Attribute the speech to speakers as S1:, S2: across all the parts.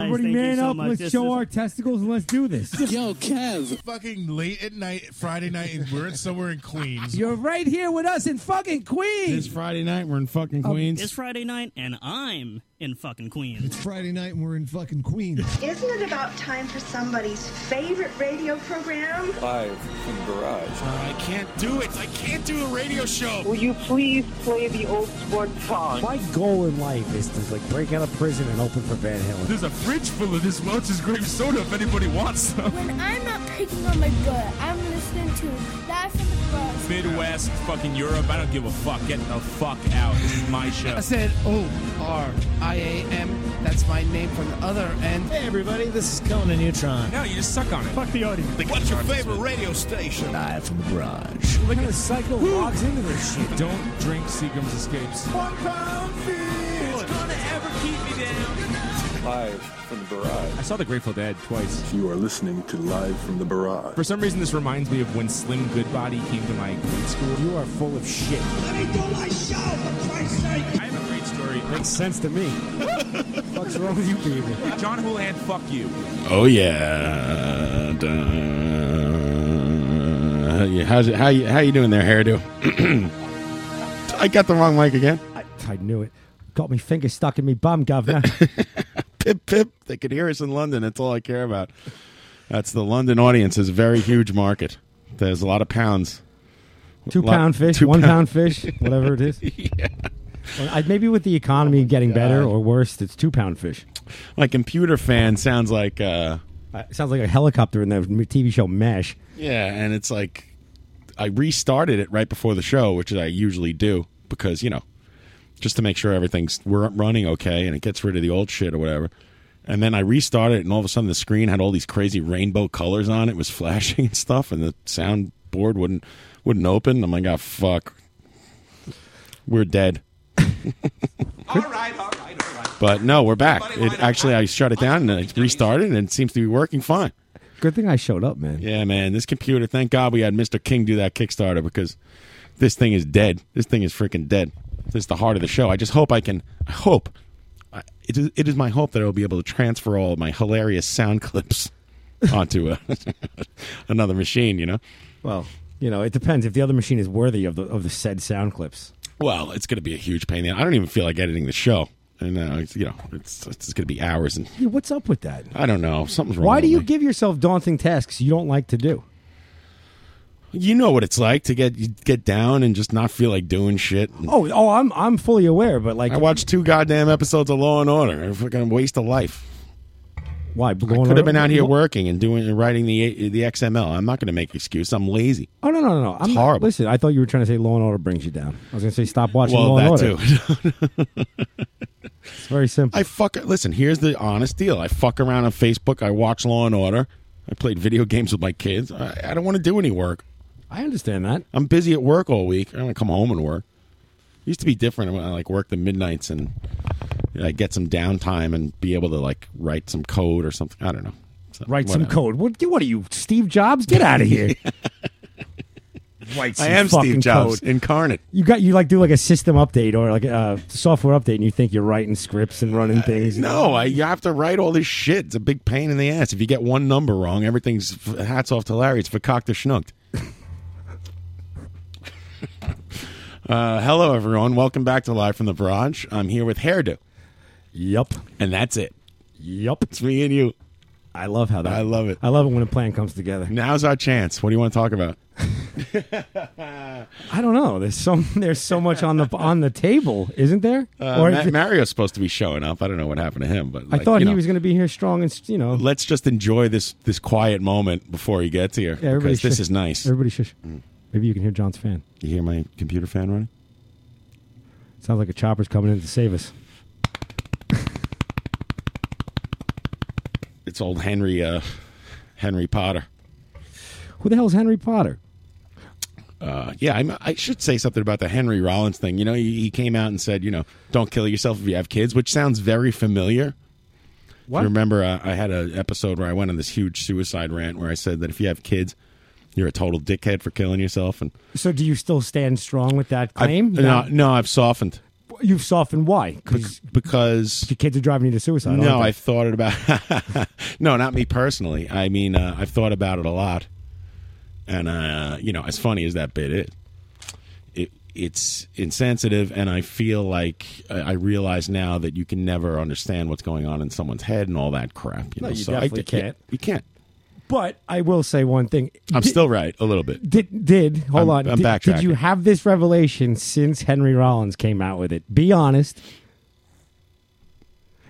S1: Everybody
S2: Thank you
S1: man
S2: so
S1: up.
S2: much.
S1: Let's
S2: This
S1: show
S2: is-
S1: our testicles and let's do this.
S3: Yo, Kev.
S4: Fucking late at night, Friday night, and we're in somewhere in Queens.
S5: You're right here with us in fucking
S3: This
S5: Queens.
S3: Friday night, we're in fucking Queens.
S2: It's Friday night, and I'm in fucking Queens.
S6: Friday night and we're in fucking Queens.
S7: Isn't it about time for somebody's favorite radio program?
S8: Live from the garage.
S4: I can't do it. I can't do a radio show.
S9: Will you please play the old sport song?
S10: My goal in life is to like break out of prison and open for Van Halen.
S4: There's a fridge full of this Welch's grape soda if anybody wants some.
S11: When I'm not picking on my butt, I'm listening to Live from the Cross.
S8: Midwest, fucking Europe. I don't give a fuck. Get the fuck out. This is my show.
S9: I said O R I A M. That's my name from the other end.
S10: Hey everybody, this is Conan Neutron.
S8: No, you just suck on it. Fuck the audience. What's your favorite radio station?
S10: Live from the garage. Look at the cycle logs into this shit.
S8: Don't drink Seagram's Escapes. One pound fish. It's gonna ever keep me down. Live from the barrage. I saw The Grateful Dead twice.
S12: You are listening to Live from the Barrage.
S8: For some reason, this reminds me of when Slim Goodbody came to my grade school.
S10: You are full of shit.
S9: Let me do my show, for Christ's sake.
S8: I have a great story.
S10: Makes sense to me. What's wrong with you people?
S8: John Houlihan, fuck you.
S3: Oh yeah. Duh. How you- How's it? How you? How you doing there, hairdo? I got the wrong mic again.
S10: I, I knew it. Got me finger stuck in me bum, governor.
S3: Pip pip. They could hear us in London. That's all I care about. That's the London audience is a very huge market. There's a lot of pounds.
S10: Two
S3: Lot-
S10: pound fish,
S3: two
S10: one
S3: pound-
S10: pound fish, whatever it is. Well, I, maybe with the
S1: Oh
S10: economy getting better or worse, it's two pound fish.
S3: My computer fan sounds like uh
S10: Uh, sounds like a helicopter in the TV show Mesh.
S3: yeah, and it's like I restarted it right before the show, which I usually do because you know just to make sure everything's we're running okay and it gets rid of the old shit or whatever. And then I restarted it, and all of a sudden the screen had all these crazy rainbow colors on it. It was flashing and stuff, and the soundboard wouldn't wouldn't open. I'm like, oh fuck, we're dead. all right, all right, all right. But no, we're back. It, actually, I shut it down and I restarted, and it seems to be working fine.
S10: Good thing I showed up, man.
S3: Yeah, man, this computer. Thank God we had Mr. King do that Kickstarter because this thing is dead. This thing is freaking dead. This is the heart of the show. I just hope I can. I hope I, it is. It is my hope that I'll be able to transfer all of my hilarious sound clips onto a, another machine. You know.
S10: Well, you know, it depends if the other machine is worthy of the of the said sound clips.
S3: Well, it's going to be a huge pain. in the- I don't even feel like editing the show. And uh, it's, you know, it's it's going to be hours, and
S10: Yeah, what's up with that?
S3: I don't know. Something's wrong.
S10: Why do
S3: with
S10: you
S3: me.
S10: give yourself daunting tasks you don't like to do?
S3: You know what it's like to get you get down and just not feel like doing shit.
S10: Oh, oh, I'm I'm fully aware, but like,
S3: I watched two goddamn episodes of Law and Order. A fucking waste of life.
S10: why?
S3: I could have been out here working and doing and writing the the XML. I'm not going to make excuse. I'm lazy.
S10: Oh no, no, no, no! I'm not-
S3: horrible.
S10: listen, I thought you were trying to say Law and Order brings you down. I was going to say stop watching
S3: Well,
S10: Law and
S3: that
S10: Order.
S3: too.
S10: It's very simple.
S3: I fuck. Listen, here's the honest deal. I fuck around on Facebook. I watch Law and Order. I played video games with my kids. I, I don't want to do any work.
S10: I understand that.
S3: I'm busy at work all week. I want to come home and work. It used to be different when I like worked the midnights and I get some downtime and be able to like write some code or something. I don't know. So,
S10: Write some
S3: whatever.
S10: code. What? What are you, Steve Jobs? Get out of here! Write some
S3: I am
S10: fucking
S3: Steve Jobs
S10: code.
S3: incarnate.
S10: You got you like do like a system update or like a software update, and you think you're writing scripts and running things.
S3: No, I, you have to write all this shit. It's a big pain in the ass. If you get one number wrong, everything's hats off to Larry. It's verkakte schnucked. uh, hello, everyone. Welcome back to Live from the Barrage. I'm here with Hairdo,
S10: Yup.
S3: and that's it.
S10: Yup.
S3: It's me and you.
S10: I love how that.
S3: I love it.
S10: I love it when a plan comes together.
S3: Now's our chance. What do you want to talk about?
S10: I don't know. There's some. There's so much on the on the table, isn't there?
S3: Uh,
S10: Or
S3: Ma-
S10: is it-
S3: Mario's supposed to be showing up. I don't know what happened to him, but
S10: I
S3: like,
S10: thought
S3: you
S10: he
S3: know,
S10: was going to be here strong and s- you know.
S3: Let's just enjoy this this quiet moment before he gets here
S10: Yeah, everybody
S3: because this
S10: shush.
S3: is nice. Mm.
S10: Everybody shush. Maybe you can hear John's fan.
S3: You hear my computer fan running?
S10: Sounds like a chopper's coming in to save us.
S3: It's old Henry uh, Henry Potter.
S10: Who the hell's Henry Potter?
S3: Uh, yeah, I'm, I should say something about the Henry Rollins thing. You know, he, he came out and said, you know, don't kill yourself if you have kids, which sounds very familiar. If
S10: What?
S3: you remember, uh, I had an episode where I went on this huge suicide rant where I said that if you have kids, you're a total dickhead for killing yourself. And
S10: So do you still stand strong with that
S3: I've-
S10: claim?
S3: no, no, I've softened.
S10: You've softened why? Because
S3: because
S10: the kids are driving you to suicide.
S3: no,
S10: aren't
S3: I've thought it about. no, not me personally. I mean, uh, I've thought about it a lot, and uh, you know, as funny as that bit is, it it's insensitive, and I feel like I I realize now that you can never understand what's going on in someone's head and all that crap. You
S10: No,
S3: know,
S10: you
S3: so I
S10: definitely
S3: d- yeah,
S10: can't.
S3: you can't.
S10: they? but I will say one thing.
S3: I'm
S10: Did-
S3: still right a little bit.
S10: Did did hold
S3: I'm- I'm
S10: on? did, did you
S3: backtracking.
S10: have this revelation since Henry Rollins came out with it? Be honest.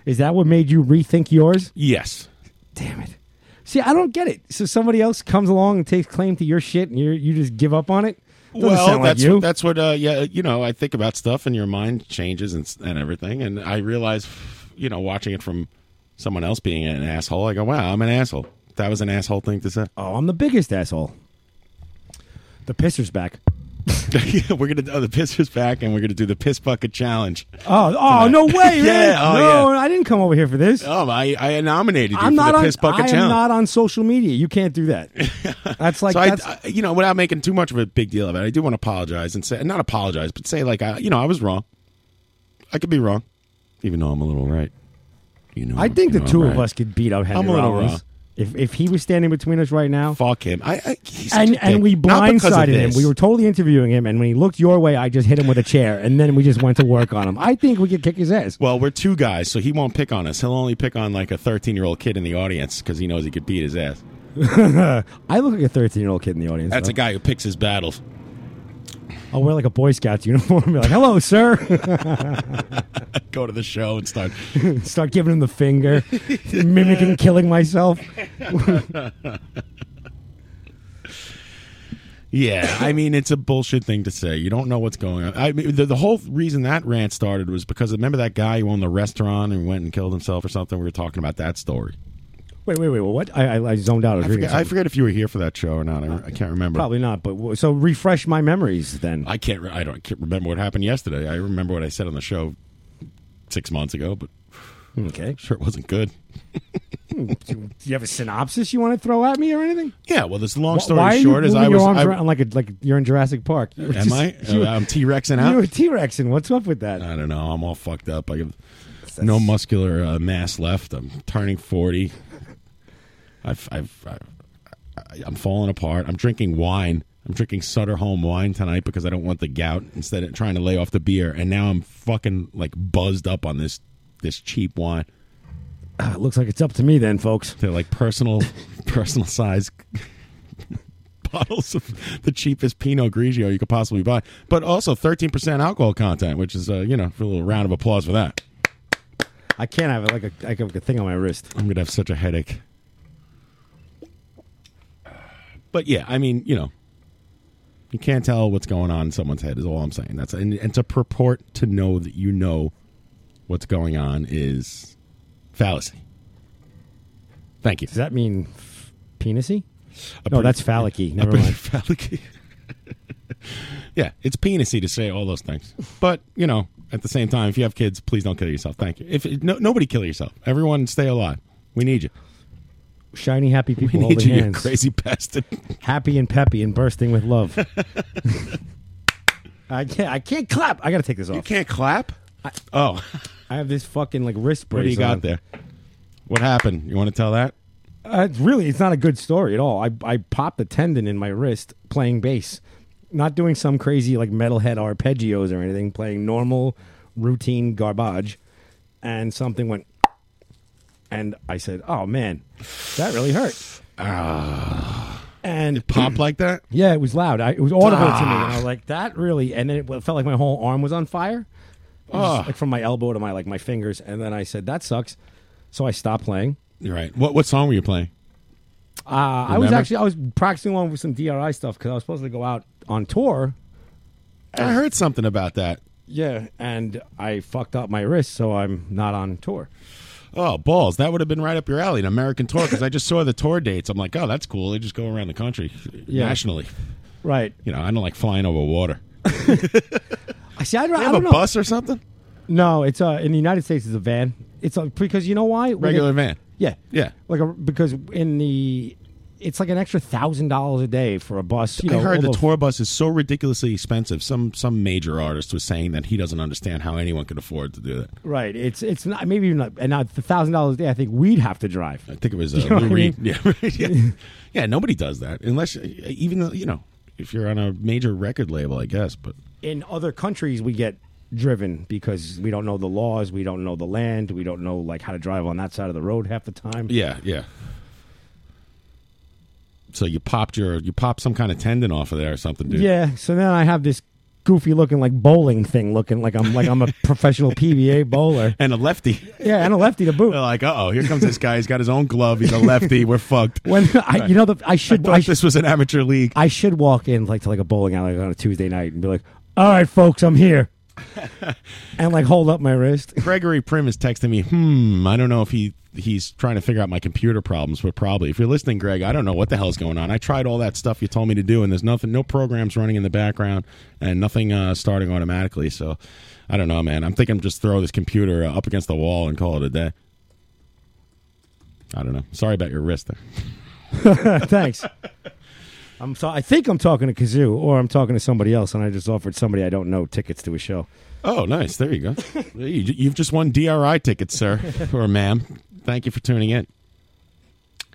S10: Is that what made you rethink yours?
S3: Yes.
S10: Damn it. See, I don't get it. So somebody else comes along and takes claim to your shit, and you you just give up on it. Doesn't
S3: well,
S10: sound like
S3: that's
S10: you.
S3: what, that's what uh, yeah, you know, I think about stuff and your mind changes and s- and everything and I realize you know, watching it from someone else being an asshole, I go, "Wow, I'm an asshole." That was an asshole thing to say.
S10: Oh, I'm the biggest asshole. The pisser's back.
S3: Oh, yeah, we're going to oh, the pissers back and we're going to do the piss bucket challenge.
S10: Oh, oh no way!
S3: Yeah,
S10: man.
S3: oh,
S10: no, I didn't come over here for this.
S3: Oh, I I nominated you
S10: I'm
S3: for
S10: not
S3: the
S10: on.
S3: piss bucket
S10: I am
S3: challenge.
S10: not on social media. You can't do that. That's like
S3: so I,
S10: that's,
S3: I, you know, without making too much of a big deal of it, I do want to apologize and say, not apologize, but say like, I, you know, I was wrong. I could be wrong, even though I'm a little right. You know,
S10: I think
S3: you
S10: the
S3: know
S10: two
S3: I'm
S10: of
S3: right.
S10: us could beat up Henry
S3: I'm a little
S10: Rollins.
S3: wrong.
S10: If if he was standing between us right now,
S3: Fuck him. I, I he's such
S10: and
S3: a
S10: and
S3: dick.
S10: we
S3: Not because of
S10: blindsided him.
S3: this.
S10: We were totally interviewing him, and when he looked your way, I just hit him with a chair, and then we just went to work on him. I think we could kick his ass.
S3: well, we're two guys, so he won't pick on us. He'll only pick on like a 13 year old kid in the audience because he knows he could beat his ass.
S10: I look like a thirteen-year-old kid in the audience.
S3: That's
S10: though.
S3: a guy who picks his battles.
S10: I'll wear like a Boy Scouts uniform. and Be like, "Hello, sir."
S3: Go to the show and start.
S10: Start giving him the finger, mimicking killing myself.
S3: Yeah, I mean it's a bullshit thing to say. You don't know what's going on. I mean, the, the whole reason that rant started was because remember that guy who owned the restaurant and went and killed himself or something. We were talking about that story.
S10: Wait, wait, wait. What? I, I, I zoned out. I was
S3: I
S10: reading
S3: forget, I
S10: something.
S3: forget if you were here for that show or not. I, I can't remember.
S10: Probably not. But w- so refresh my memories then.
S3: I can't. Re- I don't I can't remember what happened yesterday. I remember what I said on the show six months ago, but
S10: Okay.
S3: sure it wasn't good.
S10: Do you have a synopsis you want to throw at me or anything?
S3: Yeah. Well, this long
S10: Wh-
S3: story
S10: Why are you
S3: short is
S10: moving
S3: I
S10: your
S3: was.
S10: arms
S3: I,
S10: around like a, like you're in Jurassic Park? You were
S3: am
S10: just-
S3: I? Uh,
S10: You,
S3: I'm T Rexing out.
S10: you were T Rex, and what's up with that?
S3: I don't know. I'm all fucked up. I have no muscular uh, mass left. I'm turning 40. I've, I've, I've, I- I'm falling apart. I'm drinking wine. I'm drinking Sutter Home wine tonight because I don't want the gout instead of trying to lay off the beer. And now I'm fucking like buzzed up on this this cheap wine.
S10: Ah, looks like it's up to me then, folks.
S3: They're like personal personal size bottles of the cheapest Pinot Grigio you could possibly buy, but also 13% alcohol content, which is uh, you know, for a little round of applause for that.
S10: I can't have like a like a thing on my wrist.
S3: I'm gonna have such a headache. But yeah, I mean, you know, you can't tell what's going on in someone's head. Is all I'm saying. That's and, and to purport to know that you know what's going on is fallacy. Thank you.
S10: Does that mean f- penisy?
S3: A
S10: No,
S3: pretty-
S10: that's phallicy. Never
S3: a pretty
S10: mind.
S3: phallic- yeah, it's penisy to say all those things. But you know, at the same time, if you have kids, please don't kill yourself. Thank you. If no, nobody kill yourself, everyone stay alive. We need you.
S10: Shiny, happy people
S3: We need
S10: holding
S3: you, you
S10: hands,
S3: crazy bastard.
S10: happy and peppy and bursting with love. I can't. I can't clap. I gotta take this off.
S3: can't clap? oh,
S10: I have this fucking like wrist brace.
S3: what do you
S10: on.
S3: got there? What happened? You want to tell that?
S10: Uh, it's really, it's not a good story at all. I I popped a tendon in my wrist playing bass, not doing some crazy like metalhead arpeggios or anything. Playing normal, routine garbage, and something went, and I said, "Oh man, that really hurt." and
S3: Pop like that?
S10: yeah, it was loud. I, it was audible to me, and I was like, "That really." And then it felt like my whole arm was on fire, It was
S3: Ah.
S10: just, like from my elbow to my like my fingers. And then I said, "That sucks," so I stopped playing.
S3: You're right. What what song were you playing?
S10: Uh, I was
S3: Remember?
S10: actually I was practicing along with some DRI stuff because I was supposed to go out on tour.
S3: I heard something about that.
S10: Yeah, and I fucked up my wrist, so I'm not on tour.
S3: Oh, balls. That would have been right up your alley, an American tour, because I just saw the tour dates. I'm like, oh, that's cool. They just go around the country
S10: Yeah.
S3: nationally.
S10: Right.
S3: You know, I don't like flying over water.
S10: I see. I, don't-
S3: They
S10: I
S3: have a
S10: don't know.
S3: bus or something?
S10: No, it's uh, in the United States it's a van. It's uh, because you know why When
S3: Regular
S10: it-
S3: van.
S10: Yeah.
S3: Yeah.
S10: Like a, because in the it's like an extra thousand dollars a day for a bus. You know,
S3: I heard the
S10: although-
S3: tour bus is so ridiculously expensive. Some some major artist was saying that he doesn't understand how anyone could afford to do that.
S10: Right. It's it's not maybe even not and not the thousand dollars a day. I think we'd have to drive.
S3: I think it was uh,
S10: You know
S3: Lou
S10: what I
S3: Reed.
S10: mean?
S3: Yeah, right, yeah, yeah. Nobody does that unless even though, you know if you're on a major record label, I guess. But
S10: In other countries, we get driven because we don't know the laws, we don't know the land, we don't know like how to drive on that side of the road half the time.
S3: yeah, yeah. So you popped your you popped some kind of tendon off of there or something, dude.
S10: Yeah. So then I have this goofy looking like bowling thing, looking like I'm like I'm a professional PBA bowler.
S3: And a lefty.
S10: Yeah, and a lefty to boot.
S3: like, uh oh, here comes this guy. He's got his own glove. He's a lefty. We're fucked.
S10: When I, you know, the, I should. I
S3: thought this was an amateur league.
S10: I should walk in like to like a bowling alley on a Tuesday night and be like, "All right, folks, I'm here," and like hold up my wrist.
S3: Gregory Prim is texting me. Hmm, I don't know if he he's trying to figure out my computer problems, but probably. If you're listening, Greg, I don't know what the hell's going on. I tried all that stuff you told me to do, and there's nothing, no programs running in the background, and nothing uh, starting automatically. So I don't know, man. I'm thinking just throw this computer uh, up against the wall and call it a day. I don't know. Sorry about your wrist there.
S10: Thanks. I'm so. I think I'm talking to Kazoo, or I'm talking to somebody else, and I just offered somebody I don't know tickets to a show.
S3: Oh, nice. There you go. You- You've just won DRI tickets, sir or ma'am. Thank you for tuning in.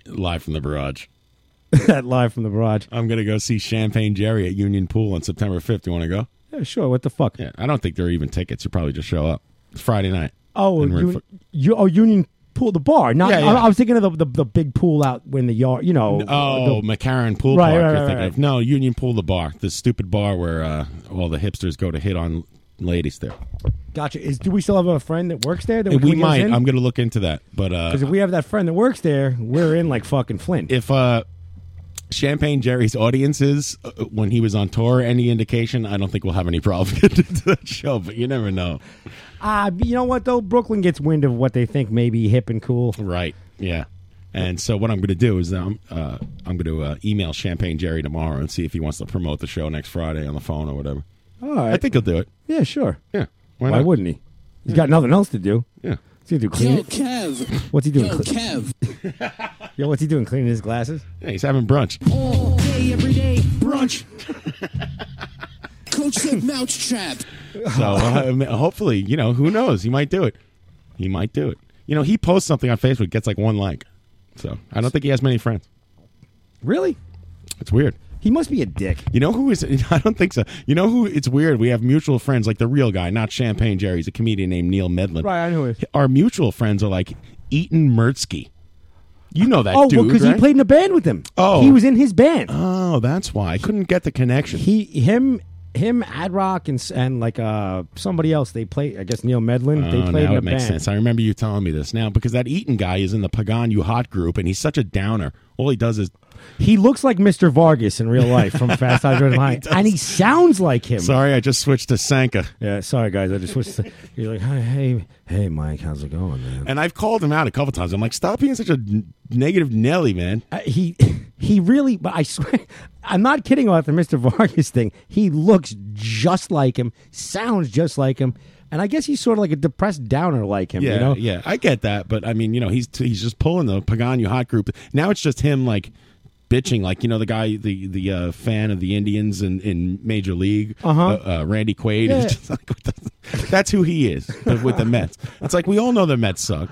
S3: Live from the barrage.
S10: that live from the barrage.
S3: I'm gonna go see Champagne Jerry at Union Pool on September 5th. You want to go?
S10: Yeah, sure. What the fuck?
S3: Yeah, I don't think there are even tickets. You probably just show up. It's Friday night.
S10: Oh,
S3: And we're in
S10: you,
S3: fo-
S10: you, oh, Union Pool, the bar. Not,
S3: Yeah, yeah.
S10: I, I was thinking of the, the the big pool out in the yard. You know.
S3: oh,
S10: the-
S3: McCarran Pool
S10: Right,
S3: Park.
S10: right,
S3: you're
S10: right,
S3: thinking
S10: right.
S3: of no Union Pool, the bar, the stupid bar where uh, all the hipsters go to hit on ladies there.
S10: gotcha. Is do we still have a friend that works there? That
S3: And
S10: can
S3: we
S10: get us
S3: might.
S10: in?
S3: I'm gonna look into that. But uh,
S10: Because if we have that friend that works there, we're in like fucking Flint.
S3: if uh Champagne Jerry's audiences uh, when he was on tour any indication, I don't think we'll have any problem getting to that show, but you never know.
S10: Uh, you know what though? Brooklyn gets wind of what they think may be hip and cool.
S3: Right. Yeah. And so what I'm going to do is I'm uh, I'm going to uh, email Champagne Jerry tomorrow and see if he wants to promote the show next Friday on the phone or whatever.
S10: All right.
S3: I think he'll do it.
S10: Yeah, sure.
S3: Yeah.
S10: Why,
S3: not?
S10: wouldn't he? He's got nothing else to do.
S3: Yeah.
S10: What's he do? Clean it?
S1: Kev.
S10: What's he doing?
S1: Yo,
S10: Cle-
S1: Kev.
S10: Yo, what's he doing? Cleaning his glasses?
S3: Yeah, he's having brunch.
S1: All day, every day, brunch. Coach said mouth trap.
S3: So uh, I mean, hopefully, you know, who knows? He might do it. He might do it. You know, he posts something on Facebook, gets like one like. So I don't think he has many friends.
S10: Really?
S3: It's weird.
S10: He must be a dick.
S3: You know who is? I don't think so. You know who? It's weird. We have mutual friends, like the real guy, not Champagne Jerry. He's a comedian named Neil Medlin.
S10: Right, I know it.
S3: Our mutual friends are like Eaton Mertzky. You know that
S10: oh,
S3: dude,
S10: well, because
S3: right?
S10: he played in a band with him.
S3: Oh.
S10: he was in his band.
S3: Oh, that's why I couldn't get the connection.
S10: He, him, him, Ad Rock, and s- and like uh somebody else. They play. I guess Neil Medlin.
S3: Oh,
S10: they played
S3: now
S10: in a
S3: it makes
S10: band.
S3: sense. I remember you telling me this now because that Eaton guy is in the Pagan You Hot group, and he's such a downer. All he does is
S10: He looks like Mr. Vargas in real life from Fast Times at Line, and he sounds like him.
S3: sorry. I just switched to Sanka,
S10: Yeah, sorry guys, I just wish to, you're like, hey, hey, hey, Mike, how's it going, man?
S3: and I've called him out a couple times. I'm like, stop being such a n- negative Nelly, man.
S10: Uh, he he really, but I swear, I'm not kidding about the Mr. Vargas thing. He looks just like him, sounds just like him, and I guess he's sort of like a depressed downer like him.
S3: Yeah,
S10: you know,
S3: yeah, I get that, but I mean, you know, he's he's just pulling the Pagano hot group. Now it's just him like bitching, like you know, the guy, the the uh, fan of the Indians in, in Major League,
S10: Uh-huh.
S3: uh, uh, Randy Quaid.
S10: Yeah.
S3: It's just like, what the- that's who he is with with the Mets. It's like we all know the Mets suck.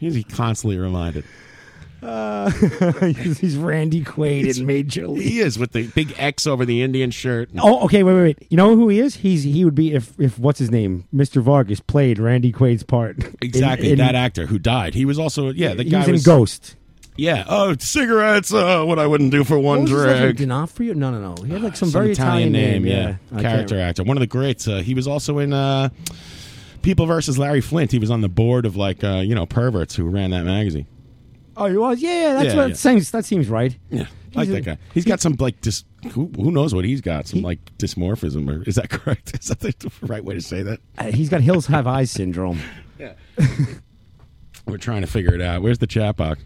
S3: He's constantly reminded.
S10: he's Randy Quaid in Major League.
S3: He is with the big X over the Indian shirt.
S10: Oh, okay, wait, wait, wait. You know who he is? He's he would be if if what's his name, Mr. Vargas played Randy Quaid's part. in-
S3: Exactly,
S10: in-
S3: that actor who died. He was also yeah, the
S10: he
S3: guy
S10: was in Ghost.
S3: Yeah, oh, cigarettes. Uh, what I wouldn't do for one
S10: What was his last name?
S3: drag.
S10: D'Onofrio? No, no, no. He had like
S3: Ah,
S10: some, very Italian, name. I can't
S3: character actor. One of the greats. Uh, he was also in uh, People versus Larry Flint. He was on the board of like uh, you know perverts who ran that magazine.
S10: Oh, he was. Yeah, yeah that's
S3: Yeah,
S10: what
S3: yeah.
S10: It seems. That seems right.
S3: Yeah, I like
S10: He's
S3: that
S10: a-
S3: guy. He's got some like dis. Who, who knows what he's got? Some like dysmorphism, or is that correct? Is that the right way to say that?
S10: Uh, he's got hills have eyes syndrome.
S3: We're trying to figure it out. Where's the chat box?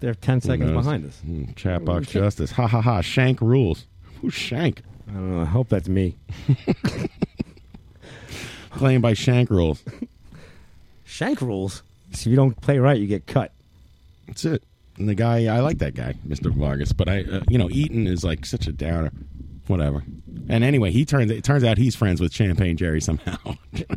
S10: They're ten seconds
S3: knows?
S10: behind us.
S3: Hmm, chat box justice. Ha ha ha. Shank rules. Who's Shank?
S10: I don't know. I hope that's me.
S3: Playing by Shank rules.
S10: Shank rules. So if you don't play right, you get cut.
S3: That's it. And the guy, I like that guy, Mr. Vargas, but I, uh, you know, Eaton is like such a downer. Whatever. And anyway, he turns. It turns out he's friends with Champagne Jerry somehow.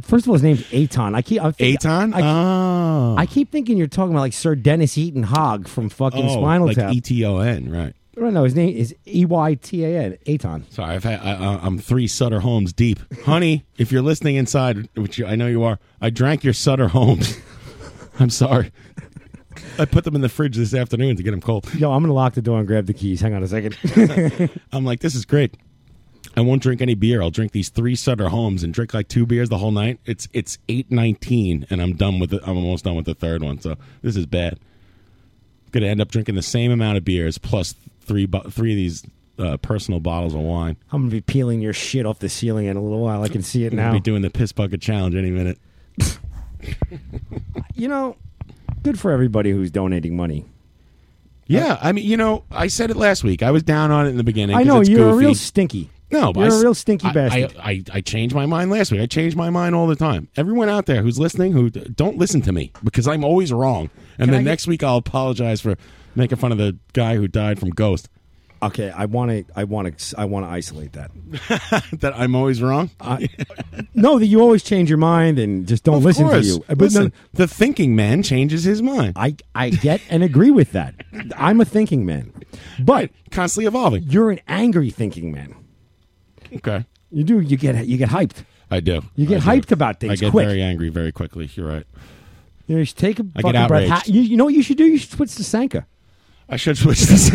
S10: First of all, his name's Aton. I keep I think-
S3: Aton?
S10: I,
S3: oh.
S10: I keep thinking you're talking about like Sir Dennis Eaton Hogg from fucking
S3: Oh,
S10: Spinal
S3: like
S10: Tap.
S3: E T O N, right?
S10: no, no, his name is E Y T A N. Aton.
S3: Sorry, I've had, I, I- I'm three Sutter Homes deep, honey. If you're listening inside, which you, I know you are, I drank your Sutter Homes. I'm sorry. I put them in the fridge this afternoon to get them cold.
S10: Yo, I'm gonna lock the door and grab the keys. Hang on a second.
S3: I'm like, this is great. I won't drink any beer. I'll drink these three Sutter Homes and drink like two beers the whole night. It's it's eight nineteen, and I'm done with it. I'm almost done with the third one. So this is bad. Going to end up drinking the same amount of beers plus three bo- three of these uh, personal bottles of wine.
S10: I'm gonna be peeling your shit off the ceiling in a little while. I can see it
S3: We're gonna
S10: now.
S3: be doing the piss bucket challenge any minute.
S10: You know, good for everybody who's donating money.
S3: Yeah, I mean, you know, I said it last week. I was down on it in the beginning.
S10: I
S3: 'cause
S10: know
S3: it's
S10: you're
S3: goofy.
S10: a real stinky.
S3: No, but
S10: you're
S3: I
S10: a
S3: s-
S10: real stinky
S3: I-
S10: bastard.
S3: I, I, I changed my mind last week. I change my mind all the time. Everyone out there who's listening, who don't listen to me because I'm always wrong. And then next week I'll apologize for making fun of the guy who died from Ghost.
S10: Okay, I want to. I want to. I want to isolate that.
S3: that I'm always wrong.
S10: no, that you always change your mind and just don't
S3: Of
S10: listen
S3: course.
S10: to you. But
S3: Listen,
S10: no-
S3: the thinking man changes his mind.
S10: I I get and agree with that. I'm a thinking man, but
S3: constantly evolving.
S10: You're an angry thinking man.
S3: Okay,
S10: you do. You get you get hyped.
S3: I do.
S10: You get
S3: I do.
S10: hyped about things
S3: I get
S10: quick.
S3: very angry very quickly. You're right.
S10: You just take a
S3: I get
S10: fucking breath.
S3: outraged.
S10: Ha- You, you know what you should do? You should switch to Sanka.
S3: I should switch this.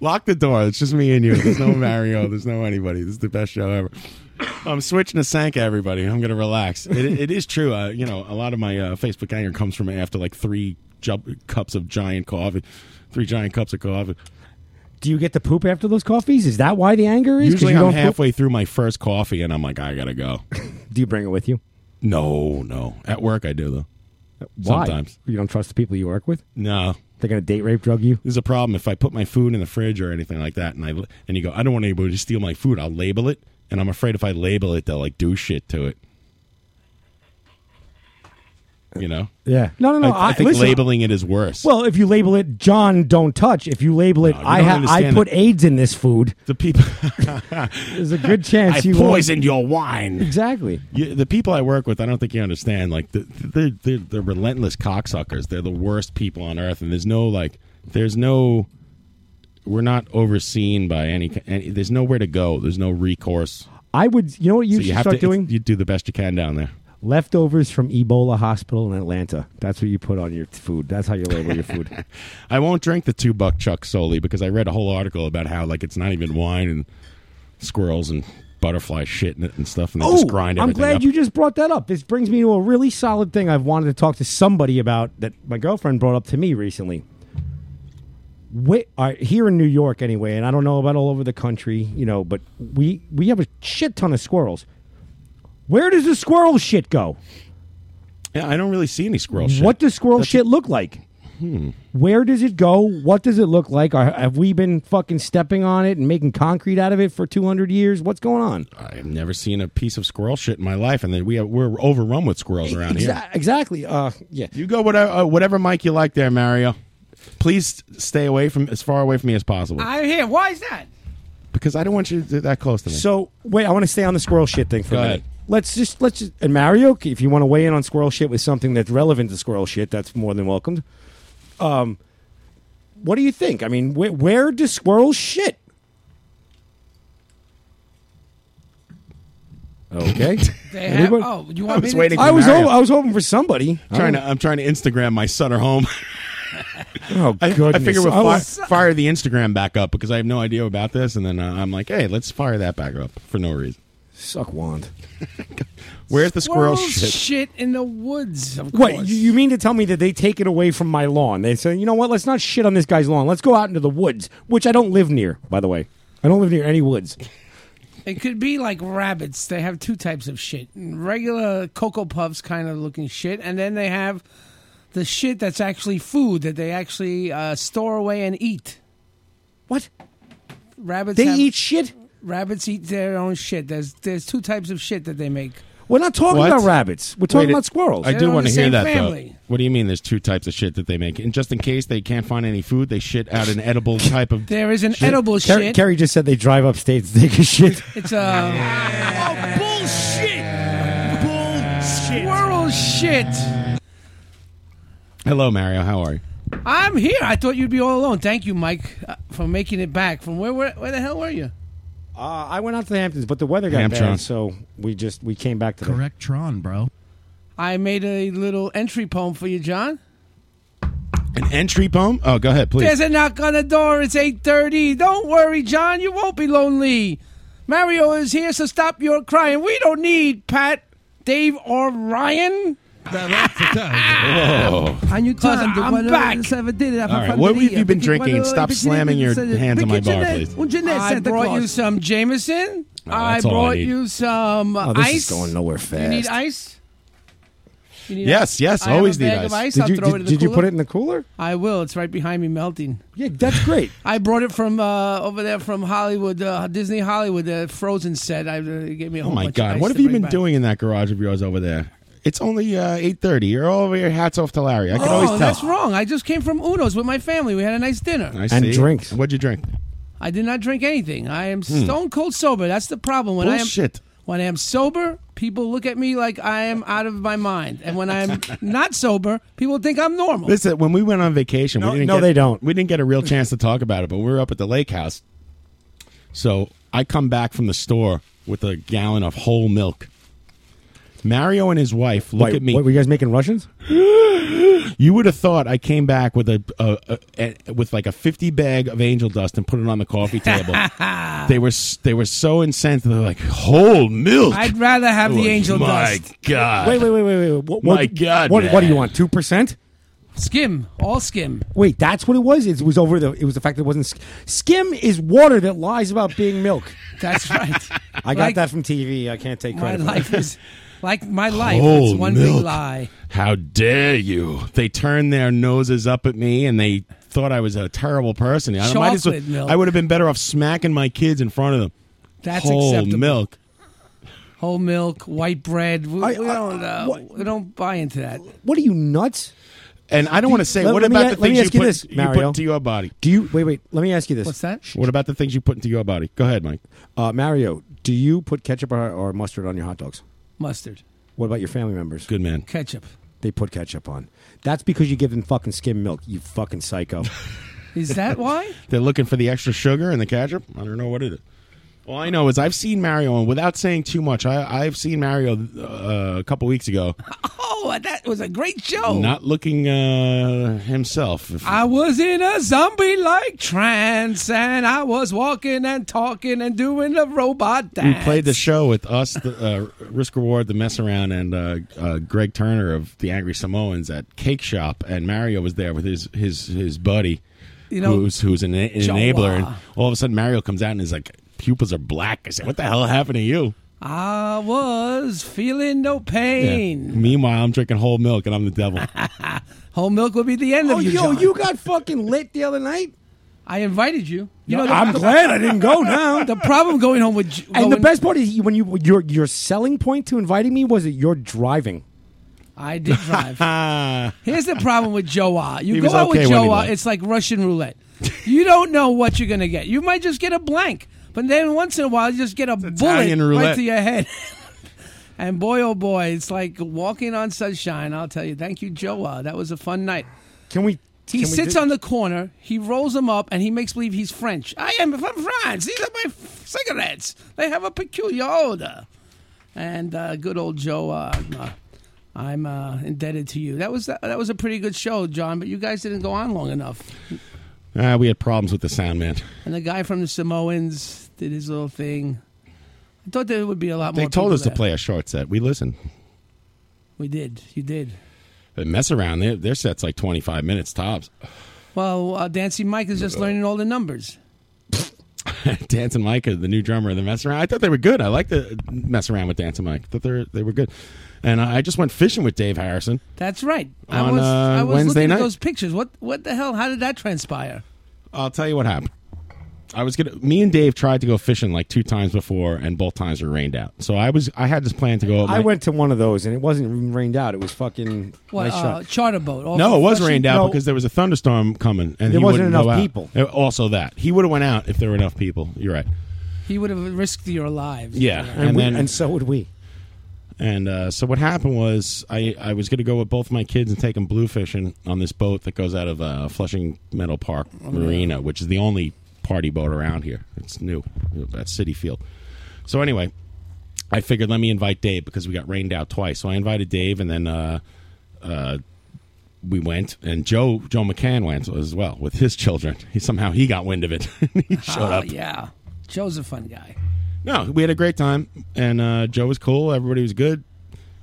S3: Lock the door. It's just me and you. There's no Mario. There's no anybody. This is the best show ever. I'm switching to Sanka, everybody. I'm going to relax. It, it is true. Uh, you know, a lot of my uh, Facebook anger comes from after like three ju- cups of giant coffee, three giant cups of coffee.
S10: Do you get to poop after those coffees? Is that why the anger is? 'Cause
S3: Usually
S10: you
S3: I'm
S10: don't poop?
S3: halfway through my first coffee and I'm like, I got to go.
S10: Do you bring it with you?
S3: No, no. At work, I do, though.
S10: Why?
S3: Sometimes.
S10: You don't trust the people you work with.
S3: No.
S10: They're going to date rape drug you?
S3: This is a problem. If I put my food in the fridge or anything like that and I and you go, I don't want anybody to steal my food, I'll label it. And I'm afraid if I label it, they'll like do shit to it. You know?
S10: Yeah. No, no, no.
S3: I, I
S10: I-
S3: think
S10: listen.
S3: labeling it is worse.
S10: Well, if you label it John, don't touch. If you label it,
S3: you
S10: I
S3: don't
S10: ha- I
S3: understand
S10: put
S3: that.
S10: AIDS in this food.
S3: The people.
S10: There's a good chance
S3: I
S10: you won't-
S3: poisoned your wine.
S10: Exactly.
S3: You, the people I work with, I don't think you understand. Like the, they're, they're they're relentless cocksuckers. They're the worst people on earth, and there's no like, there's no, we're not overseen by any. any there's nowhere to go. There's no recourse.
S10: I would. You know what you
S3: So
S10: should
S3: have
S10: start
S3: to,
S10: doing?
S3: You do the best you can down there.
S10: Leftovers from Ebola Hospital in Atlanta. That's what you put on your food. That's how you label your food.
S3: I won't drink the two buck chuck solely because I read a whole article about how like it's not even wine and squirrels and butterfly shit in it and stuff, and they just grind.
S10: Oh, I'm
S3: everything
S10: glad
S3: up.
S10: you just brought that up. This brings me to a really solid thing I've wanted to talk to somebody about that my girlfriend brought up to me recently. Wait, all right, here in New York, anyway, and I don't know about all over the country, you know, but we we have a shit ton of squirrels. Where does the squirrel shit go?
S3: Yeah, I don't really see any squirrel shit. Hmm.
S10: What does squirrel shit look like? Where does it go? What does it look like? Are, have we been fucking stepping on it and making concrete out of it for 200 years? What's going on?
S3: I've never seen a piece of squirrel shit in my life, and then we have, we're overrun with squirrels around here.
S10: Exa- Exactly. Uh, yeah.
S3: You go whatever uh, whatever mic you like there, Mario. Please stay away from as far away from me as possible
S9: I'm here. Why is that?
S3: because I don't want you to, that close to me.
S10: So wait, I want to stay on the squirrel shit thing for
S3: Go
S10: a
S3: ahead.
S10: minute. Let's just let's just and Mario, if you want to weigh in on squirrel shit with something that's relevant to squirrel shit, that's more than welcomed. Um, what do you think? I mean, wh- where do squirrels shit? Okay.
S9: They have,
S10: Anybody-
S9: oh, you
S3: I
S9: want me
S3: was
S9: to
S3: waiting
S9: tell
S10: I was
S3: Mario.
S10: ho- I was hoping for somebody.
S3: I'm trying to I'm trying to Instagram my Sutter home.
S10: Oh
S3: I, I
S10: goodness.
S3: figure we'll
S10: I
S3: fi-
S10: was-
S3: fire the Instagram back up because I have no idea about this, and then uh, I'm like, hey, let's fire that back up for no reason.
S10: suck wand.
S3: Where's the squirrel
S9: Squirrels
S3: shit?
S9: shit in the woods. Of
S10: What
S9: course.
S10: you, you mean to tell me that they take it away from my lawn? They say, you know what? Let's not shit on this guy's lawn. Let's go out into the woods, which I don't live near, by the way. I don't live near any woods.
S9: It could be like rabbits. They have two types of shit: regular cocoa puffs kind of looking shit, and then they have the shit that's actually food that they actually uh, store away and eat.
S10: What?
S9: Rabbits?
S10: They
S9: have-
S10: eat shit.
S9: Rabbits eat their own shit. There's there's two types of shit that they make.
S10: We're not talking
S3: What?
S10: about rabbits. We're talking
S3: Wait,
S10: about squirrels.
S3: I do want to hear that though.
S9: family.
S3: What do you mean? There's two types of shit that they make, and just in case they can't find any food, they shit out an edible type of.
S9: There is an edible
S10: Kerry,
S9: shit.
S10: Kerry just said they drive upstate to take a shit.
S9: It's a oh bullshit, Oh, bullshit, squirrel shit.
S3: Hello, Mario. How are you?
S9: I'm here. I thought you'd be all alone. Thank you, Mike, uh, for making it back. From where? Where, where the hell were you?
S10: Uh, I went out to the Hamptons, but the weather got
S3: Hamptron.
S10: bad, so we just we came back to
S4: correct Tron, bro.
S9: I made a little entry poem for you, John.
S3: An entry poem? Oh, go ahead, please.
S9: There's a knock on the door. It's 8:30. Don't worry, John. You won't be lonely. Mario is here, so stop your crying. We don't need Pat, Dave, or Ryan.
S3: Whoa.
S5: And you tell them
S9: I'm
S5: that
S9: back.
S3: All right, what have you been drinking? Stop slamming your hands on my bar, please. Oh,
S9: I brought you some Jameson. I
S3: that's all I
S9: brought
S3: need.
S9: you some uh,
S10: Oh, this is
S9: ice.
S10: going nowhere
S9: You need
S10: fast.
S9: ice. You need
S10: Yes,
S9: ice?
S10: yes,
S9: I have
S10: always
S9: a
S10: need
S9: bag
S10: ice.
S9: Of ice.
S10: Did
S9: I'll
S10: you-
S9: throw it
S10: did-
S9: in the
S10: did you put
S9: cooler.
S10: it in the cooler?
S9: I will. It's right behind me, melting.
S10: Yeah, that's great.
S9: I brought it from uh, over there from Hollywood, uh, Disney Hollywood, the Frozen set. I uh, they gave me a
S3: Oh
S9: whole
S3: my
S9: bunch
S3: God!
S9: Of ice
S3: What have
S9: to
S3: you
S9: bring
S3: been
S9: back.
S3: doing in that garage of yours over there? It's only uh, eight thirty. You're all over your hats off to Larry. I can always tell.
S9: Oh, that's wrong. I just came from Uno's with my family. We had a nice dinner.
S3: I see. What'd you drink?
S9: I did not drink anything. I am
S3: Hmm.
S9: stone cold sober. That's the problem. When
S3: Bullshit.
S9: I am when I am sober, people look at me like I am out of my mind. And when I'm not sober, people think I'm normal.
S3: Listen, when we went on vacation, we didn't
S10: no,
S3: get,
S10: they don't.
S3: We didn't get a real chance to talk about it, but we were up at the lake house. So I come back from the store with a gallon of whole milk. Mario and his wife look
S10: Wait,
S3: at me.
S10: What, were you guys making Russians?
S3: You would have thought I came back with a, a, a, a- with like a fifty bag of angel dust and put it on the coffee table. they were s- they were so incensed. They're like whole milk.
S9: I'd rather have the
S3: Oh,
S9: angel
S3: my
S9: dust.
S3: God.
S10: Wait, wait, wait, wait, wait. What,
S3: My
S10: what-
S3: God,
S10: What, what do
S3: man.
S10: you want? Two percent?
S9: Skim, all skim.
S10: Wait, that's what it was. It was over the. It was the fact that it wasn't. sk- Skim is water that lies about being milk.
S9: That's right.
S10: I got
S9: Like-
S10: that from TV. I can't take
S9: My
S10: credit. for
S9: life
S10: that.
S9: is like my life.
S3: Whole
S9: it's one
S3: milk.
S9: big lie.
S3: How dare you? They turned their noses up at me and they thought I was a terrible person. I, might as well-
S9: Chocolate milk.
S3: I would have been better off smacking my kids in front of them.
S9: That's
S3: Whole
S9: acceptable.
S3: milk.
S9: Whole milk, white bread. We,
S10: I-
S9: we
S10: I-
S9: don't uh, we don't buy into that.
S10: What are you nuts?
S3: And I don't want to say
S10: Let-
S3: what
S10: let me
S3: about
S10: a-
S3: the
S10: let
S3: things
S10: me
S3: you
S10: ask you
S3: put,
S10: this,
S3: you put
S10: Mario.
S3: into your body.
S10: Do you wait? Wait. Let me ask you this.
S9: What's that?
S3: What about the things you put into your body? Go ahead, Mike.
S10: Uh, Mario, do you put ketchup or, or mustard on your hot dogs?
S9: Mustard,
S10: What about your family members?
S3: Good man.
S9: ketchup.
S10: They put ketchup on. That's because you give them fucking skim milk. You fucking psycho.
S9: Is that why?
S3: They're looking for the extra sugar and the ketchup. I don't know what it is. All I know is I've seen Mario, and without saying too much, I, I've seen Mario uh, a couple weeks ago,
S9: Oh, that was a great show.
S3: not looking uh, himself. If
S9: I was in a zombie like trance and I was walking and talking and doing a robot dance.
S3: We played the show with us, the, uh, Risk Reward, the Mess Around, and uh, uh, Greg Turner of the Angry Samoans at Cake Shop, and Mario was there with his his his buddy,
S9: You know,
S3: who's who's an, an
S9: Jawa.
S3: enabler, and all of a sudden Mario comes out and is like, "Pupils are black." I said, "What the hell happened to you?"
S9: I was feeling no pain.
S10: Mm.
S3: Meanwhile, I'm drinking whole milk, and I'm the devil.
S9: Whole milk will be the end of
S10: oh,
S9: you.
S10: yo,
S9: John.
S10: you got fucking lit the other night.
S9: I invited you. You know, the,
S10: I'm glad I didn't go now.
S9: the problem going home with J-
S10: and the
S9: going-
S10: best part is you- when you your your selling point to inviting me was that you're driving.
S9: I did drive.
S3: Ah,
S9: Here's the problem with Joa. You
S3: He
S9: go
S3: was
S9: out
S3: okay
S9: with
S3: when he
S9: Joa,
S3: left.
S9: it's like Russian roulette. You don't know what you're gonna get. You might just get a blank, but then once in a while you just get a bullet
S3: Italian roulette.
S9: right to your head. and boy, oh boy, it's like walking on sunshine. I'll tell you. Thank you, Joa. That was a fun night.
S10: Can we?
S9: He
S10: can we
S9: sits
S10: do-
S9: on the corner. He rolls them up, and he makes believe he's French. I am from France. These are my f- cigarettes. They have a peculiar odor. And uh, good old Joe, uh, I'm, uh, I'm uh, indebted to you. That was that, was a pretty good show, John. But you guys didn't go on long enough.
S3: Ah, we had problems with the sound man.
S9: And the guy from the Samoans did his little thing. I thought there would be a lot more.
S3: They told
S9: people
S3: us to
S9: there.
S3: play a short set. We listened.
S9: We did. You did.
S3: They mess around. Their, their set's like 25 minutes tops.
S9: Well, uh, Dancing Mike is just learning all the numbers.
S3: Dancing Mike, is the new drummer of the Mess Around. I thought they were good. I like to mess around with Dancing Mike. thought they were, they were good. And I I just went fishing with Dave Harrison.
S9: That's right. I
S3: On,
S9: was,
S3: uh,
S9: I was
S3: Wednesday
S9: looking
S3: night?
S9: at those pictures. What what the hell? How did that transpire?
S3: I'll tell you what happened. I was gonna. Me and Dave tried to go fishing like two times before, and both times were rained out. So I was. I had this plan to go.
S10: I went to one of those and it wasn't even rained out. It was fucking
S9: What
S10: nice
S9: uh,
S10: shot.
S9: charter boat? off
S3: no,
S9: of
S3: it was
S9: Flushing-
S3: rained out
S9: No,
S3: because there was a thunderstorm coming, and he
S10: There wasn't
S3: wouldn't go
S10: enough
S3: out.
S10: people.
S3: Uh, Also, that he would have went out if there were enough people. You're right.
S9: he would have risked your lives.
S3: Yeah,
S10: And we- and so would we.
S3: And uh, so what happened was I, I was going to go with both my kids and take them blue fishing on this boat that goes out of uh, Flushing Meadow Park Marina, which is the only party boat around here. It's new at City Field. So anyway, I figured let me invite Dave because we got rained out twice. So I invited Dave, and then uh, uh, we went, and Joe Joe McCann went as well with his children. He somehow he got wind of it. he showed
S9: Ah,
S3: up.
S9: Yeah, Joe's a fun guy.
S3: No, we had a great time, and uh, Joe was cool. Everybody was good.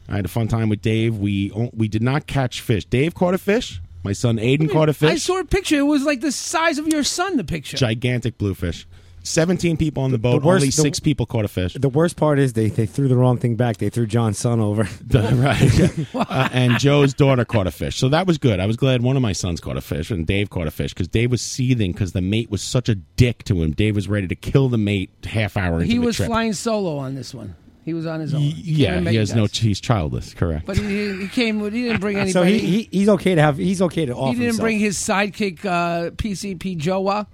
S3: I had a fun time with Dave. We we did not catch fish. Dave caught a fish. My son Aiden caught a
S9: I
S3: fish.
S9: saw a picture. It was like the size of your son. The picture.
S3: Gigantic bluefish. Seventeen people on the, boat.
S10: worst-
S3: only
S10: the-
S3: six people caught a fish.
S10: The worst part is they, they threw the wrong thing back. They threw John's son over.
S3: right. Uh, and Joe's daughter caught a fish. So that was good. I was glad one of my sons caught a fish and Dave caught a fish because Dave was seething because the mate was such a dick to him. Dave was ready to kill the mate half hour into
S9: He
S3: the
S9: was
S3: trip.
S9: flying solo on this one. He was on his own.
S3: yeah,
S9: Never met
S3: he
S9: you
S3: has no.
S9: guys.
S3: He's childless. Correct.
S9: But he, he came. with- He didn't bring anybody.
S10: So he, he he's okay to have. He's okay to
S9: He
S10: off.
S9: didn't
S10: himself.
S9: bring his sidekick uh, PCP Joa.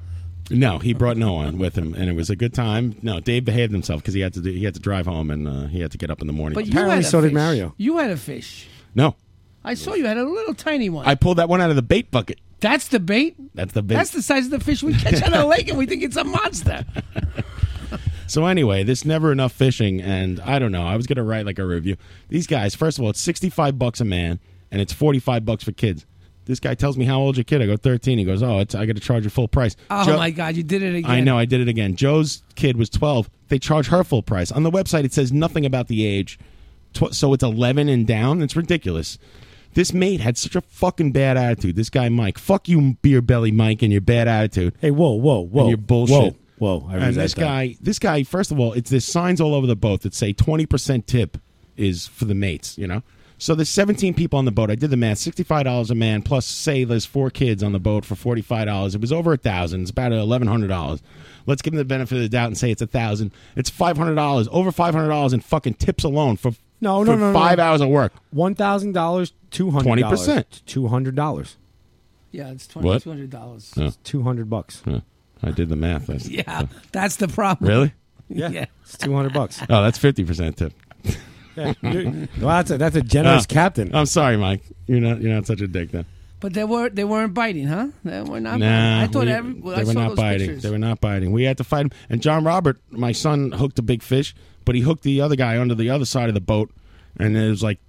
S3: No, he brought no one with him, and it was a good time. No, Dave behaved himself because he had to do, he had to drive home and uh, he had to get up in the morning.
S9: But you had a fish. You had a fish.
S3: No,
S9: I saw you had a little tiny one.
S3: I pulled that one out of the bait bucket.
S9: That's the bait.
S3: That's the bait.
S9: That's the size of the fish we catch out of the lake, and we think it's a monster.
S3: so anyway, this never enough fishing, and I don't know. I was gonna write like a review. These guys, first of all, it's sixty five bucks a man, and it's forty five bucks for kids. This guy tells me how old's your kid. I go thirteen. He goes, oh, it's, I got to charge you full price.
S9: Oh
S3: Joe-
S9: my God, you did it again.
S3: I know, I did it again. Joe's kid was 12. They charge her full price. On the website, it says nothing about the age. Tw- so it's 11 and down. It's ridiculous. This mate had such a fucking bad attitude. This guy, Mike. Fuck you, beer belly Mike, and your bad attitude.
S10: Hey, whoa, whoa, whoa.
S3: And your bullshit.
S10: Whoa, whoa, I
S3: and
S10: resent
S3: this
S10: that.
S3: guy, this guy, first of all, it's there's signs all over the boat that say 20% tip is for the mates, you know? So there's 17 people on the boat. I did the math, $65 a man, plus say there's four kids on the boat for $45. It was over a thousand. It's about $1,100. Let's give them the benefit of the doubt and say it's a thousand. It's $500, over $500 in fucking tips alone for,
S10: No,
S3: for
S10: no, no, no.
S3: five hours of work.
S10: One thousand dollars, two hundred.
S3: 20%.
S10: two hundred dollars.
S9: Yeah, it's twenty
S3: What?
S9: two hundred dollars.
S3: Yeah.
S10: Two hundred bucks.
S3: I did the math. That's-
S9: Yeah, that's the problem.
S3: Really?
S9: Yeah.
S10: It's two hundred bucks.
S3: Oh, that's 50% tip.
S10: Yeah, you- well, that's a that's a generous
S3: Oh,
S10: captain.
S3: I'm sorry, Mike. You're not you're not such a dick then.
S9: But they were they weren't biting, huh? They were not.
S3: Nah,
S9: biting. I thought
S3: we-
S9: every well,
S3: they
S9: I
S3: were
S9: saw
S3: not
S9: those
S3: biting.
S9: pictures.
S3: They were not biting. We had to fight him. And John Robert, my son, hooked a big fish, but he hooked the other guy under the other side of the boat, and it was like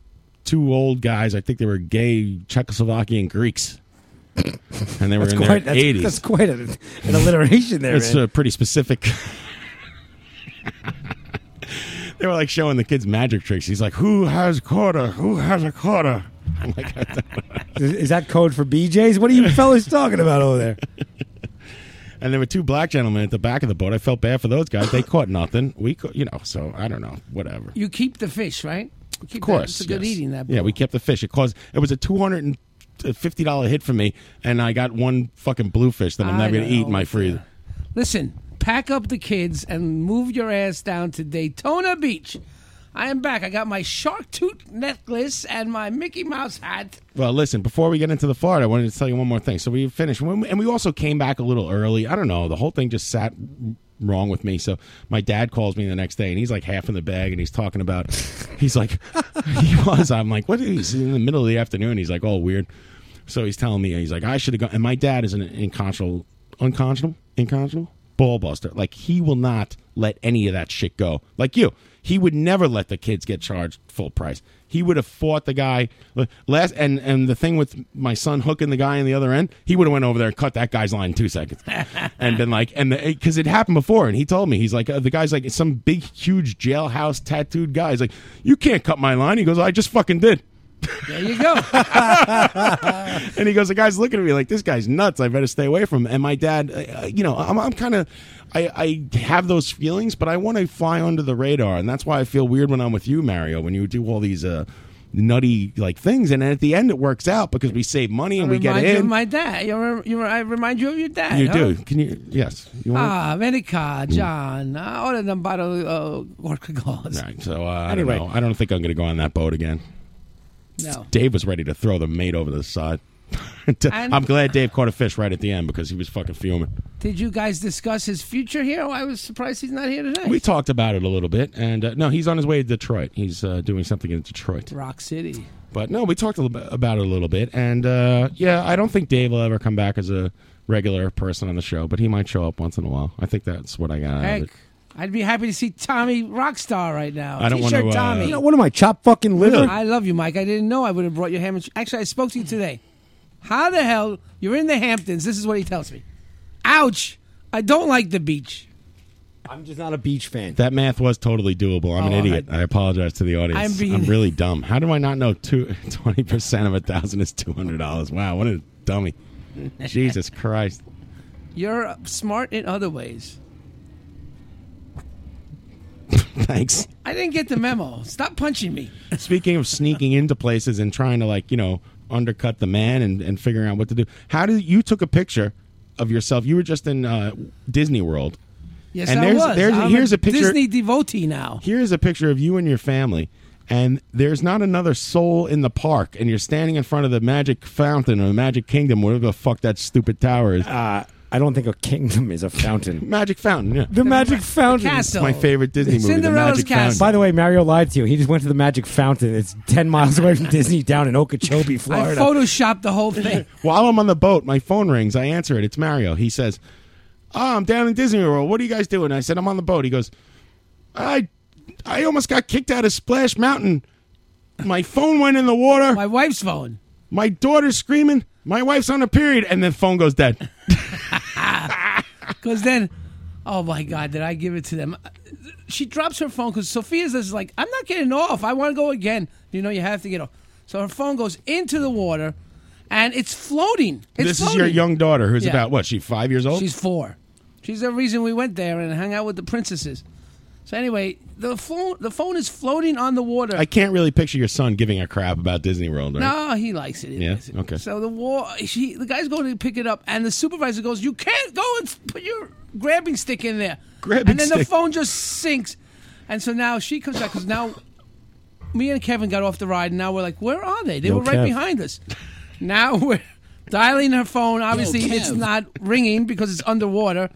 S3: two old guys. I think they were gay Czechoslovakian Greeks, and they were
S10: That's
S3: in
S10: quite
S3: their
S10: that's,
S3: eighties.
S10: that's quite a, an alliteration there.
S3: It's
S10: man.
S3: uh, pretty specific. they were like showing the kids magic tricks. He's like, "Who has quarter? Who has a quarter?" I'm like, "I don't know."
S10: is, is that code for BJ's? What are you fellas talking about over there?
S3: And there were two black gentlemen at the back of the boat. I felt bad for those guys. They caught nothing. We, caught, you know, so I don't know, whatever.
S9: You keep the fish, right? You keep
S3: Of course,
S9: that. it's a good
S3: yes.
S9: eating. That
S3: Yeah,
S9: yeah,
S3: we kept the fish. It caused it was a two hundred and fifty dollar hit for me, and I got one fucking bluefish that I'm
S9: I
S3: never gonna
S9: don't
S3: eat
S9: know
S3: in my
S9: what
S3: freezer.
S9: Listen, pack up the kids and move your ass down to Daytona Beach. I am back. I got my shark tooth necklace and my Mickey Mouse hat.
S3: Well, listen, before we get into the Florida, I wanted to tell you one more thing. So we finished, when- and we also came back a little early. I don't know. The whole thing just sat wrong with me. So my dad calls me the next day, and he's like half in the bag, and he's talking about, he's like, he was. I'm like, what is he's in the middle of the afternoon? He's like, all weird. So he's telling me, he's like, I should have gone. And my dad is an unconscionable, unconscionable, unconscionable ball buster. Like he will not let any of that shit go. Like you, he would never let the kids get charged full price. He would have fought the guy L- last. And and the thing with my son hooking the guy on the other end, he would have went over there and cut that guy's line in two seconds, and been like, and because it happened before, and he told me he's like, uh, the guy's like some big huge jailhouse tattooed guy. He's like, you can't cut my line. He goes, I just fucking did.
S9: There you go.
S3: And he goes, the guy's looking at me like this guy's nuts. I better stay away from him. And my dad, uh, you know, I'm, I'm kind of, I, I have those feelings, but I want to fly under the radar, and that's why I feel weird when I'm with you, Mario, when you do all these. Uh, nutty like things, and then at the end it works out because we save money and we get
S9: remind you of
S3: in.
S9: my dad. You rem- you rem- I remind you of your dad.
S3: you
S9: huh?
S3: do? Can you? Yes. You want?
S9: Ah, Venica, John, uh, all of them bottle uh, Gorkagos.
S3: All right. So uh, I
S9: Anyway.
S3: don't know. I don't think I'm going to go on that boat again.
S9: No.
S3: Dave was ready to throw the mate over the side.
S9: And-
S3: I'm glad Dave caught a fish right at the end because he was fucking fuming.
S9: Did you guys discuss his future here? Oh, I was surprised he's not here today.
S3: We talked about it a little bit, and uh, no, he's on his way to Detroit. He's uh, doing something in Detroit.
S9: Rock City.
S3: But no, we talked a little bit about it a little bit, and uh, yeah, I don't think Dave will ever come back as a regular person on the show, but he might show up once in a while. I think that's what I got. Out of
S9: Heck,
S3: it.
S9: I'd be happy to see Tommy Rockstar right now.
S3: I don't wanna,
S9: T-shirt
S3: uh,
S9: Tommy.
S3: You know,
S10: What am I, chop fucking liver?
S9: I love you, Mike. I didn't know I would have brought you ham. And ch- Actually, I spoke to you today. How the hell you're in the Hamptons? This is what he tells me. Ouch! I don't like the beach.
S10: I'm just not a beach fan.
S3: That math was totally doable. I'm an
S9: Oh,
S3: idiot. I, apologize to the audience.
S9: I'm being-
S3: really dumb. How do I not know two, 20% of a thousand is $200? Wow, what a dummy. Jesus Christ.
S9: You're smart in other ways.
S3: Thanks.
S9: I didn't get the memo. Stop punching me.
S3: Speaking of sneaking into places and trying to like, you know, undercut the man and, and figuring out what to do. How did you took a picture of yourself? You were just in uh, Disney World.
S9: Yes,
S3: and
S9: I
S3: there's,
S9: was.
S3: There's,
S9: I'm
S3: here's a picture.
S9: Disney devotee now.
S3: Here's a picture of you and your family, and there's not another soul in the park, and you're standing in front of the magic fountain or the magic kingdom, whatever the fuck that stupid tower is.
S9: Ah.
S10: Uh, I don't think a kingdom is a fountain.
S3: magic fountain, yeah.
S10: The Magic Fountain.
S9: castle.
S3: My favorite Disney movie, The
S9: Cinderella's
S3: Magic
S9: castle.
S10: By the way, Mario lied to you. He just went to the Magic Fountain. It's 10 miles away from Disney down in Okeechobee,
S9: I
S10: Florida.
S9: photoshopped the whole thing.
S3: While I'm on the boat, my phone rings. I answer it. It's Mario. He says, oh, I'm down in Disney World. What are you guys doing? I said, I'm on the boat. He goes, I, I almost got kicked out of Splash Mountain. My phone went in the water.
S9: My wife's phone.
S3: My daughter's screaming. My wife's on a period. And then phone goes dead.
S9: Because then, oh my God, did I give it to them? She drops her phone because Sophia's just like, I'm not getting off. I want to go again. You know, you have to get off. So her phone goes into the water and it's floating. It's
S3: this is your
S9: floating.
S3: young daughter who's
S9: Yeah.
S3: about what she five years old
S9: She's four. She's the reason we went there and hung out with the princesses. So anyway, the phone the phone is floating on the water.
S3: i can't really picture your son giving a crap about disney world right?
S9: No, he likes it. He
S3: yeah
S9: likes it.
S3: okay
S9: So the war, she, the guy's going to pick it up, and the supervisor goes, "You can't go and put your grabbing stick in there."
S3: Grabbing
S9: and then the
S3: stick.
S9: phone just sinks, and so now she comes back because now me and Kevin got off the ride, and now we're like, "Where are they? They
S10: Yo,
S9: were right
S10: Kev.
S9: behind us." Now we're dialing her
S3: Oh,
S9: phone. Obviously, it's
S1: Kev.
S9: not ringing because it's underwater,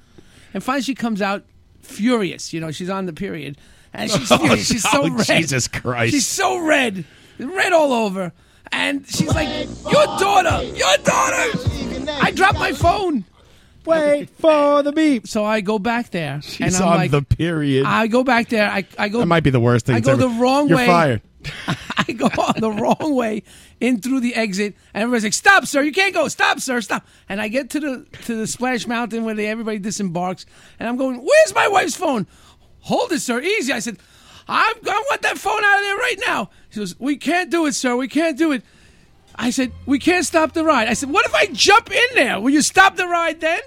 S9: and finally she comes out furious. You know, she's on the period, and she's furious. she's so
S3: Oh,
S9: red.
S3: Jesus Christ.
S9: She's so red, red all over. And she's like, Your daughter, your daughter. I dropped my phone.
S10: Wait for Oh, the beep.
S9: So I go back there. and
S3: she's
S9: I'm
S3: on
S9: like,
S3: the period
S9: I go back there. I, I go.
S3: that might be the worst thing
S9: I
S3: that's
S9: go
S3: ever-
S9: the wrong
S3: you're
S9: way.
S3: fired
S9: I go on the wrong way in through the exit, and everybody's like, "Stop, sir! You can't go! Stop, sir! Stop!" And I get to the to the splash mountain where they, everybody disembarks, and I'm going, "Where's my wife's phone? Hold it, sir! Easy!" I said, "I'm I want that phone out of there right now." She goes, "We can't do it, sir. We can't do it." I said, "We can't stop the ride." I said, "What if I jump in there? Will you stop the ride then?"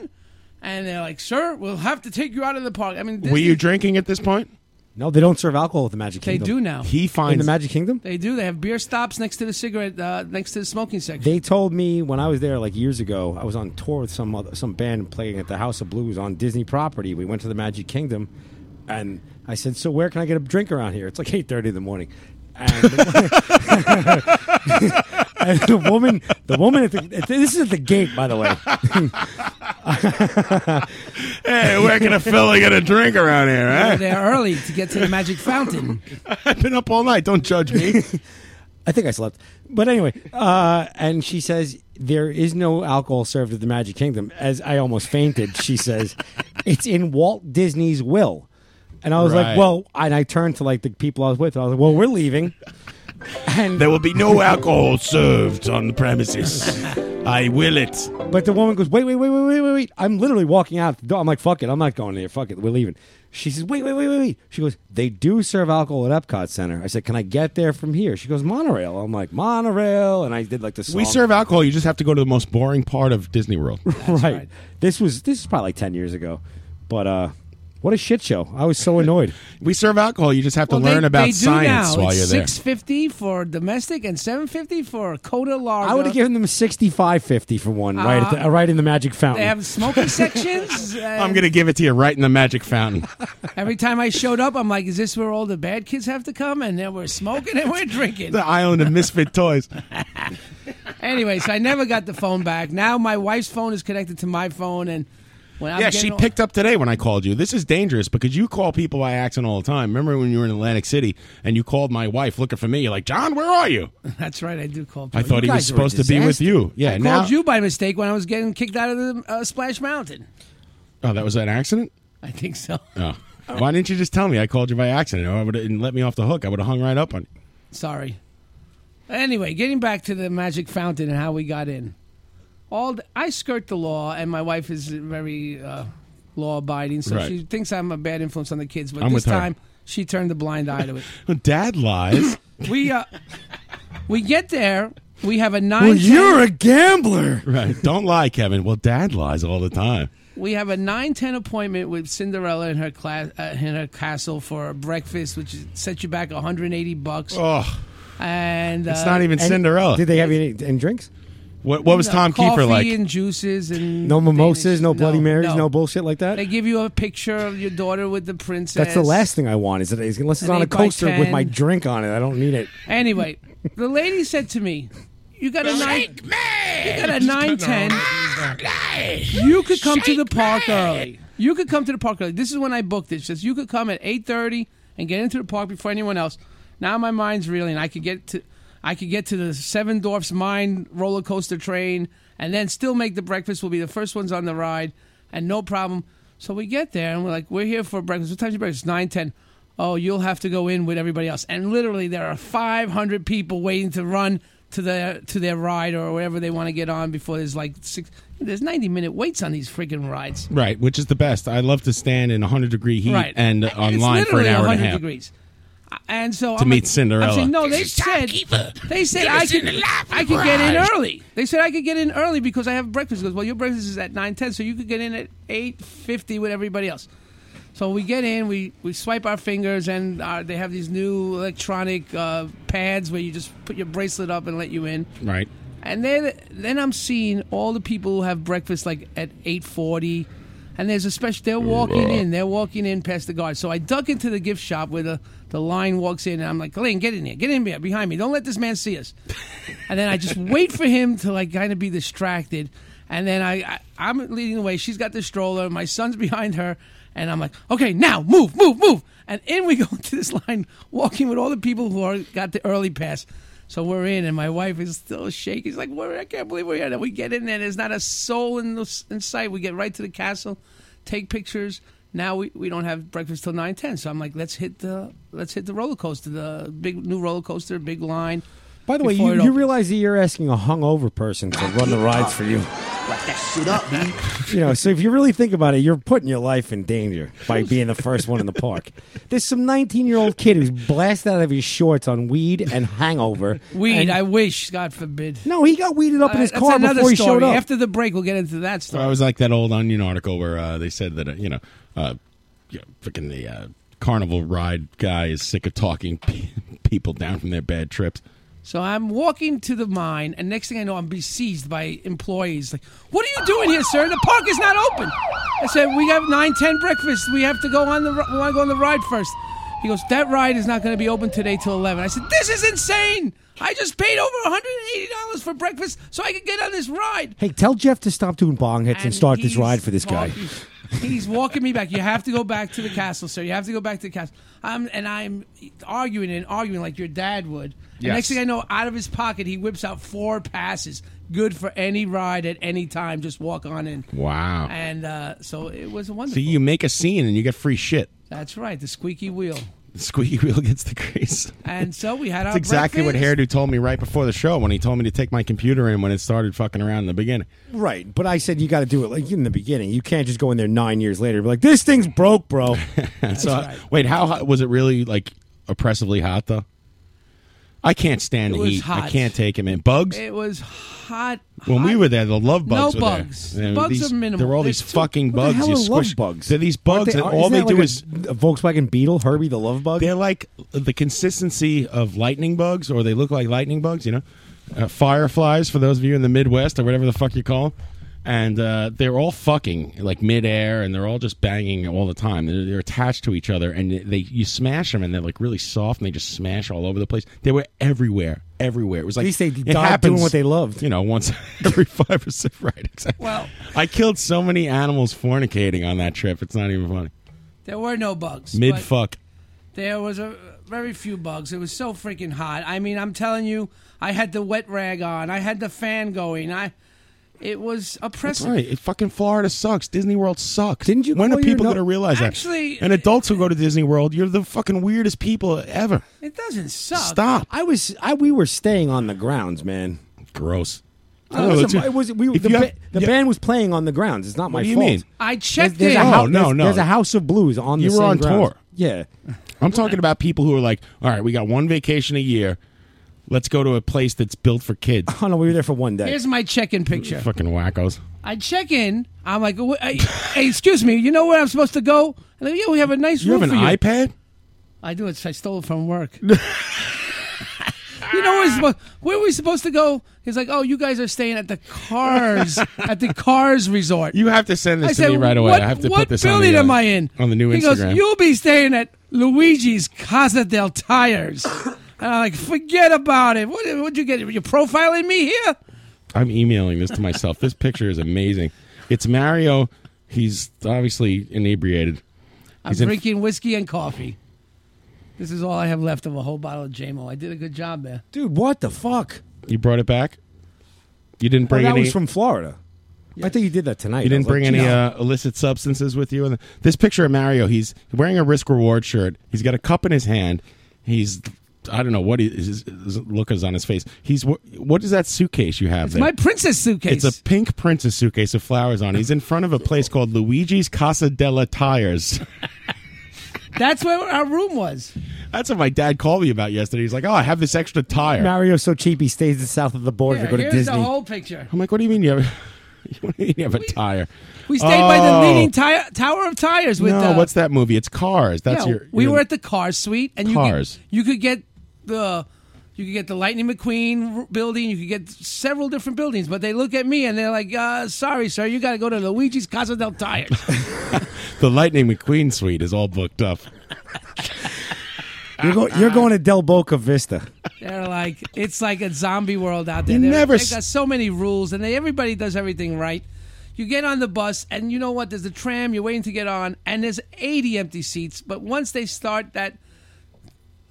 S9: And they're like, "Sir, we'll have to take you out of the park." I mean,
S3: were
S9: Disney-
S3: you drinking at this point
S10: No, they don't serve alcohol at the Magic
S9: They
S10: Kingdom.
S9: do now.
S3: he
S10: In
S3: finds
S10: the Magic Kingdom?
S9: They do. They have beer stops next to the cigarette, uh, next to the smoking section.
S10: They told me when I was there like years ago, I was on tour with some other, some band playing at the House of Blues on Disney property. We went to the Magic Kingdom, and I said, "So where can I get a drink around here?" It's like eight thirty in the morning. And the, and the woman, the woman at the at the- this is at the gate, by the way.
S3: hey where can a fella get a drink around here
S9: They were
S3: right?
S9: there early to get to the magic fountain.
S3: i've been up all night don't judge me
S10: I think I slept, but anyway. Uh, and she says there is no alcohol served at the Magic Kingdom. As I almost fainted, she says it's in Walt Disney's will. And I was
S3: Right.
S10: like, well, and I turned to like the people I was with. And I was like, well, we're leaving. And
S3: there will be no alcohol served on the premises i will it
S10: but the woman goes, wait, wait, wait, wait, wait, wait, wait. I'm literally walking out. The door. I'm like, fuck it, I'm not going there. Fuck it, we're leaving. She says, wait, wait, wait, wait, wait. She goes, they do serve alcohol at Epcot Center. I said, can I get there from here? She goes, monorail. I'm like, monorail. And I did like the song.
S3: we serve alcohol you just have to go to the most boring part of disney world
S10: right. This was this is probably like ten years ago, but uh, What a shit show! I was so annoyed.
S3: we serve alcohol. You just have
S10: to
S9: Well,
S10: learn
S9: they,
S10: about
S9: they do
S10: science
S9: now.
S10: while
S9: it's
S10: you're there.
S9: Six fifty for domestic and seven fifty for Coda Larga.
S10: I would have given them sixty-five fifty for one, right? At the,
S9: Uh,
S10: right in the magic
S9: They
S10: fountain.
S9: have smoking sections.
S3: I'm
S9: and
S3: going to give it to you right in the magic fountain.
S9: Every time I showed up, I'm like, "Is this where all the bad kids have to come?" And then we're smoking and we're drinking.
S3: the island of misfit toys.
S9: anyway, so I never got the phone back. Now my wife's phone is connected to my phone, and when I'm
S3: yeah,
S9: getting
S3: she
S9: all-
S3: picked up today when I called you. This is dangerous because you call people by accident all the time. Remember when you were in Atlantic City and you called my wife looking for me? You're like, John, where are you?
S9: That's right, I do call.
S3: I
S9: people.
S3: thought
S9: You
S3: he was
S9: guys are a
S3: supposed to be with
S9: disaster.
S3: you. Yeah,
S9: I
S3: now.
S9: called you by mistake when I was getting kicked out of the uh, Splash Mountain.
S3: Oh, that was an accident?
S9: I think so.
S3: Oh. Why didn't you just tell me I called you by accident? Oh, I would have let me off the hook. I would have hung right up on you.
S9: Sorry. Anyway, getting back to the magic fountain and how we got in. All the, I skirt the law, and my wife is very uh, law-abiding, so
S3: Right.
S9: she thinks I'm a bad influence on the kids. But
S3: I'm
S9: this
S3: with her.
S9: time, she turned a blind eye to it.
S3: Dad lies.
S9: we uh, we get there. We have a nine.
S3: gambler. Right. Don't lie, Kevin. Well, dad lies all the time.
S9: We have a nine ten appointment with Cinderella in her class uh, in her castle for breakfast, which is- sets you back 180 bucks.
S3: Oh.
S9: and
S3: It's
S9: uh,
S3: not even Cinderella.
S10: Did they have any and drinks?
S3: What, what was
S9: No,
S3: Tom
S9: coffee
S3: Kiefer like?
S9: And juices and
S10: No mimosas, no Bloody Marys,
S9: no.
S10: no bullshit like that.
S9: They give you a picture of your daughter with the princess.
S10: That's the last thing I want. Is it is- unless it's
S9: An
S10: on a
S9: 8 by
S10: coaster with my
S9: 10.
S10: drink on it? I don't need it.
S9: Anyway, the lady said to me, "You got a nine. You got a nine ten. You could come to the park early. You could come to the park early. This is when I booked it. She says you could come at eight thirty and get into the park before anyone else. Now my mind's reeling. I could get to." I could get to the Seven Dwarfs Mine roller coaster train and then still make the breakfast. We'll be the first ones on the ride and no problem. So we get there and we're like, we're here for breakfast. What time's your breakfast? Nine ten. Oh, you'll have to go in with everybody else. And literally, there are 500 people waiting to run to their to their ride or whatever they want to get on before there's like six. There's 90 minute waits on these freaking rides.
S3: Right, which is the best. I love to stand in 100 degree heat
S9: Right.
S3: and
S9: It's
S3: online for an
S9: literally
S3: hour and a
S9: 100
S3: half.
S9: Degrees. And so
S3: To
S9: I'm
S3: meet
S9: like-
S3: Cinderella.
S9: I'm saying, no,
S3: This
S9: they
S3: is Tom
S9: said
S3: Kiefer.
S9: they said
S3: Give
S9: I
S3: us
S9: could
S3: in the lap
S9: I could get in
S3: ride.
S9: early. They said I could get in early because I have breakfast. He goes, well, your breakfast is at nine ten, so you could get in at eight fifty with everybody else. So we get in, we, we swipe our fingers, and uh they have these new electronic uh, pads where you just put your bracelet up and let you in.
S3: Right.
S9: And then then I'm seeing all the people who have breakfast like at 8:40 and there's a special they're walking in, they're walking in past the guard. So I duck into the gift shop where the the line walks in and I'm like, "Colleen, get in here. Get in here behind me. Don't let this man see us." and then I just wait for him to like kind of be distracted. And then I, I I'm leading the way. She's got the stroller, my son's behind her, and I'm like, "Okay, now move, move, move." And in we go into this line walking with all the people who are got the early pass. So we're in, and my wife is still shaking. She's like, "We're- I can't believe we're here. And we get in there. There's not a soul in, the, in sight. We get right to the castle, take pictures. Now we, we don't have breakfast till nine ten. So I'm like, let's hit the let's hit the roller coaster, the big new roller coaster, big line.
S10: By the way,
S9: before
S10: you,
S9: it
S10: you
S9: opens.
S10: realize that you're asking a hungover person to run the rides for you. You know, so if you really think about it, you're putting your life in danger by being the first one in the park. There's some 19 year old kid who's blasted out of his shorts on weed and hangover.
S9: weed.
S10: And-
S9: I wish, God forbid.
S10: no, he got weeded up in
S9: Uh,
S10: his
S9: that's
S10: car
S9: another
S10: before he
S9: story.
S10: showed up.
S9: After the break, we'll get into that
S3: So
S9: story.
S3: I was like that old Onion article where uh, they said that, uh, you know, uh, you know, freaking the uh, carnival ride guy is sick of talking pe- people down from their bad trips.
S9: So I'm walking to the mine, and next thing I know, I'm besieged by employees. Like, what are you doing here, sir? The park is not open. I said, we have nine ten breakfast. We have to go on the ri- we want to go on the ride first. He goes, that ride is not going to be open today till eleven. I said, this is insane. I just paid over 180 dollars for breakfast so I could get on this ride.
S10: Hey, tell Jeff to stop doing bong hits and,
S9: And
S10: start this
S9: he's
S10: ride for this guy.
S9: walking- He's walking me back. You have to go back to the castle, sir. You have to go back to the castle. I'm, and I'm arguing and arguing like your dad would. And
S10: Yes.
S9: Next thing I know, out of his pocket, he whips out four passes. Good for any ride at any time. Just walk on in.
S3: Wow.
S9: And uh, so it was wonderful.
S3: So you make a scene and you get free shit.
S9: That's right. The squeaky wheel.
S3: The squeaky wheel gets the grease.
S9: And so we had our
S3: That's exactly what
S9: breakfast.
S3: Hairdo told me right before the show when he told me to take my computer in when it started fucking around in the beginning.
S10: Right, but I said you got to do it like in the beginning. You can't just go in there nine years later and be like, "This thing's broke, bro."
S3: so wait, how hot was it? Really like oppressively hot though. I can't stand
S9: It
S3: the
S9: was
S3: heat. I
S9: hot.
S3: can't take him in. Bugs.
S9: It was hot.
S3: When we were there, the love
S9: No
S3: bugs were there.
S9: bugs.
S3: There were
S9: Bugs
S3: these-
S9: are minimal.
S3: There were all
S9: They're
S3: these
S9: too-
S3: fucking
S9: What the
S3: bugs.
S9: hell
S3: you
S9: are love
S3: squish-
S10: bugs?
S3: They're these
S10: Aren't
S3: bugs,
S10: they-
S3: and
S10: isn't
S3: all they
S10: that
S3: do
S10: like a-
S3: is
S10: a Volkswagen Beetle, Herbie the Love Bug.
S3: They're like the consistency of lightning bugs, or they look like lightning bugs. You know, uh, fireflies for those of you in the Midwest or whatever the fuck you call. 'em. And uh, they're all fucking like midair, and they're all just banging all the time. They're, they're attached to each other, and they you smash them, and they're like really soft, and they just smash all over the place. They were everywhere, everywhere. It was
S10: At
S3: like
S10: least they
S3: it
S10: died doing
S3: happens,
S10: what they loved.
S3: You know, once every five or six. Right, exactly. Well, I killed so many animals fornicating on that trip. It's not even funny.
S9: There were no bugs. but
S3: Mid fuck.
S9: There was a very few bugs. It was so freaking hot. I mean, I'm telling you, I had the wet rag on. I had the fan going. I. It was
S3: That's
S9: oppressive.
S3: right. It fucking Florida sucks. Disney World sucks. Didn't you? When are
S9: call your
S3: people
S9: no-
S3: going to realize
S9: Actually-
S3: that? And adults who go to Disney World, you're the fucking weirdest people ever.
S9: It doesn't suck.
S3: Stop.
S10: I was. I we were staying on the grounds, man.
S3: Gross.
S10: No,
S3: Oh,
S10: it wasn't- it was- we- the ba- the band was playing on the grounds. It's not my
S3: What do you
S10: fault.
S3: mean?
S9: I checked
S10: there's,
S9: it.
S10: there's A
S3: No,
S10: house,
S3: no,
S10: there's,
S3: no.
S10: There's a House of Blues on.
S3: you
S10: the
S3: were
S10: same
S3: on
S10: grounds.
S3: tour. Yeah. I'm talking about people who are like, all right, we got one vacation a year. Let's go to a place that's built for kids.
S10: Oh no, we were there for one day.
S9: Here's my check-in picture.
S3: Fucking wackos.
S9: I check in. I'm like, "Wh- hey, hey, excuse me. You know where I'm supposed to go? And they, yeah, we have a nice
S3: You
S9: room
S3: have an
S9: for you.
S3: iPad?
S9: I do. It's I stole it from work. you know where, we're supposed, where we supposed to go? He's like, oh, you guys are staying at the Cars at the Cars Resort.
S3: You have to send this
S9: I
S3: to
S9: said,
S3: me right away.
S9: What,
S3: I have to
S9: what
S3: put this on
S9: building
S3: the, uh,
S9: am I in?
S3: on the new
S9: he
S3: Instagram.
S9: goes, you'll be staying at Luigi's Casa del Tires. and I'm like, forget about it. What would you get? You're profiling me here.
S3: I'm emailing this to myself. this picture is amazing. It's Mario. He's obviously inebriated.
S9: I'm
S3: He's in
S9: drinking whiskey and coffee. This is all I have left of a whole bottle of JMO. I did a good job there.
S10: Dude, what the fuck?
S3: You brought it back. You didn't
S10: Oh,
S3: bring
S10: that
S3: any.
S10: was from Florida. I think you did that tonight.
S3: you didn't
S10: I was like,
S3: bring any
S10: "Geez."
S3: uh, illicit substances with you. And this picture of Mario, he's wearing a risk reward shirt. He's got a cup in his hand. He's I don't know what he, his, his look is on his face. He's wh- what is that suitcase you have
S9: It's
S3: there?
S9: my princess suitcase.
S3: It's a pink princess suitcase with flowers on. it. He's in front of a place called Luigi's Casa della Tires.
S9: That's where our room was.
S3: That's what my dad called me about yesterday. He's like, "Oh, I have this extra tire."
S10: Mario's so cheap he stays the south of the border
S9: Here,
S10: to go to
S9: here's
S10: Disney.
S9: the whole picture.
S3: I'm like, "What do you mean you have? What do you mean you have a tire?"
S9: We stayed by the
S3: Oh.
S9: leading tire, Tower of Tires with.
S3: no,
S9: uh,
S3: what's that movie? It's Cars. That's
S9: yeah,
S3: your.
S9: We
S3: your-
S9: were at the car suite, and
S3: Cars.
S9: you could, you could get the you could get the Lightning McQueen r- building. You could get several different buildings, but they look at me and they're like, uh, "Sorry, sir, you got to go to Luigi's Casa del Tires."
S3: the Lightning McQueen suite is all booked up.
S10: You're, go- you're going to Del Boca Vista.
S9: They're like, it's like a zombie world out there.
S10: You
S9: They're,
S10: never
S9: they've
S10: s-
S9: got so many rules, and they, everybody does everything right. You get on the bus, and you know what? There's the tram. You're waiting to get on, and there's 80 empty seats. But once they start that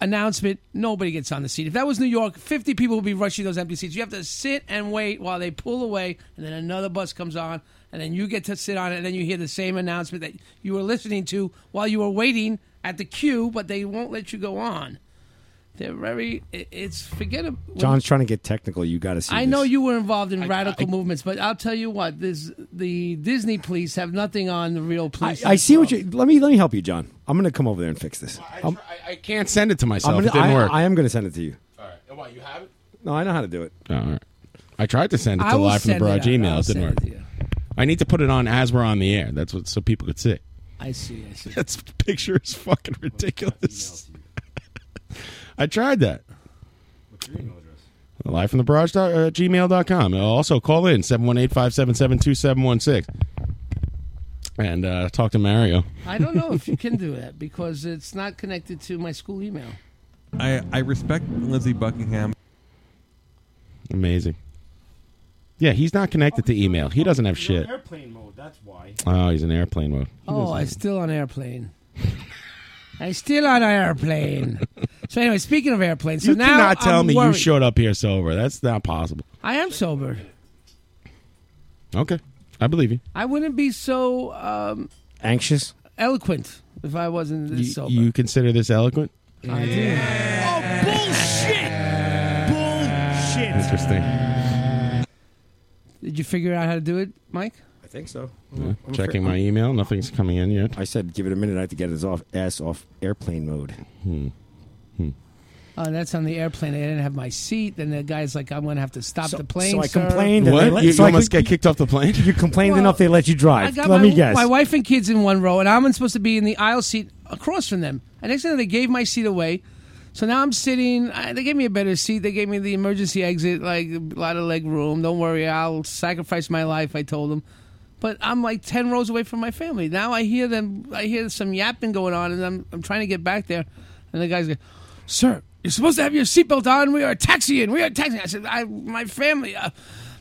S9: announcement, nobody gets on the seat. If that was New York, 50 people would be rushing those empty seats. You have to sit and wait while they pull away, and then another bus comes on, and then you get to sit on it, and then you hear the same announcement that you were listening to while you were waiting at the queue, but they won't let you go on. They're very. i- It's forget. ab- when-
S10: John's trying to get technical. You got to see.
S9: I
S10: this.
S9: know you were involved in radical movements, but I'll tell you what: this the Disney police have nothing on the real
S10: I,
S9: police.
S10: I see what you. Let me let me help you, John. I'm going to come over there and fix this. I'm-
S3: I, I can't send it to myself.
S10: I'm gonna-
S3: it didn't
S10: I,
S3: work.
S10: I am going to send it to you.
S3: all right. Why, you have it?
S10: No, I know how to do it.
S3: Oh, all right. I tried to send it
S10: I
S3: to
S10: will
S3: live from the
S10: send it
S3: barrage
S10: out.
S3: email.
S10: I'll
S3: It didn't
S10: send
S3: work.
S10: it to
S3: I need to put it on as we're on the air. That's what so people could see.
S9: I see. I see.
S3: That picture is fucking ridiculous. I tried that. Live from the barrage dot, uh, gmail.com. Uh, Also, call in 718 577 2716 and uh, talk to Mario.
S9: I don't know if you can do that because it's not connected to my school email.
S8: I, I respect Lindsey Buckingham.
S3: Amazing. Yeah, he's not connected to email. He doesn't have shit.
S10: Airplane mode. That's why.
S3: Oh, he's in airplane mode.
S9: Oh, I still on airplane. I still on airplane. so anyway, speaking of airplanes, so
S3: you
S9: now
S3: cannot tell
S9: I'm
S3: me you
S9: worried.
S3: showed up here sober. That's not possible.
S9: I am sober.
S3: Okay, I believe you.
S9: I wouldn't be so um,
S10: Anxious.
S9: eloquent if I wasn't this
S3: You,
S9: sober.
S3: you consider this eloquent?
S9: I do.
S2: Bullshit.
S10: Uh,
S3: Interesting.
S9: Did you figure out how to do it, Mike?
S10: I think so.
S3: Yeah, Checking my email. Nothing's coming in yet.
S10: I said, give it a minute. I have to get his off ass off airplane mode.
S3: Hmm. Hmm.
S9: Uh, that's on the airplane. They didn't have my seat. Then the guy's like, "I'm going to have to stop the plane."
S10: so I
S9: sir."
S10: complained. And
S3: What?
S10: they let,
S3: You-
S10: so
S3: you
S10: I
S3: almost
S10: could-
S3: got kicked off the plane?
S10: You complained
S9: Well,
S10: enough they let you
S9: I
S10: drive.
S9: got
S10: Let
S9: my,
S10: me guess.
S9: my wife and kids in one row, and I'm supposed to be in the aisle seat across from them. And next thing they gave my seat away. So now I'm sitting. I, they gave me a better seat. They gave me the emergency exit, like a lot of leg room. Don't worry, I'll sacrifice my life. I told them, but I'm like ten rows away from my family. Now I hear them. I hear some yapping going on, and I'm I'm trying to get back there, and the guys go, "Sir, you're supposed to have your seatbelt on. We are taxiing. We are taxiing." I said, "I my family. Uh,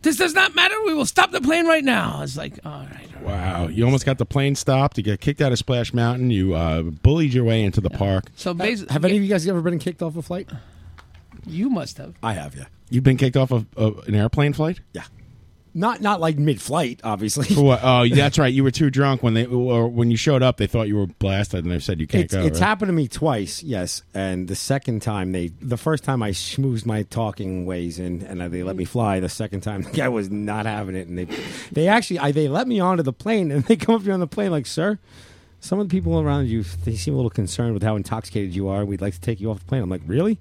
S9: this does not matter. We will stop the plane right now." It's like, all right.
S3: Wow, you almost got the plane stopped. You got kicked out of Splash Mountain. You uh, bullied your way into the park.
S9: So
S10: have, have any of you guys ever been kicked off a flight?
S9: You must have.
S10: I have, yeah.
S3: You've been kicked off of, of an airplane flight.
S10: Yeah. Not not like mid flight, obviously.
S3: For what? Oh, that's right. You were too drunk when they or when you showed up. They thought you were blasted, and they said you can't
S10: it's,
S3: go.
S10: it's
S3: right?
S10: happened to me twice, yes. And the second time they, the first time I schmoozed my talking ways in, and they let me fly. The second time the guy was not having it, and they, they actually, I, they let me onto the plane, and they come up to me on the plane like, "Sir, some of the people around you, they seem a little concerned with how intoxicated you are. We'd like to take you off the plane." I'm like, "Really?"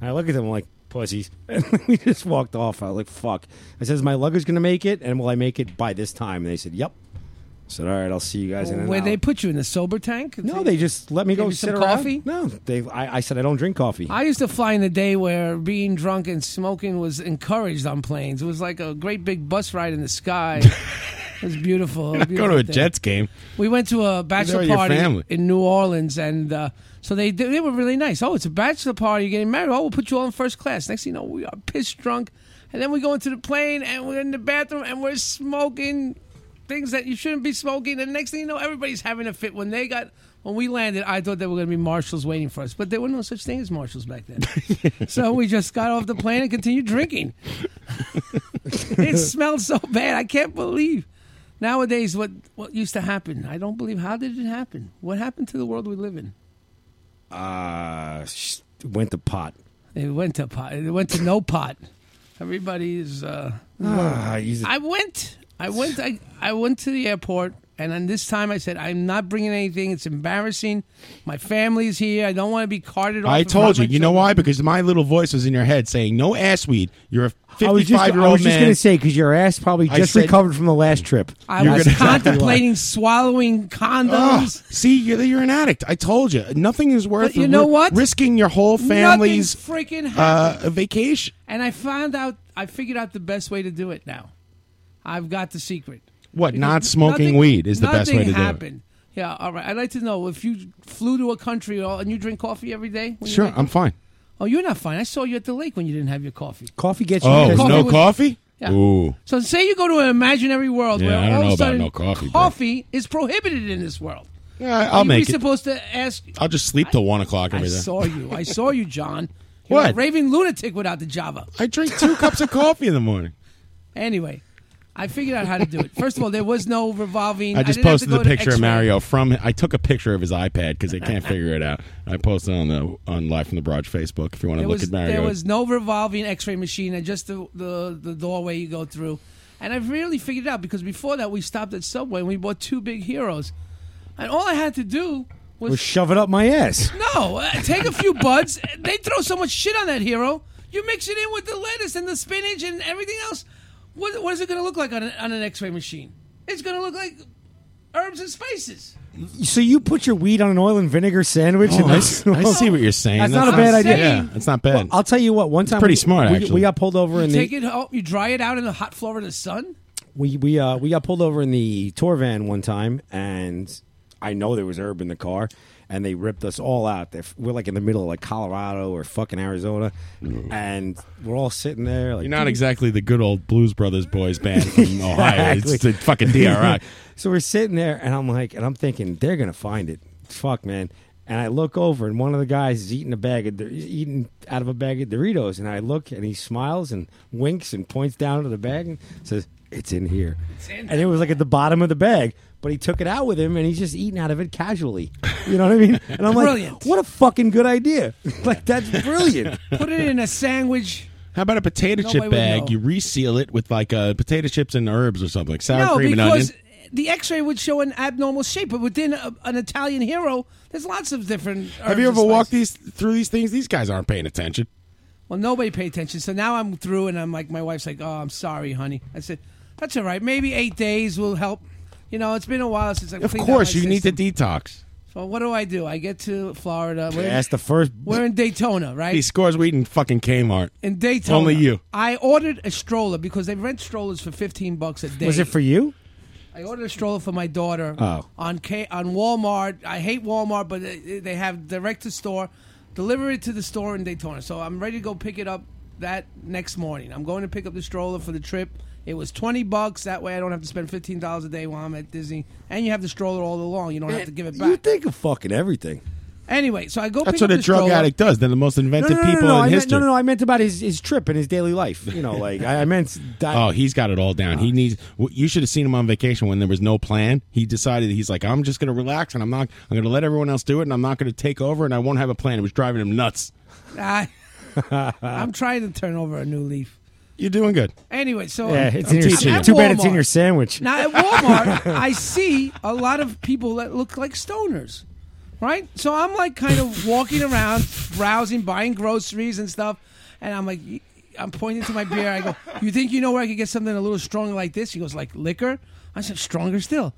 S10: I look at them I'm like pussies. And we just walked off. I was like, "Fuck." I said, "Is my luggage going to make it? And will I make it by this time?" And they said, "Yep." I said, "All right, I'll see you guys in an
S9: Where
S10: hour."
S9: they put you in the sober tank?
S10: No, they just let me
S9: Give
S10: go
S9: you some
S10: sit around.
S9: coffee?
S10: No, they. I, I said I don't drink coffee.
S9: I used to fly in the day where being drunk and smoking was encouraged on planes. It was like a great big bus ride in the sky. it was beautiful.
S3: You're not
S9: beautiful
S3: go to a
S9: thing.
S3: Jets game.
S9: We went to a
S3: with
S9: bachelor
S3: your
S9: party
S3: family.
S9: in New Orleans, and uh, so they did- they were really nice. Oh, it's a bachelor party. You're getting married. Oh, we'll put you all in first class. Next thing you know, we are pissed drunk, and then we go into the plane, and we're in the bathroom, and we're smoking things that you shouldn't be smoking. And next thing you know, everybody's having a fit. When they got when we landed, I thought there were going to be marshals waiting for us, but there were no such thing as marshals back then. so we just got off the plane and continued drinking. it smelled so bad. I can't believe nowadays what what used to happen. I don't believe. How did it happen? What happened to the world we live in?
S10: Uh, sh- went to pot.
S9: It went to pot. It went to no pot. Everybody's. Uh,
S10: Ah, he's a-
S9: I went. I went. I, I went to the airport, and then this time I said, "I'm not bringing anything. It's embarrassing. My family's here. I don't want to be carted off."
S3: I
S9: in
S3: told
S9: front
S3: you.
S9: of my
S3: You know why? Because my little voice was in your head saying, "No ass weed. You're a
S10: I was just, I
S3: 55 year
S10: was
S3: old
S10: just
S3: man."
S10: gonna say because your ass probably
S3: I
S10: just
S3: said-
S10: recovered from the last trip.
S9: I was contemplating swallowing condoms.
S3: See, you're, you're an addict. I told you. Nothing is worth.
S9: But you know
S3: ri-
S9: what?
S3: Risking your whole family's
S9: Nothing freaking happened.
S3: uh, vacation.
S9: And I found out. I figured out the best way to do it now. I've got the secret.
S3: What?
S9: Because
S3: not smoking
S9: nothing-
S3: weed is the best way to
S9: nothing
S3: do it.
S9: happened. Yeah, all right. I'd like to know if you flew to a country or- and you drink coffee every day. when you
S3: Sure,
S9: make-
S3: I'm fine.
S9: Oh, you're not fine. I saw you at the lake when you didn't have your coffee.
S10: Coffee gets
S3: Oh,
S10: you.
S3: no coffee?
S9: Yeah.
S3: Ooh.
S9: So say you go to an imaginary world
S3: Yeah,
S9: where
S3: I don't
S9: all
S3: know
S9: of a
S3: about
S9: sudden
S3: no coffee, bro.
S9: coffee is prohibited in this world.
S3: Yeah, I'll
S9: Are we
S3: make it.
S9: supposed to ask?
S3: I'll just sleep till one o'clock
S9: I
S3: every day.
S9: saw you. I saw you, John. You're
S3: What?
S9: a raving lunatic without the Java.
S3: I drink two cups of coffee in the morning.
S9: Anyway, I figured out how to do it. First of all, there was no revolving.
S3: I just
S9: didn't have
S3: posted
S9: to
S3: the
S9: go to
S3: picture of
S9: X-ray.
S3: Mario from. I took a picture of his iPad because they can't figure it out. I posted on the on Live from the Barrage Facebook if you want to
S9: There
S3: look
S9: was,
S3: at Mario.
S9: There was no revolving X-ray machine, and just the, the the doorway you go through. And I've really figured it out because before that we stopped at Subway and we bought two big heroes, and all I had to do was
S10: Well, shove it up my ass.
S9: no uh, take a few buds. They throw so much shit on that hero. You mix it in with the lettuce and the spinach and everything else. What, what is it going to look like on, a, on an X-ray machine? It's going to look like herbs and spices.
S10: So you put your weed on an oil and vinegar sandwich?
S3: Oh,
S10: and
S3: I s- I see what you're saying.
S10: That's,
S3: That's
S10: not a bad
S3: what I'm
S10: idea.
S3: saying. Yeah, it's not bad.
S10: Well, I'll tell you what. One time,
S3: pretty
S10: we-
S3: smart,
S10: we-
S3: actually.
S10: We got pulled over in the
S9: Take it home. You dry it out in the hot floor of the sun.
S10: we we uh we got pulled over in the tour van one time, and I know there was herb in the car, and they ripped us all out. They're, we're like in the middle of like Colorado or fucking Arizona, and we're all sitting there. Like,
S3: Mm. You're not
S10: dude,
S3: exactly the good old Blues Brothers boys band from Ohio.
S10: Exactly.
S3: It's the fucking DRI.
S10: so we're sitting there, and I'm like, and I'm thinking they're gonna find it. Fuck, man. And I look over, and one of the guys is eating a bag of he's eating out of a bag of Doritos, and I look, and he smiles and winks and points down to the bag and says, "It's in here."
S9: in
S10: and it was like at the bottom of the bag, but he took it out with him, and he's just eating out of it casually. You know what I mean? And I'm
S9: Brilliant.
S10: like, "What a fucking good idea! like that's brilliant."
S9: Put it in a sandwich.
S3: How about a potato
S9: No way
S3: chip
S9: would
S3: bag?
S9: know.
S3: You reseal it with like uh, potato chips and herbs or something, like sour
S9: no,
S3: cream and
S9: because
S3: onion.
S9: the X-ray would show an abnormal shape, but within a, an Italian hero, there's lots of different.
S3: Have you ever walked these through these things? These guys aren't paying attention.
S9: Well, nobody paid attention. So now I'm through, and I'm like, my wife's like, "Oh, I'm sorry, honey." I said, "That's all right. Maybe eight days will help." You know, it's been a while since I.
S3: Of course, you need to detox.
S9: So what do I do? I get to Florida. We're,
S3: That's the first.
S9: we're in Daytona, right?
S3: These scores we eating fucking Kmart.
S9: in Daytona.
S3: Only you.
S9: I ordered a stroller because they rent strollers for fifteen bucks a day.
S10: Was it for you?
S9: I ordered a stroller for my daughter.
S10: Oh.
S9: On K- on Walmart. I hate Walmart, but they they have direct to store. Deliver it to the store in Daytona. So I'm ready to go pick it up that next morning. I'm going to pick up the stroller for the trip. It was twenty bucks. That way, I don't have to spend fifteen dollars a day while I'm at Disney, and you have the stroller all along. You don't have to give it
S10: You
S9: back.
S10: think of fucking everything.
S9: Anyway, so I go.
S3: That's
S9: pick
S3: what
S9: up
S3: a
S9: the
S3: drug
S9: stroller.
S3: addict does. They're the most inventive people
S10: no,
S3: in
S10: I meant,
S3: history.
S10: No, no, no. I meant about his, his trip and his daily life. You know, like I, I meant. That,
S3: Oh, he's got it all down. He needs. w- You should have seen him on vacation when there was no plan. He decided he's like, I'm just going to relax and I'm not. I'm going to let everyone else do it and I'm not going to take over and I won't have a plan. It was driving him nuts.
S9: I, I'm trying to turn over a new leaf.
S3: You're doing good.
S9: Anyway, so
S10: yeah,
S9: Oh, I'm-
S10: it's
S9: I'm
S10: in your,
S9: teaching you.
S10: too bad it's in
S9: Walmart.
S10: your sandwich.
S9: Now at Walmart, I see a lot of people that look like stoners, right? So I'm like kind of walking around, browsing, buying groceries and stuff, and I'm like, I'm pointing to my beer. I go, "You think you know where I could get something a little stronger like this?" He goes, "Like liquor." I said, "Stronger still."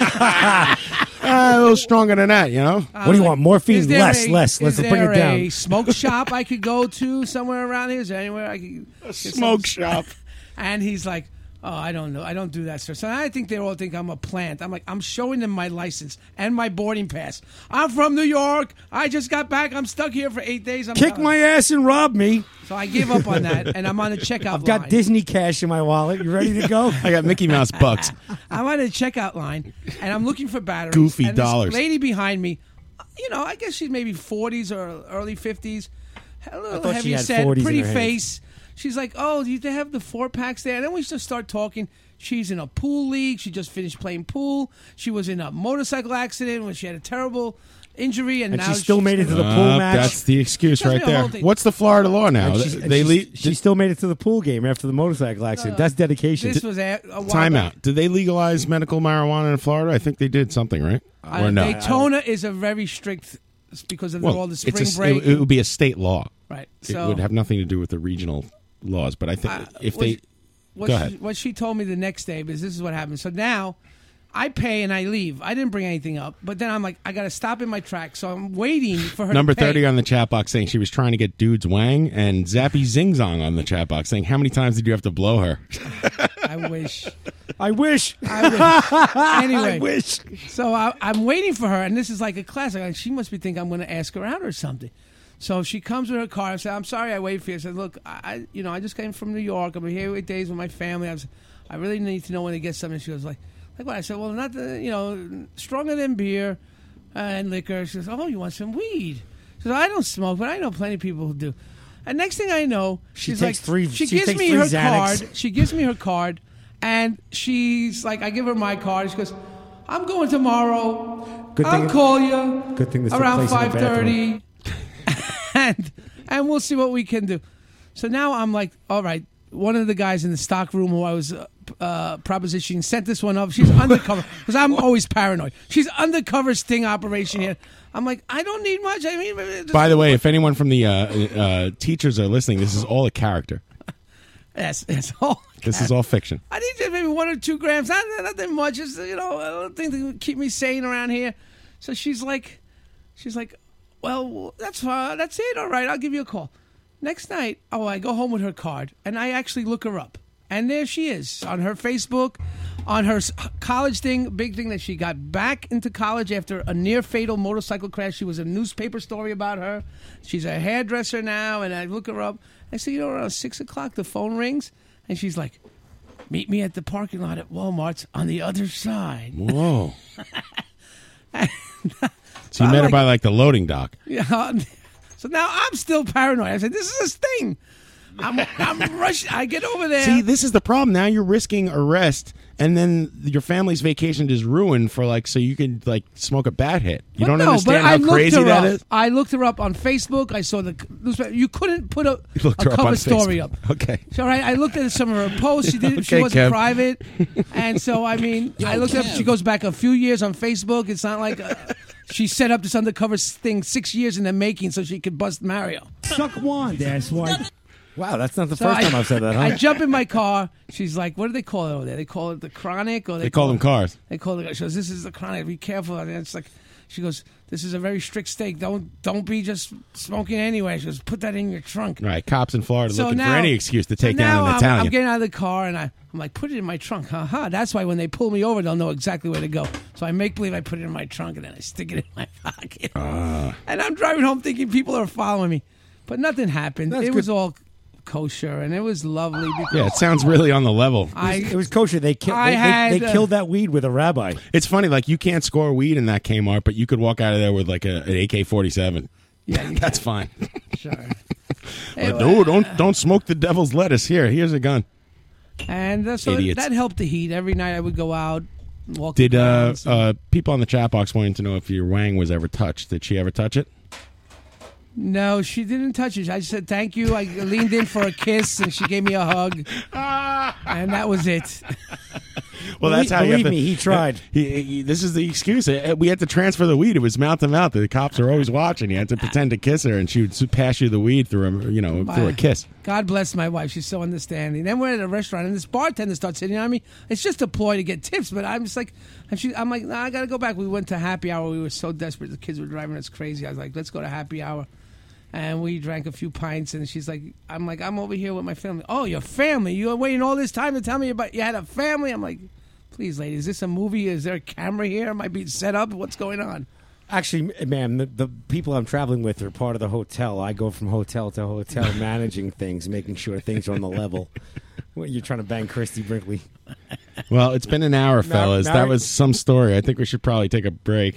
S3: Ah, a little stronger than that, you know.
S9: I was like,
S10: Uh,
S9: "Is there a-
S10: Let's
S9: is
S10: bring it
S9: there
S10: down."
S9: A smoke shop I could go to somewhere around here. Is there anywhere I could get some-
S3: smoke shop.
S9: And he's like, "Oh, I don't know. I don't do that, sir." So I think they all think I'm a plant. I'm like, I'm showing them my license and my boarding pass. I'm from New York. I just got back. I'm stuck here for eight days. I'm
S10: Kick
S9: out."
S10: my ass and rob me.
S9: So I gave up on that, and I'm on the checkout.
S10: I've got
S9: line.
S10: Disney cash in my wallet. You ready to go?
S3: I got Mickey Mouse bucks.
S9: I'm on the checkout line, and I'm looking for batteries.
S3: Goofy
S9: and this
S3: dollars.
S9: lady behind me, you know, I guess she's maybe 40s or early 50s. A little
S10: thought she
S9: heavy
S10: had
S9: set,
S10: 40s in
S9: pretty
S10: her hand.
S9: face. She's like, "Oh, do you- they have the four packs there?" And then we just start talking. She's in a pool league. She just finished playing pool. She was in a motorcycle accident when she had a terrible injury, and,
S10: And
S9: now
S10: she still made it to the
S3: Uh,
S10: pool match.
S3: That's the excuse
S9: That's
S3: right
S9: the
S3: there.
S9: whole thing.
S3: What's the Florida law now?
S10: And
S3: They
S10: she's- and
S3: they
S10: she's-
S3: le-
S10: she still made it to the pool game after the motorcycle accident. That's dedication.
S9: Uh, This was a, a while
S3: Time
S9: back.
S3: out. Did they legalize medical marijuana in Florida? I think they did something, right?
S9: Uh,
S3: or no?
S9: Daytona is a very strict because of
S3: Well,
S9: all the
S3: it's
S9: spring
S3: a s-
S9: break.
S3: It, it would be a state law.
S9: Right,
S3: it
S9: so-
S3: would have nothing to do with the regional laws. But I think
S9: Uh,
S3: if
S9: what
S3: they,
S9: she- what
S3: go
S9: she,
S3: ahead.
S9: What she told me the next day because this is what happened. So now, I pay and I leave. I didn't bring anything up, but then I'm like, I got to stop in my tracks. So I'm waiting for her.
S3: Number
S9: to pay.
S3: thirty on the chat box saying she was trying to get dudes Wang and Zappy Zingzong on the chat box saying how many times did you have to blow her?
S9: I wish.
S10: I wish.
S9: I wish. anyway,
S10: I wish.
S9: so I, I'm waiting for her, and this is like a classic. Like she must be thinking I'm going to ask her out or something. So she comes with her car. I said, "I'm sorry, I waited for you." I said, "Look, I, I- you know, I just came from New York. I've been here eight days with my family. I was, I really need to know when to get something." She goes like, "Like what?" I said, "Well, not the, you know, stronger than beer and liquor." She goes, "Oh, you want some weed?" She goes, "I don't smoke, but I know plenty of people who do." And next thing I know,
S10: She
S9: she's
S10: takes
S9: like,
S10: three-
S9: She,
S10: she
S9: gives
S10: takes
S9: me
S10: three
S9: her
S10: Xanax.
S9: card. She gives me her card, and she's like, I give her my card. She goes, I'm going tomorrow.
S10: Good
S9: I'll
S10: thing-
S9: call you
S10: good thing this took
S9: around
S10: place in the
S9: 5:30, and and we'll see what we can do. So now I'm like, all right. One of the guys in the stock room who I was uh, p- uh, propositioning sent this one up. She's undercover because I'm always paranoid. She's undercover sting operation here. I'm like, I don't need much. I mean, just-
S3: By the way, if anyone from the uh, uh, teachers are listening, this is all a character.
S9: yes, it's all.
S3: This is all fiction.
S9: I need just maybe one or two grams. Not nothing much. Just you know, a little thing to keep me sane around here. So she's like, she's like, well, that's fine. That's it. All right, I'll give you a call. Next night, oh, I go home with her card, and I actually look her up, and there she is on her Facebook, on her s- college thing, big thing that she got back into college after a near fatal motorcycle crash. She was a newspaper story about her. She's a hairdresser now, and I look her up. I see, you know, around six o'clock, the phone rings, and she's like, Meet me at the parking lot at Walmart's on the other side.
S3: Whoa. so you met her by like the loading dock.
S9: Yeah. So now I'm still paranoid. I said, this is a sting. I'm, I'm rushing. I get over there.
S3: See, this is the problem. Now you're risking arrest, and then your family's vacation is ruined for like so you can like smoke a bat hit. You don't
S9: no,
S3: understand
S9: but I
S3: how
S9: looked
S3: crazy
S9: her
S3: that
S9: up.
S3: is.
S9: I looked her up on Facebook. I saw the newspaper. You couldn't put a,
S3: You looked
S9: a
S3: her up
S9: cover
S3: on
S9: story
S3: Facebook.
S9: up.
S3: Okay.
S9: So, all right, I looked at some of her posts. She did. not she
S3: Okay, Kev.
S9: wasn't private, and so I mean, I looked up.
S3: Kev.
S9: She goes back a few years on Facebook. It's not like uh she set up this undercover thing six years in the making, so she could bust Mario.
S10: Suck wand, asswipe. Wow, that's not the
S9: So
S10: first
S9: I-
S10: time I've said that, huh?
S9: I jump in my car. She's like, "What do they call it over there? They call it the chronic, or they,
S3: They call them cars.
S9: They call it. She goes, "This is the chronic. Be careful." And it's like, she goes, "This is a very strict steak. Don't don't be just smoking anywhere." She goes, "Put that in your trunk."
S3: Right, cops in Florida
S9: So
S3: looking
S9: now,
S3: for any excuse to
S9: so
S3: take down
S9: now
S3: an
S9: I'm,
S3: Italian.
S9: I'm getting out of the car and I, I'm like, put it in my trunk. Ha ha. That's why when they pull me over, they'll know exactly where to go. So I make believe I put it in my trunk and then I stick it in my pocket.
S3: Ah.
S9: And I'm driving home thinking people are following me. But nothing happened. it was all kosher and it was lovely. Because
S3: yeah, it sounds really on the level.
S9: I- It was- it was
S10: kosher. They
S9: killed- I they- they- had, they uh, killed
S10: that weed with a rabbi.
S3: It's funny, like you can't score weed in that Kmart, but you could walk out of there with like a, an AK forty seven.
S9: Yeah, you
S3: that's fine.
S9: Sure.
S3: Like, no, don't don't smoke the devil's lettuce. Here, here's a gun.
S9: And uh, so
S3: Idiots.
S9: that helped the heat. Every night I would go out, walk the
S3: Did uh,
S9: grounds.
S3: uh people on the chat box wanting to know if your wang was ever touched? Did she ever touch it?
S9: No, she didn't touch it. I said thank you. I leaned in for a kiss, and she gave me a hug, and that was it.
S3: Well, that's how you have to, He, he- this is the excuse. Uh, We had to transfer the weed. It was mouth to mouth. The cops are always watching. You had to pretend to kiss her, and she would pass you the weed through a you know through a kiss.
S9: God bless my wife. She's so understanding. Then we're at a restaurant, and this bartender starts hitting on me. It's just a ploy to get tips, but I'm just like, and she, I'm like, nah, I gotta go back. We went to happy hour. We were so desperate. The kids were driving us crazy. I was like, let's go to happy hour. And we drank a few pints, and she's like, I'm like, I'm over here with my family. Oh, your family? You were waiting all this time to tell me about you had a family? I'm like, please, lady, is this a movie? Is there a camera here? Am I being set up? What's going on?
S10: Actually, m- ma'am, the, the people I'm traveling with are part of the hotel. I go from hotel to hotel, managing things, making sure things are on the level. Well, you're trying to bang Christy Brinkley.
S3: Well, it's been an hour,
S10: Mar-
S3: fellas.
S10: Mar-
S3: that was some story. I think we should probably take a break.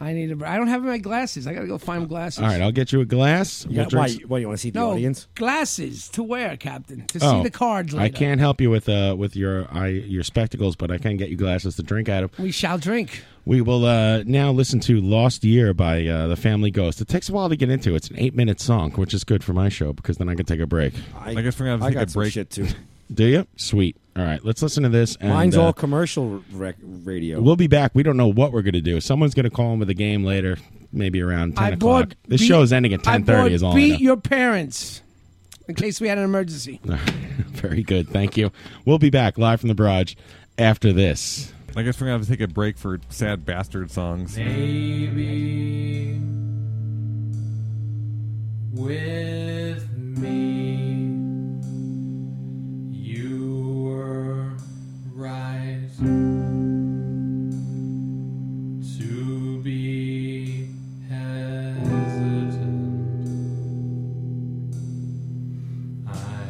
S9: I need a. br- I don't have my glasses. I gotta go find glasses.
S3: All right, I'll get you a glass.
S10: You
S3: We'll
S10: got-
S3: drink
S10: why,
S3: s-
S10: why, you want to see the
S9: no
S10: audience?
S9: glasses to wear, Captain, to
S3: Oh,
S9: see the cards. Later.
S3: I can't help you with uh with your eye your spectacles, but I can get you glasses to drink out of.
S9: We shall drink.
S3: We will uh, now listen to "Lost Year" by uh, the Family Ghost. It takes a while to get into. It's an eight-minute song, which is good for my show because then I can take a break.
S10: I,
S8: guess we're gonna have to
S10: I
S8: take
S10: got
S8: a
S10: some
S8: break.
S10: shit too.
S3: Do you? Sweet. All right, let's listen to this. And,
S10: Mine's
S3: uh,
S10: all commercial rec- radio.
S3: We'll be back. We don't know what we're going to do. Someone's going to call in with a game later, maybe around ten
S9: I
S3: o'clock.
S9: bought
S3: this
S9: beat-
S3: show is ending at
S9: I
S3: ten thirty.
S9: bought
S3: Is all. I
S9: Beat
S3: know.
S9: your parents, in case we had an emergency.
S3: Very good. Thank you. We'll be back live from the barrage after this.
S8: I guess we're gonna have to take a break for sad bastard songs.
S13: Maybe with me you were right to be hesitant. I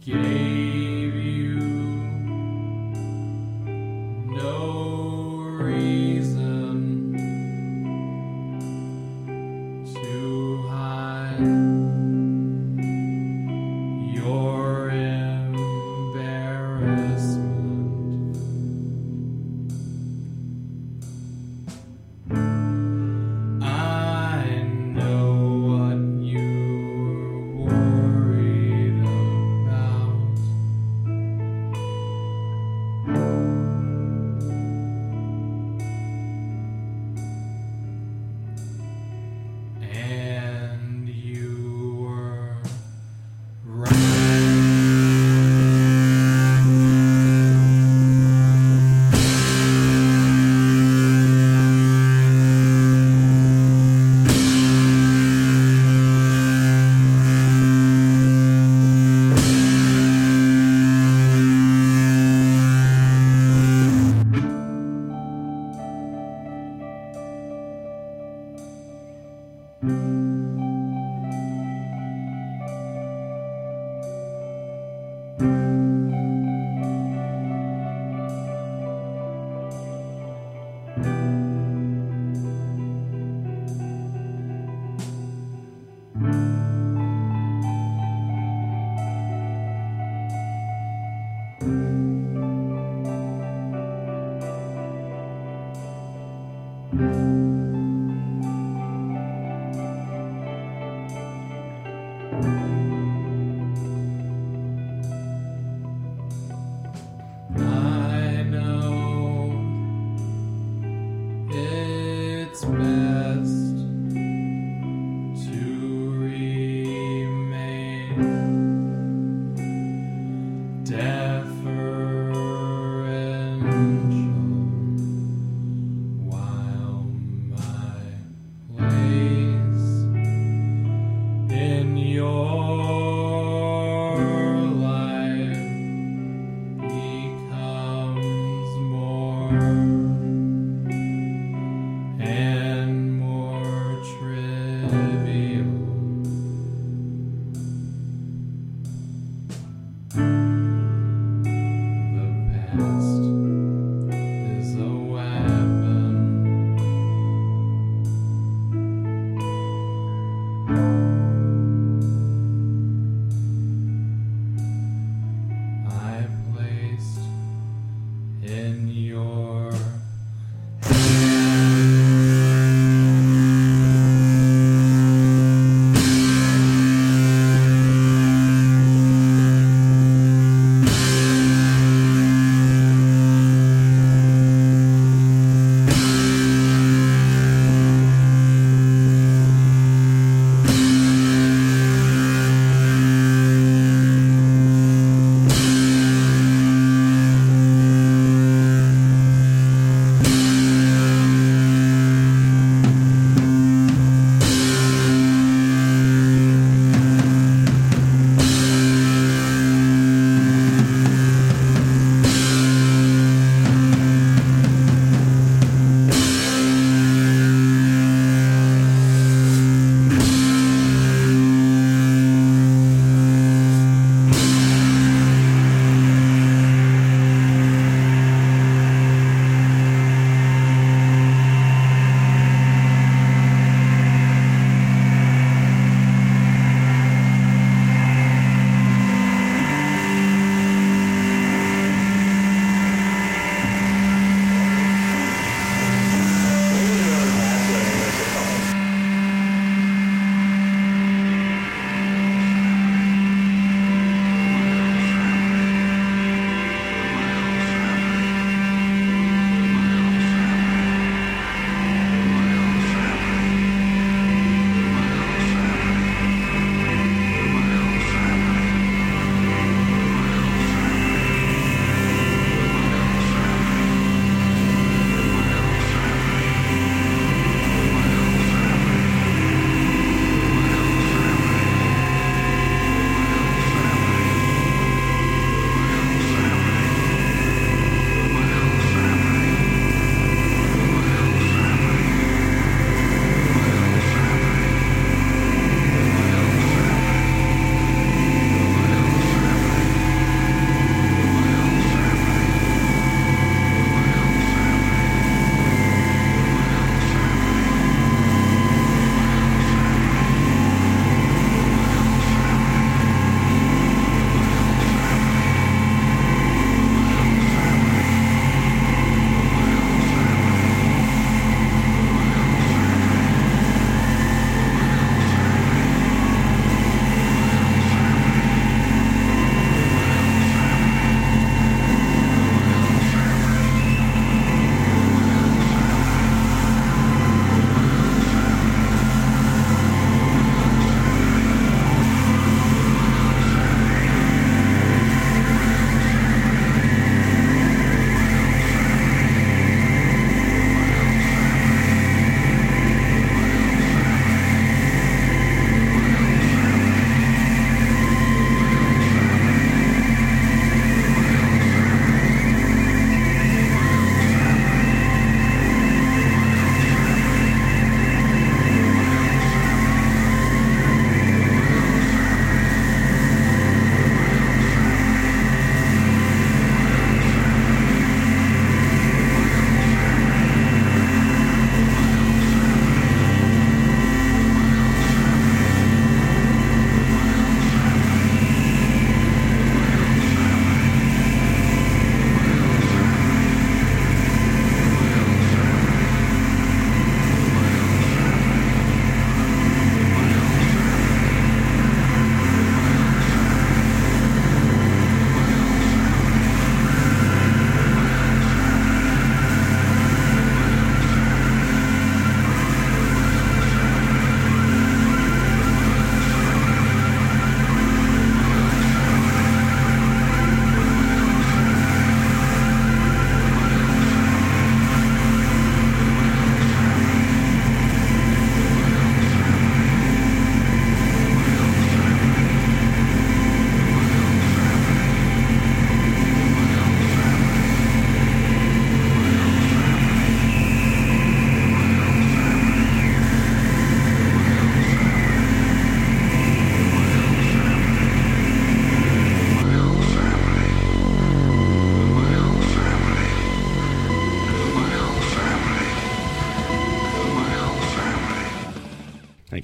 S13: gave you no reason to hide
S12: I know it's best to remain deferential while my place in your life becomes more and more trivial.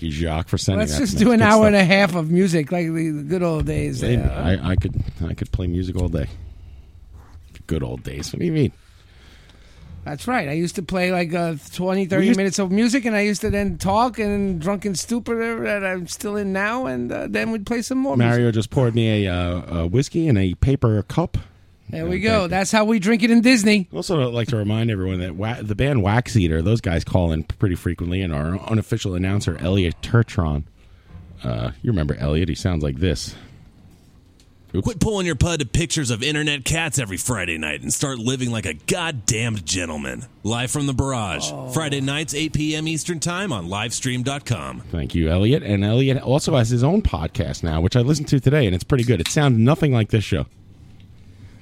S3: Jacques for sending
S9: Let's
S3: that.
S9: just
S3: to me.
S9: do an
S3: Good
S9: hour
S3: stuff.
S9: and a half of music like the the good old days.
S3: Hey,
S9: there.
S3: I, I could I could play music all day. Good old days. What do you mean?
S9: That's right. I used to play like uh, 20, 30
S3: used-
S9: minutes of music, and I used to then talk and drunken stupor that I'm still in now, and uh, then we'd play some more. music.
S3: Mario just poured me a, uh, a whiskey in a paper cup.
S9: There we go. That's how we drink it in Disney.
S3: Also, I'd like to remind everyone that wa- the band Wax Eater, those guys call in pretty frequently, and our unofficial announcer Elliot Turtron. Uh, you remember Elliot? He sounds like this.
S14: Quit pulling your pud to pictures of internet cats every Friday night and start living like a goddamned gentleman. Live from the barrage. Friday nights, 8 p.m. Eastern Time on livestream.com.
S3: Thank you, Elliot. And Elliot also has his own podcast now, which I listened to today, and it's pretty good. It sounds nothing like this show.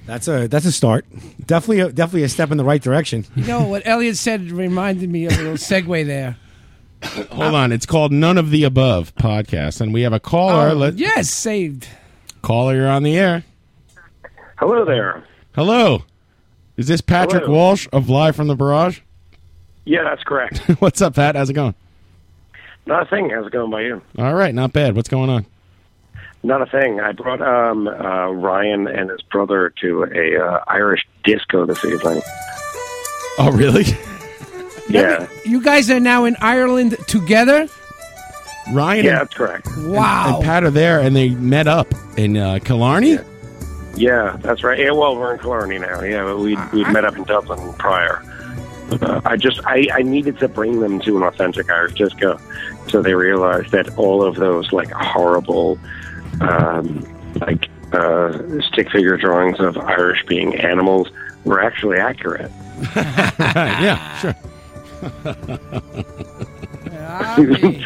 S10: That's a that's a start. Definitely a, definitely a step in the right direction.
S9: You know what Elliot said reminded me of a little segue there.
S3: Hold on, it's called None of the Above podcast, and we have a caller.
S9: Oh,
S3: Let
S9: yes, saved.
S3: caller, you're on the air.
S15: Hello there.
S3: Hello, is this Patrick
S15: Hello.
S3: Walsh of Live from the Barrage?
S15: Yeah, that's correct.
S3: What's up, Pat? How's it going?
S15: Not a thing. How's it going by you?
S3: All right, not bad. What's going on?
S15: Not a thing. I brought um, uh, Ryan and his brother to a uh, Irish disco this evening.
S3: Oh, really?
S15: yeah.
S9: You guys are now in Ireland together.
S3: Ryan.
S15: Yeah, that's correct.
S9: Wow.
S3: And Pat are there, and they met up in uh, Killarney.
S15: Yeah, that's right. Yeah, well, we're in Killarney now. Yeah, but we we would met up in Dublin prior. Uh, I just I, I needed to bring them to an authentic Irish disco, so they realized that all of those like horrible, um, like uh, stick figure drawings of Irish being animals were actually accurate.
S3: yeah, sure.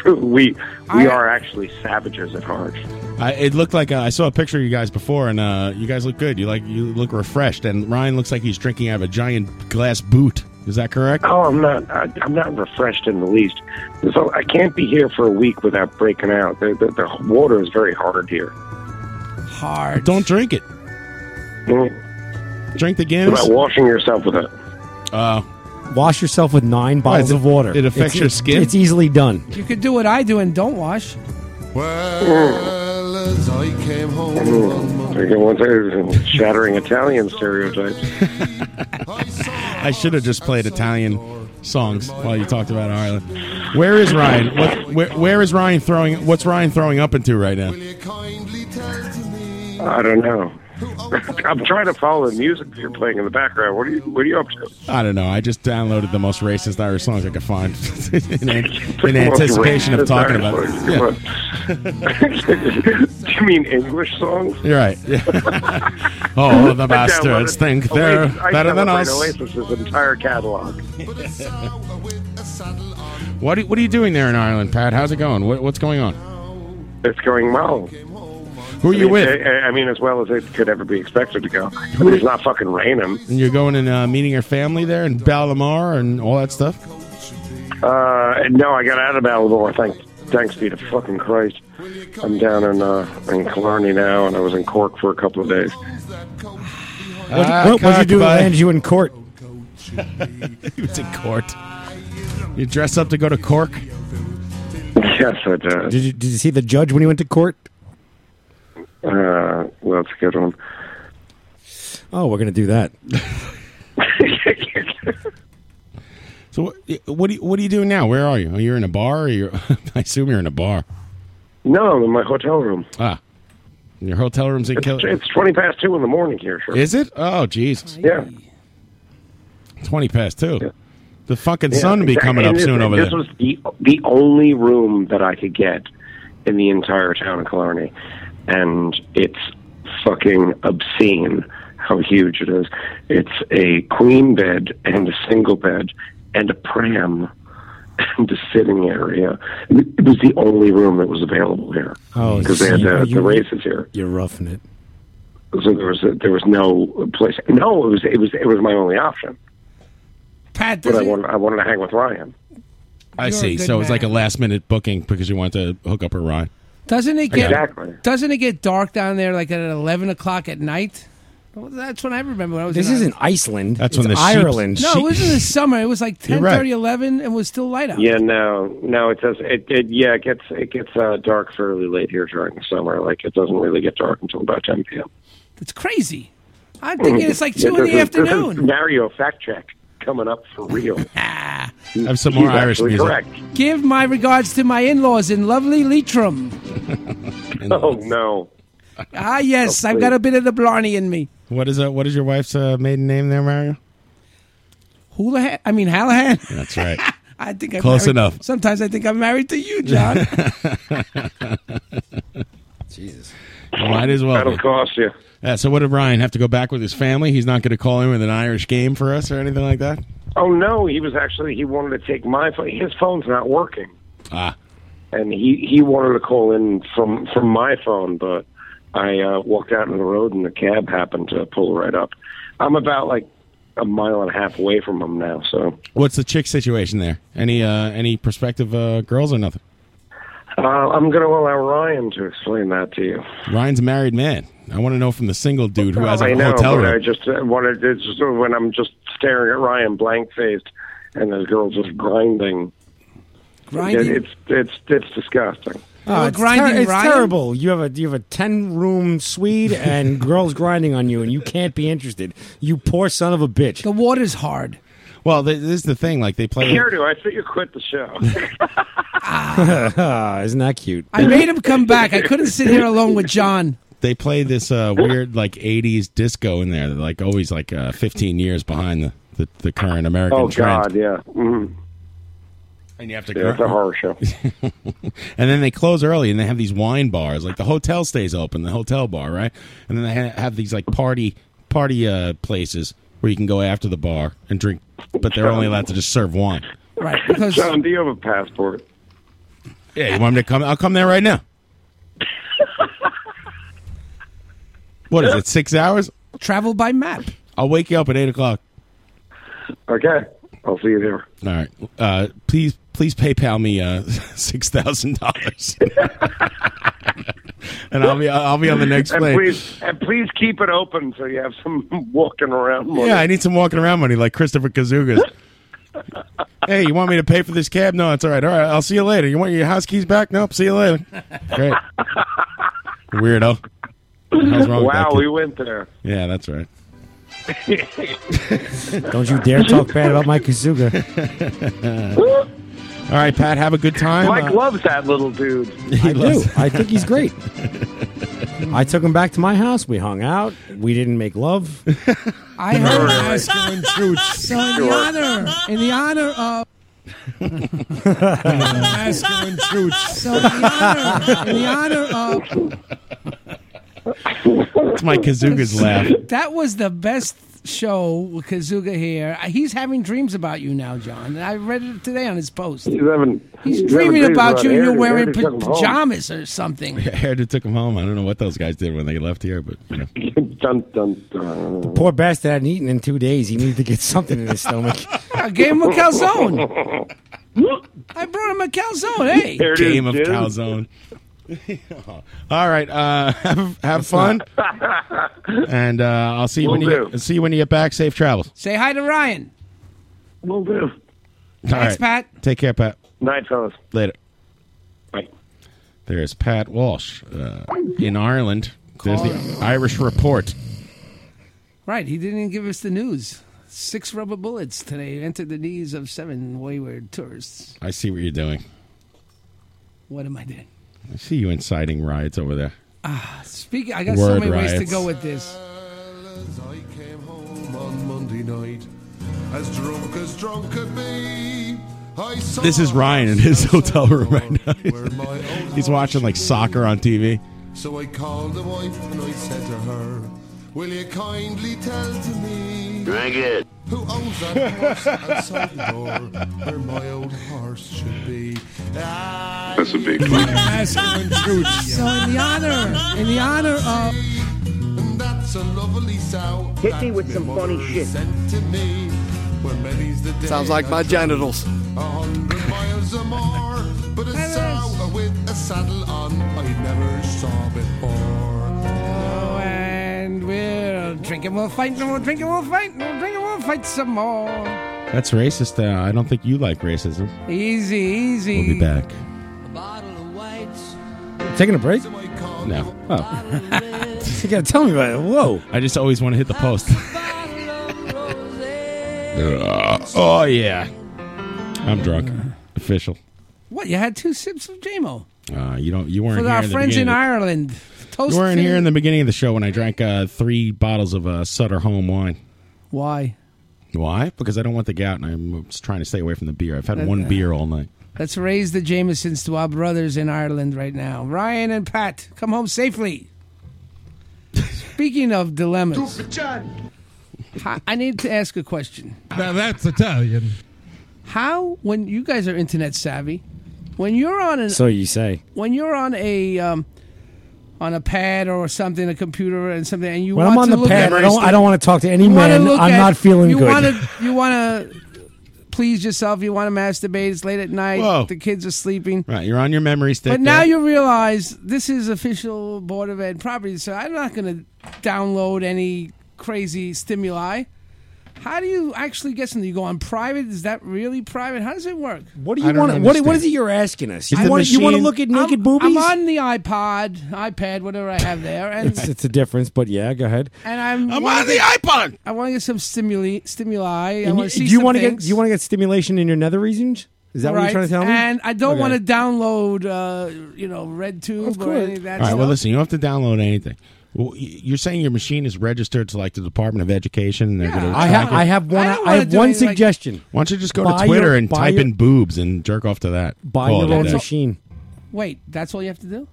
S15: we we
S3: I-
S15: are actually savages at heart.
S3: I, it looked like uh, I saw a picture of you guys before, and uh, you guys look good. You like you look refreshed, and Ryan looks like he's drinking out of a giant glass boot. Is that correct?
S15: Oh, I'm not. I, I'm not refreshed in the least. So I can't be here for a week without breaking out. The, the, the water is very hard here.
S9: Hard.
S3: Don't drink it. Drink the Guinness.
S15: What about washing yourself with it?
S3: Uh,
S10: Wash yourself with nine
S15: Why,
S10: bottles
S15: is it-
S10: of water.
S15: it affects
S10: It's-
S15: your
S10: it's-
S15: skin?
S10: It's easily done.
S9: You could do what I do and don't wash.
S15: Well,
S12: as I came home on my-
S15: Once I shattering Italian stereotypes.
S3: I should have just played Italian songs while you talked about Ireland. Where is Ryan? What, where, where is Ryan throwing? What's Ryan throwing up into right now?
S15: I don't know. I'm trying to follow the music that you're playing in the background. What are you What are you up to?
S3: I don't know. I just downloaded the most racist Irish songs I could find in, an- in anticipation of talking about it. Yeah,
S15: Do you mean English songs?
S3: you're right. Yeah. oh, the
S15: I downloaded-
S3: bastards think
S15: Oasis-
S3: they're
S15: oh, I
S3: better than
S15: downloaded
S3: us.
S15: Oasis's entire catalog.
S3: What are, what are you doing there in Ireland, Pat? How's it going? What, what's going on?
S15: It's going well.
S3: Who are you
S15: I mean,
S3: with?
S15: I, I mean, as well as it could ever be expected to go. I mean, it's not fucking raining.
S3: And you're going and uh, meeting your family there in Ballamar and all that stuff?
S15: Uh, no, I got out of Baltimore. Thanks, thanks be to fucking Christ. I'm down in uh, in Killarney now, and I was in Cork for a couple of days.
S10: What,
S3: Ah,
S10: what, what'd you do to land you in court?
S3: he was in court. You dress up to go to Cork?
S15: Yes, I did.
S10: Did you, did you see the judge when he went to court?
S15: Uh, well, that's a good one.
S10: Oh, we're gonna do that.
S3: So what, what, are you, what are you doing now? Where are you? Are you in a bar? Or you're, I assume you're in a bar.
S15: No, I'm in my hotel room.
S3: Ah. Your hotel room's in Kill.
S15: It's twenty past two in the morning here. Sure.
S3: Is it? Oh, Jesus.
S15: Yeah.
S3: 20 past 2. The fucking
S15: Yeah,
S3: sun will be
S15: exactly.
S3: coming up
S15: And this,
S3: soon over
S15: this
S3: there.
S15: was the the only room that I could get in the entire town of Killarney, and it's fucking obscene how huge it is. It's a queen bed and a single bed and a pram and a sitting area. It was the only room that was available here
S10: Oh,
S15: because they had
S10: see,
S15: the,
S10: you-
S15: the races here.
S10: You're roughing it.
S15: So there was a, there was no place. No, it was it was it was my only option.
S9: Pat,
S15: but I wanted I wanted to hang with Ryan.
S3: I
S9: You're a
S3: see.
S9: good
S3: So it was
S9: man.
S3: like a last minute booking because you want to hook up with Ryan.
S9: Doesn't it get
S3: Exactly.
S9: Doesn't it get dark down there like at eleven o'clock at night? Well, that's when I remember when I was.
S10: This
S9: in
S10: isn't Iceland.
S3: That's
S10: it's
S3: when the sheep-
S10: Ireland.
S9: No, it was in the summer. It was like 10,
S15: You're right.
S9: 30, 11, and was still light out.
S15: Yeah, no, no, it does. It, it yeah, it gets it gets uh, dark fairly late here during the summer. Like it doesn't really get dark until about 10 p.m.
S9: It's crazy. I'm thinking it's like 2 in
S15: this
S9: the
S15: is- this is
S9: afternoon.
S15: Mario fact check coming up for real. I
S3: have some more Irish music.
S15: Mm-hmm. Correct.
S9: Give my regards to my in laws in lovely Leitrim.
S15: Oh no.
S9: Ah, yes,
S3: Oh,
S9: I've got a bit of the Blarney in me.
S3: What is uh, what is your wife's uh, maiden name there, Mario?
S9: Houlihan, I mean, Hallahan.
S3: That's right.
S9: I think I'm
S3: Close
S9: married-
S3: enough.
S9: Sometimes I think I'm married to you, John.
S3: Jesus. Might as well.
S15: That'll
S3: be.
S15: cost you.
S3: Yeah, so what did Ryan have to go back with his family? He's not going to call in with an Irish game for us or anything like that?
S15: Oh no, he was actually he wanted to take my phone. His phone's not working,
S3: Ah.
S15: and he he wanted to call in from from my phone, but I uh, walked out on the road and the cab happened to pull right up. I'm about like a mile and a half away from him now, so
S3: What's the chick situation there? Any uh, any prospective uh, girls or nothing?
S15: uh, I'm going to allow Ryan to explain that to you.
S3: Ryan's a married man. I want to know from the single dude who has
S15: I
S3: a
S15: know,
S3: hotel
S15: but
S3: room.
S15: I just uh, wanted it's just sort of when I'm just staring at Ryan blank faced, and those girls just grinding.
S9: Grinding?
S15: It- it's it's it's disgusting.
S10: Oh, it's
S9: grinding
S10: ter- it's
S9: Ryan?
S10: terrible. You have a you have a ten room suite and girls grinding on you, and you can't be interested. You poor son of a bitch. The
S9: water's hard.
S3: Well, th- this is the thing. Like they play.
S15: Hairdo, I think you quit the show.
S10: Ah, Isn't that cute?
S9: I made him come back. I couldn't sit here alone with John.
S3: They play this uh, weird like '80s disco in there. They're, like always like uh, 15 years behind the, the, the current American
S15: oh
S3: trend.
S15: God, yeah. Mm.
S3: And you have to.
S15: Yeah,
S16: Uh-huh.
S15: it's a horror show.
S3: And then they close early, and they have these wine bars. Like the hotel stays open, the hotel bar, right? And then they ha- have these like party party uh, places where you can go after the bar and drink, but they're only allowed to just serve wine.
S9: Right. Because
S15: John, do you have a passport?
S3: Yeah, you want me to come? I'll come there right now. what is it? Six hours?
S9: Travel by map.
S3: I'll wake you up at eight o'clock.
S15: Okay, I'll see you there.
S3: All right. Uh, please, please PayPal me uh, six thousand dollars, and I'll be I'll be on the next
S15: and
S3: plane.
S15: Please, and please keep it open so you have some walking around. Money.
S3: Yeah, I need some walking around money, like Christopher Kazugas. hey, you want me to pay for this cab? No, it's all right. All right, I'll see you later. You want your house keys back? Nope. See you later. Great. Weirdo. What the hell's wrong with that
S15: wow,
S3: kid?
S15: we went there.
S3: Yeah, that's right.
S10: Don't you dare talk bad about Mike Kazuga.
S3: All right, Pat. Have a good time.
S15: Mike
S3: Uh,
S15: loves that little dude.
S10: I do. I think he's great. I took him back to my house. We hung out. We didn't make love.
S9: I
S10: All
S9: heard
S10: right.
S9: masculine truths. So in the
S10: Sure.
S9: honor, in the honor of
S2: Masculine truths.
S9: So in the honor, in the honor
S3: It's my Kazuga's laugh.
S9: of that was the best show with Kazuga here. He's having dreams about you now, John. I read it today on his post.
S15: He's having.
S9: He's
S15: having
S9: dreaming
S15: dreams
S9: about you, and you're
S15: Andy.
S9: wearing
S15: Andy took him
S9: pa-
S15: home.
S9: pajamas or something.
S3: Hairdo took him home. I don't know what those guys did when they left here, but you know.
S15: dun, dun, dun.
S10: Poor bastard hadn't eaten in two days. He needed to get something in his stomach.
S9: I gave him a calzone. I brought him a calzone. Hey,
S3: game of calzone. All right, uh, have have fun, and uh, I'll see you when
S9: Will
S3: you get, see you when you get back. Safe travels.
S9: Say hi to Ryan.
S15: Will do.
S3: All right.
S9: Thanks, Pat.
S3: Take care, Pat.
S15: Night, fellas.
S3: Later.
S15: Bye.
S3: There's Pat Walsh uh, in Ireland. There's the Irish Report.
S9: Right, he didn't even give us the news. Six rubber bullets today entered the knees of seven wayward tourists.
S3: I see what you're doing.
S9: What am I doing?
S3: I see you inciting riots over there.
S9: Ah, speaking, I got so
S3: Word
S9: many ways to
S3: riots.
S9: go with this.
S12: As I came home on Monday night, as drunk as drunk could be, I saw
S3: This is Ryan in his hotel room right now. He's watching like soccer on TV.
S12: So I called the wife and I said to her, Will you kindly tell to me
S17: Drink it.
S12: who owns that horse outside the door where my old horse should be? That's a big
S2: Masculine truths.
S9: So in the honor, in the honor of.
S12: And that's a lovely sound.
S2: Hit me
S12: that
S2: with
S12: my
S2: some
S12: mother
S2: funny shit.
S12: Sent to me. Well, many's the day
S17: Sounds like
S12: I
S17: my
S12: traveled
S17: genitals.
S12: A hundred miles or more, but a sow with a saddle on I never saw before.
S9: Oh, and we're drink and we'll fight, and we'll drink and we'll fight, and we'll drink and we'll fight some more.
S3: That's racist. Uh, I don't think you like racism.
S9: Easy, easy.
S3: We'll be back.
S10: Taking a break?
S3: No. Oh.
S10: you gotta tell me about it. Whoa.
S3: I just always want to hit the post. Uh, oh yeah. I'm drunk. Official.
S9: What? You had two sips of JMO
S3: Uh, you don't. You weren't
S9: for
S3: here.
S9: our
S3: in the
S9: friends
S3: beginning
S9: in
S3: of the-
S9: Ireland. Toast.
S3: You weren't
S9: to-
S3: here in the beginning of the show when I drank uh, three bottles of uh, Sutter home wine.
S9: Why?
S3: Why? Because I don't want the gout, and I'm just trying to stay away from the beer. I've had
S9: That-
S3: one beer all night.
S9: Let's raise the Jamesons to our brothers in Ireland right now. Ryan and Pat, come home safely. Speaking of dilemmas, I I need to ask a question.
S2: Now that's Italian.
S9: How, when you guys are internet savvy, when you're on an
S10: So you say.
S9: when you're on a um, on a pad or something, a computer and something, and you
S10: When I'm
S9: want
S10: on the
S9: to look
S10: pad,
S9: at
S10: I don't, I don't want to talk to any
S9: You wanna
S10: man.
S9: look
S10: I'm
S9: at-
S10: not feeling
S9: you
S10: good.
S9: Wanna, you want to please yourself. You want to masturbate. It's late at night.
S3: Whoa.
S9: The kids are sleeping.
S3: Right, you're on your memory stick.
S9: But now
S3: there.
S9: you realize this is official Board of Ed property, so I'm not going to download any crazy stimuli. How do you actually get something? You go on private? Is that really private? How does it work?
S10: What do you want? What, what is it you're asking us? You want, you want to look at naked
S9: I'm,
S10: boobies?
S9: I'm on the iPod, iPad, whatever I have there, and
S10: it's, it's a difference, but yeah, go ahead.
S9: and I'm
S3: I'm
S9: wanna
S3: on the
S9: get-
S3: iPod.
S9: I want to get some stimuli. Stimuli. I
S10: And
S9: want to
S10: you,
S9: see
S10: you
S9: some
S10: want to get
S9: things.
S10: you want to get stimulation in your nether regions? Is that what you're
S9: Right.
S10: trying to tell me?
S9: And I don't
S10: Okay.
S9: want to download, uh, you know, RedTube or any of that
S3: All right.
S9: stuff.
S3: Well, listen. You don't have to download anything. Well, y- you're saying your machine is registered to like the Department of Education. And they're gonna
S10: I
S3: track
S10: have
S3: it?
S10: I have one I, have one suggestion.
S3: Why don't you just go
S10: Buy
S3: to Twitter
S10: your-
S3: and
S10: buy
S3: type
S10: your-
S3: in boobs and jerk off to that?
S10: Buy
S3: Call
S10: your
S3: it a
S10: own
S3: day.
S10: machine.
S9: Wait, that's all you have to do?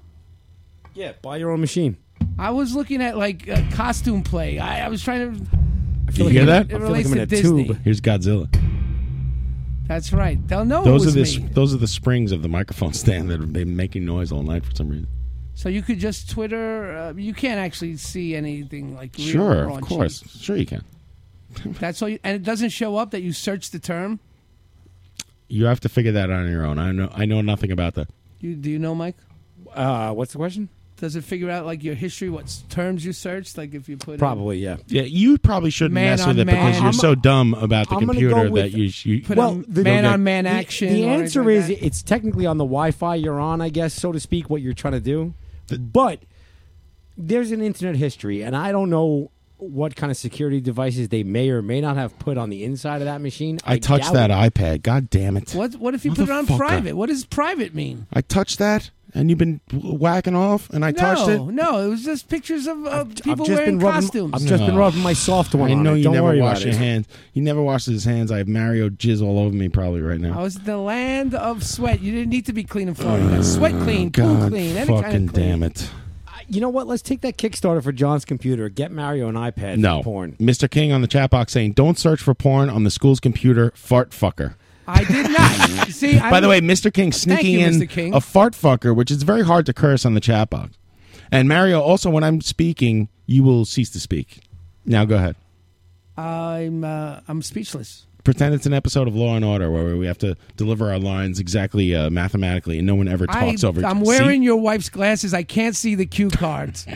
S10: Yeah, buy your own machine.
S9: I was looking at like uh, costume play. I, I was trying to.
S3: You hear
S9: it,
S3: that?
S9: It relates to Disney.
S3: Here's Godzilla.
S9: That's right. They'll know it
S3: those are
S9: was
S3: the s-
S9: me.
S3: those are the springs of the microphone stand that have been making noise all night for some reason.
S9: So you could just Twitter. Uh, you can't actually see anything like. real
S3: Sure,
S9: raw
S3: of
S9: and
S3: course. Sure, you can.
S9: cheap. That's all. You, and it doesn't show up that you searched the term.
S3: You have to figure that out on your own. I know. I know nothing about that.
S9: You do you know, Mike?
S10: Uh, what's the question?
S9: Does it figure out like your history? What s- terms you searched? Like if you put in-
S10: Probably, yeah.
S3: Yeah, you probably shouldn't
S9: Man
S3: mess with
S9: on
S3: it
S9: man.
S3: because you're
S9: I'm-
S3: so dumb about the
S10: I'm gonna go
S3: computer that
S10: with-
S3: you. sh- you
S9: Put Well, a the- man on man
S10: the-
S9: action
S10: The
S9: or
S10: answer
S9: anything
S10: is it's technically on the Wi-Fi you're on, I guess, so to speak, what you're trying to do. but there's an internet history, and I don't know what kind of security devices they may or may not have put on the inside of that machine.
S3: I touched
S10: doubt
S3: that
S10: it.
S3: iPad. God damn it!
S9: What What if you put it on
S3: Motherfucker.
S9: private? What does private mean?
S3: I touched that, and you've been whacking off, and I
S9: no,
S3: touched it.
S9: no. It was just pictures of uh, people
S10: just been
S9: wearing
S10: rubbing-
S9: costumes.
S10: I've just been
S3: No.
S10: rubbing my soft one.
S3: I
S10: on
S3: know
S10: it.
S3: you
S10: Don't
S3: never
S10: worry
S3: wash
S10: about
S3: your
S10: it.
S3: hands. He never washes his hands. I have Mario jizz all over me probably right now.
S9: I was in the land of sweat. You didn't need to be clean in Florida. sweat clean, poo
S3: Oh, God
S9: clean, any
S3: fucking
S9: kind of clean.
S3: damn it!
S10: You know what? Let's take that Kickstarter for John's computer. Get Mario an iPad.
S3: No,
S10: porn.
S3: Mr. King on the chat box saying, "Don't search for porn on the school's computer." Fart fucker.
S9: I did not. See,
S3: By the way, Mr. King sneaking
S9: you,
S3: in
S9: Mr. King.
S3: a fart fucker, which is very hard to curse on the chat box. And Mario, also when I'm speaking, you will cease to speak. Now go ahead.
S9: I'm uh, I'm speechless.
S3: Pretend it's an episode of Law and Order where we have to deliver our lines exactly uh, mathematically, and no one ever
S9: I,
S3: talks over. each-
S9: I'm wearing your wife's glasses. I can't see the cue cards.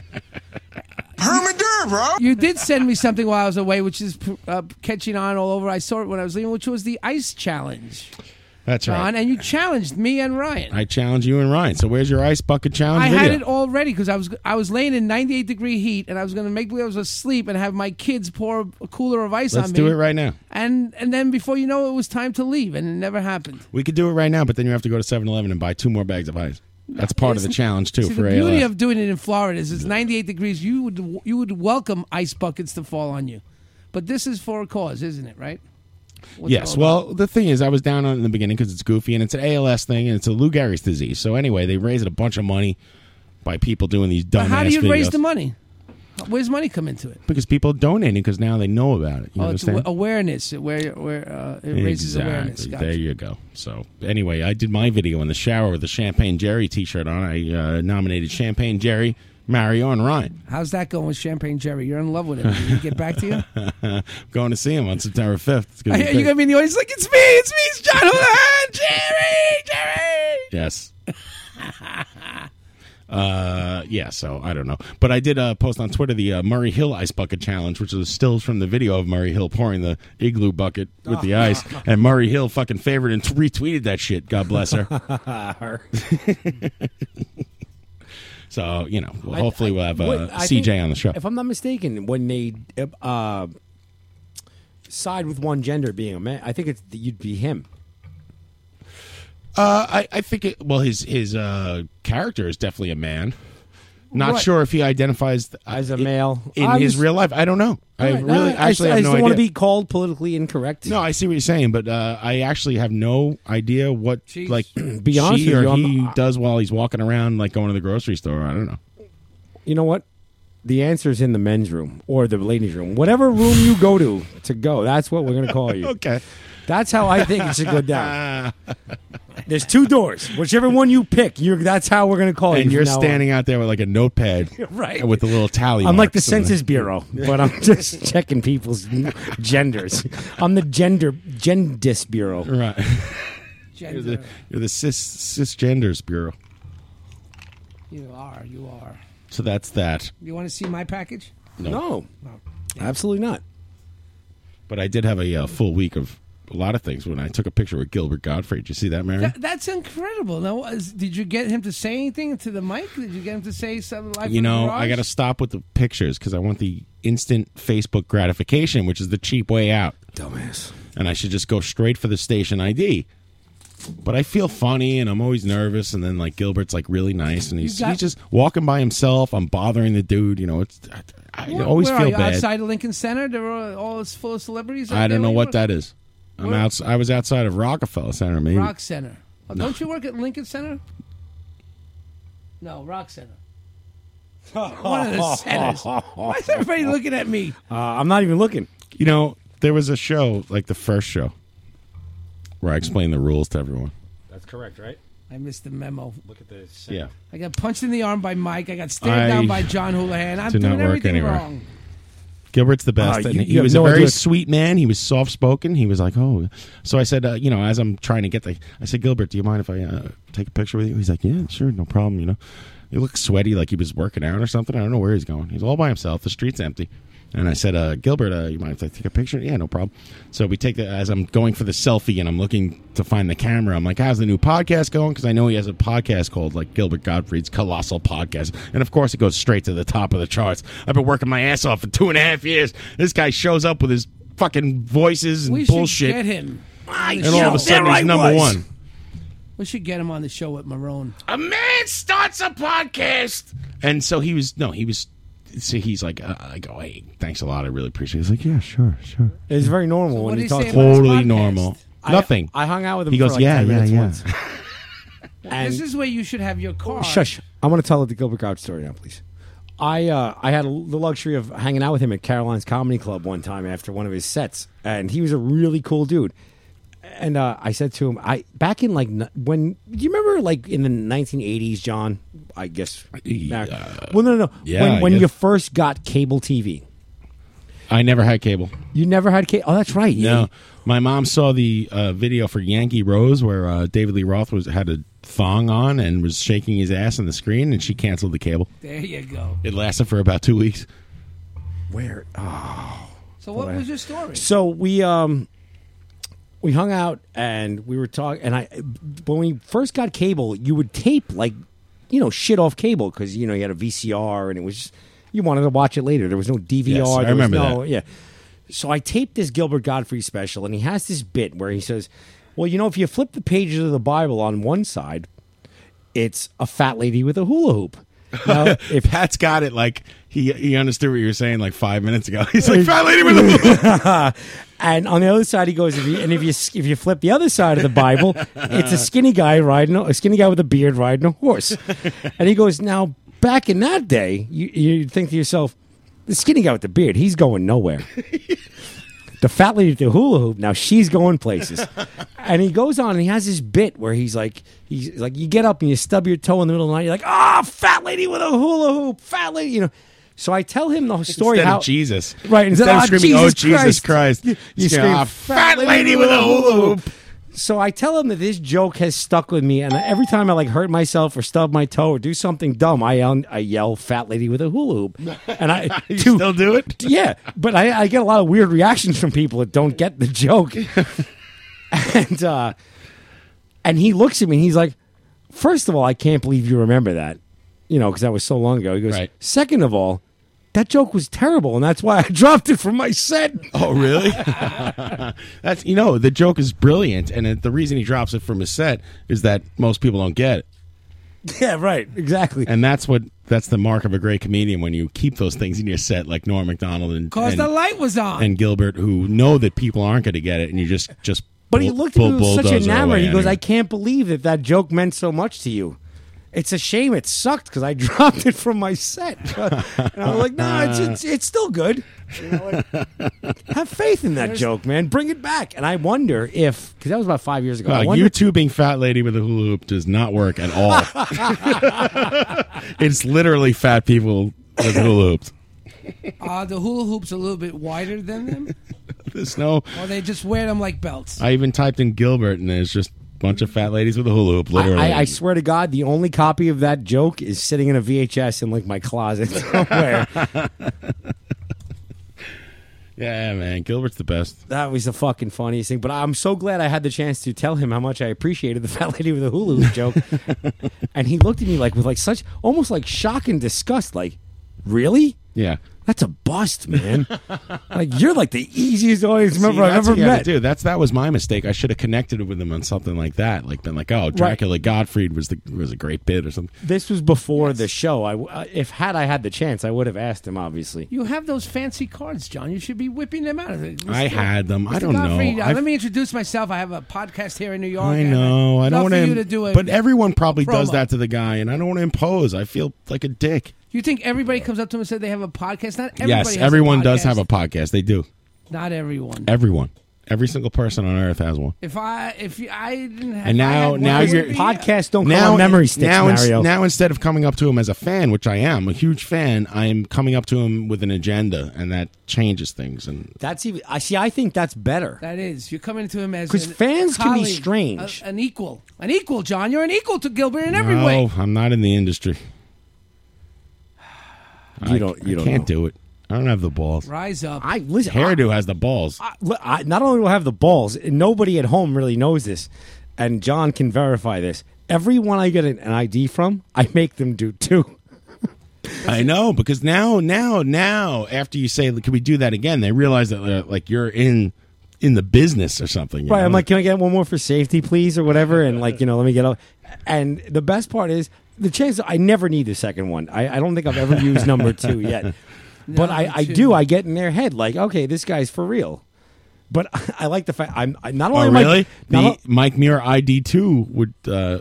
S9: Hermadur, bro. You did send me something while I was away, which is uh, catching on all over. I saw it when I was leaving, which was the ice challenge,
S3: See? That's right.
S9: John, and you challenged me and Ryan.
S3: I challenge you and Ryan. So where's your ice bucket challenge
S9: I
S3: video?
S9: had it already because I was I was laying in 98 degree heat and I was going to make believe I was asleep and have my kids pour a cooler of ice
S3: Let's
S9: on me.
S3: do it right now.
S9: And and then before you know it, it was time to leave and it never happened.
S3: We could do it right now, but then you have to go to 7-Eleven and buy two more bags of ice. That's part of the challenge too
S9: See,
S3: for
S9: the beauty
S3: ALS.
S9: of doing it in Florida is it's 98 degrees. You would you would welcome ice buckets to fall on you, but this is for a cause, isn't it? Right? What's it
S3: yes.
S9: all
S3: Well, the thing is, I was down on it in the beginning because it's goofy and it's an ALS thing and it's a Lou Gehrig's disease. So anyway, they raised a bunch of money by people doing these dumb.
S9: about? how do you
S3: videos.
S9: raise the money? Where's money come into it?
S3: Because people are donating because now they know about it. You
S9: oh,
S3: understand?
S9: it's awa- awareness. It Where where uh, it raises
S3: exactly.
S9: awareness. Gotcha.
S3: There you go. So anyway, I did my video in the shower with the Champagne Jerry T-shirt on. I uh, nominated Champagne Jerry, Mario, and Ryan.
S9: How's that going with Champagne Jerry? You're in love with him. Did he get back to you?
S3: going to see him on September 5th. It's
S9: I
S3: gonna be
S9: hear
S3: big.
S9: you gonna be in the audience like it's me, it's me, it's John Hulahan, Jerry, Jerry.
S3: yes. Uh, yeah, so I don't know. But I did uh, post on Twitter the uh, Murray Hill Ice Bucket Challenge, which was stills from the video of Murray Hill pouring the igloo bucket with the ice. And Murray Hill fucking favored and t- retweeted that shit. God bless her.
S10: her.
S3: so, you know,
S10: I-
S3: well, hopefully
S10: I-
S3: we'll have
S10: what-
S3: uh,
S10: I
S3: CJ
S10: think,
S3: on the show.
S10: If I'm not mistaken, when they uh, side with one gender being a man, I think it's you'd be him.
S3: Uh, I, I think it. Well, his his uh, character is definitely a man. Not
S10: Right.
S3: sure if he identifies as
S10: a male
S3: in
S10: I
S3: his
S10: was-
S3: real life. I don't know. I
S10: Right,
S3: really
S10: I- I
S3: actually
S10: just- I
S3: have
S10: just
S3: no
S10: don't
S3: idea.
S10: wanna be called politically incorrect.
S3: No, I see what you're saying, but uh, I actually have no idea what like
S10: Be honest
S3: she
S10: with
S3: or
S10: you, I'm-
S3: he does while he's walking around, like going to the grocery store. I don't know.
S10: You know what? The answer is in the men's room or the ladies' room, whatever room you go to to go. That's what we're going to call you.
S3: okay,
S10: that's how I think it should go down. There's two doors. Whichever one you pick, you're. That's how we're going to call you.
S3: and you're
S10: from now on.
S3: standing out there with like a notepad,
S10: Right.
S3: With a little tally.
S10: I'm like the
S3: marks and
S10: Census Bureau, but I'm just checking people's genders. I'm the gender gendis bureau.
S3: Right. You're the, you're the cis cisgenders bureau.
S9: You are. You are.
S3: So that's that.
S9: You want to see my package?
S3: No.
S10: No.
S9: No.
S10: Absolutely not.
S3: But I did have a uh, full week of a lot of things when I took a picture with Gilbert Godfrey. Did you see that, Mary?
S9: Tha- that's incredible. Now, is, did you get him to say anything to the mic? Did you get him to say something like
S3: you know, I
S9: garage?
S3: got to stop with the pictures because I want the instant Facebook gratification, which is the cheap way out.
S10: Dumbass.
S3: And I should just go straight for the station ID. But I feel funny and I'm always nervous. And then, like, Gilbert's like really nice and he's,
S9: got-
S3: he's just walking by himself. I'm bothering the dude. You know, it's I, I
S9: Where-
S3: always
S9: where
S3: feel
S9: are you,
S3: bad.
S9: Outside of Lincoln Center, there are all it's full of celebrities.
S3: I don't know what
S9: that
S3: that is. I'm
S9: Where-
S3: outs- I was outside of Rockefeller Center, maybe.
S9: Rock Center. Oh, Don't you work at Lincoln Center? No, Rock Center. One of the centers. Why is everybody looking at me?
S10: Uh, I'm not even looking.
S3: You know, there was a show, like the first show, where I explained the rules to everyone.
S10: That's correct, right?
S9: I missed the memo.
S10: Look at this.
S3: Yeah.
S9: I got punched in the arm by Mike. I got stared
S3: I
S9: down by John Houlihan. I'm
S3: do not
S9: doing
S3: work
S9: everything
S3: anywhere.
S9: wrong.
S3: Gilbert's the best.
S10: Ah,
S3: and
S10: you-
S3: he
S10: you have
S3: was
S10: no
S3: a very
S10: idea.
S3: sweet man. He was soft spoken. He was like, oh. So I said, uh, you know, as I'm trying to get the, I said, Gilbert, do you mind if I uh, take a picture with you? He's like, yeah, sure, no problem. You know, he looked sweaty, like he was working out or something. I don't know where he's going. He's all by himself. The street's empty. And I said, uh, Gilbert, uh, you mind if I take a picture? Yeah, no problem. So we take the, as I'm going for the selfie and I'm looking to find the camera, I'm like, how's the new podcast going? Because I know he has a podcast called, like, Gilbert Gottfried's Colossal Podcast. And of course, it goes straight to the top of the charts. I've been working my ass off for two and a half years. This guy shows up with his fucking voices and
S9: We should
S3: bullshit.
S9: get him.
S3: And all of a sudden, he's number one.
S9: We should get him on the show with Marone.
S3: A man starts a podcast. And so he was, no, he was, so he's like, uh, I go, hey, thanks a lot. I really appreciate it. He's like, yeah, sure, sure.
S10: It's very normal
S3: what
S10: when
S3: do
S10: he
S3: you
S10: talks.
S3: say about his Totally podcast? normal.
S10: I-
S3: Nothing.
S10: I, hung out with him.
S3: He goes,
S10: for like
S3: yeah,
S10: 10
S3: yeah,
S10: minutes
S3: yeah.
S10: once. And-
S9: this is where you should have your
S3: Oh,
S9: car.
S10: Shush. I want to tell the Gilbert Gottfried story now, please. I uh, I had the luxury of hanging out with him at Caroline's Comedy Club one time after one of his sets, and he was a really cool dude. And uh, I said to him, I back in like n- when do you remember like in the 1980s, John? I guess. well, no, no, no.
S3: yeah, I
S10: when when
S3: guess.
S10: you first got cable TV,
S3: I never had cable.
S10: you never had cable. Oh, that's right.
S3: No, my mom saw the uh, video for Yankee Rose where uh, David Lee Roth was had a thong on and was shaking his ass on the screen, and she canceled the cable.
S9: There you go.
S3: It lasted for about two weeks.
S10: Where?
S9: So what was your story?
S10: So we um we hung out and we were talking and I when we first got cable, you would tape like you know shit off cable cuz you know you had a VCR and it was just, you wanted to watch it later. There was no DVR.
S3: Yes, I
S10: there
S3: remember
S10: was no
S3: that.
S10: yeah. So I taped this Gilbert Godfrey special and he has this bit where he says, "Well, you know if you flip the pages of the Bible on one side, it's a fat lady with a hula hoop." Now,
S3: If Pat's got it, like he he understood what you were saying like five minutes ago. He's like fat lady with a
S10: and on the other side, he goes, if you, and if you if you flip the other side of the Bible, it's a skinny guy riding a a skinny guy with a beard riding a horse, and he goes, now back in that day, you you think to yourself, the skinny guy with the beard, he's going nowhere. the fat lady with the hula hoop, now she's going places, and he goes on and he has this bit where he's like, he's like, you get up and you stub your toe in the middle of the night, you're like, ah, fat lady with a hula hoop, fat lady, you know. So I tell him the whole story
S3: Instead
S10: how
S3: of Jesus,
S10: right?
S3: Instead,
S10: Instead,
S3: of
S10: "Ah,
S3: screaming, "Oh
S10: Jesus "Ah,
S3: Jesus oh, Christ!"
S10: you
S3: scream,
S10: scream,
S3: "Ah, fat lady with a hula hoop.
S10: So I tell him that this joke has stuck with me, and every time I like hurt myself or stub my toe or do something dumb, I yell, I yell "fat lady with a hula hoop," and I
S3: You
S10: still do it. Yeah, but I, I get a lot of weird reactions from people that don't get the joke, and uh, and he looks at me and he's like, first of all, I can't believe you remember that, you know, because that was so long ago." He goes, second of all." That joke was terrible, and that's why I dropped it from my set.
S3: Oh, really? That's you know the joke is brilliant, and it, the reason he drops it from his set is that most people don't get it.
S10: Yeah, right. Exactly.
S3: And that's what that's the mark of a great comedian when you keep those things in your set, like Norm Macdonald and
S9: Cause
S3: and,
S9: the light was on.
S3: and Gilbert, who know that people aren't going to get it, and you just just.
S10: But he
S3: bull-
S10: looked at me
S3: bull-
S10: with such
S3: bulldoze it
S10: enamored.
S3: away
S10: He goes,
S3: anyway.
S10: "I can't believe that that joke meant so much to you. It's a shame it sucked because I dropped it from my set." and I'm like, "No, it's, it's it's still good. You know, like, have faith in that joke, man. Bring it back." And I wonder if because that was about five years ago. I
S3: Wow,
S10: wonder
S3: Uh, you two being fat lady with a hula hoop does not work at all. it's literally fat people with hula hoops.
S9: Are the hula hoops a little bit wider than them,
S3: There's no.
S9: or they just wear them like belts?
S3: I even typed in Gilbert, and there's just a bunch of fat ladies with a hula hoop. Literally,
S10: I, I swear to God, the only copy of that joke is sitting in a VHS in like my closet somewhere.
S3: yeah, man, Gilbert's the best.
S10: That was the fucking funniest thing. But I'm so glad I had the chance to tell him how much I appreciated the fat lady with the hula hoop joke. and he looked at me like with like such almost like shock and disgust. Like, really?
S3: Yeah.
S10: That's a bust, man. like you're like the easiest audience
S3: See,
S10: member I've
S3: that's
S10: ever
S3: what you
S10: met.
S3: have to do. That's that was my mistake. I should have connected with him on something like that, like been like, "Oh, Dracula Gottfried was the was a great bit or something."
S10: This was before the show. I w- uh, if had I had the chance, I would have asked him. Obviously,
S9: You have those fancy cards, John. You should be whipping them out.
S10: I had them. I
S9: Mr.
S10: don't know.
S9: Godfrey, uh,
S10: I've-
S9: let me introduce myurself. I have a podcast here in New York.
S3: I
S9: and
S3: know. I
S9: I'd
S3: don't
S9: love
S3: want
S9: for you to do it.
S3: but everyone probably does
S9: promo.
S3: that to the guy, and I don't want to impose. I feel like a dick.
S9: You think everybody comes up to him and said they have a podcast? Not everybody.
S3: yes,
S9: has a
S3: everyone does
S9: podcast.
S3: have a podcast. They do.
S9: Not everyone.
S3: Everyone, every single person on earth has one.
S9: If I if you, I didn't have
S3: And now, now
S10: one,
S3: your
S10: it'd be- Podcasts don't come on memory sticks,
S3: uh, now, ins-
S10: Mario.
S3: now instead of coming up to him as a fan, which I am, a huge fan, I am coming up to him with an agenda, and that changes things. And
S10: that's even. I see. I think that's better.
S9: that is you're coming to him as
S10: 'Cause
S9: an-
S10: fans can be
S9: colleague,
S10: strange.
S9: a- an equal, an equal, John. You're an equal to Gilbert in every
S3: no,
S9: way.
S3: I'm not in the industry.
S10: You
S3: I-
S10: don't-
S3: I
S10: you don't
S3: can't
S10: know.
S3: do it. I don't have the balls.
S9: Rise up.
S10: I listen. I-
S3: Hairdo has the balls.
S10: Look, I, not only will I have the balls, nobody at home really knows this, and John can verify this. Everyone I get an, an ID from, I make them do too.
S3: I know because now, now, now, after you say, "Can we do that again?" They realize that uh, like you're in in the business or something. you
S10: Right?
S3: know?
S10: I'm like, can I get one more for safety, please, or whatever? And like, you know, let me get up. And the best part is the chance I never need the second one. I, I don't think I've ever used number two yet, but I, I
S3: two.
S10: do. I get in their head like, okay, this guy's for real. But I like the fact I'm I- not only
S3: oh
S10: am I-
S3: really?
S10: not
S3: the Mike Muir ID two would uh,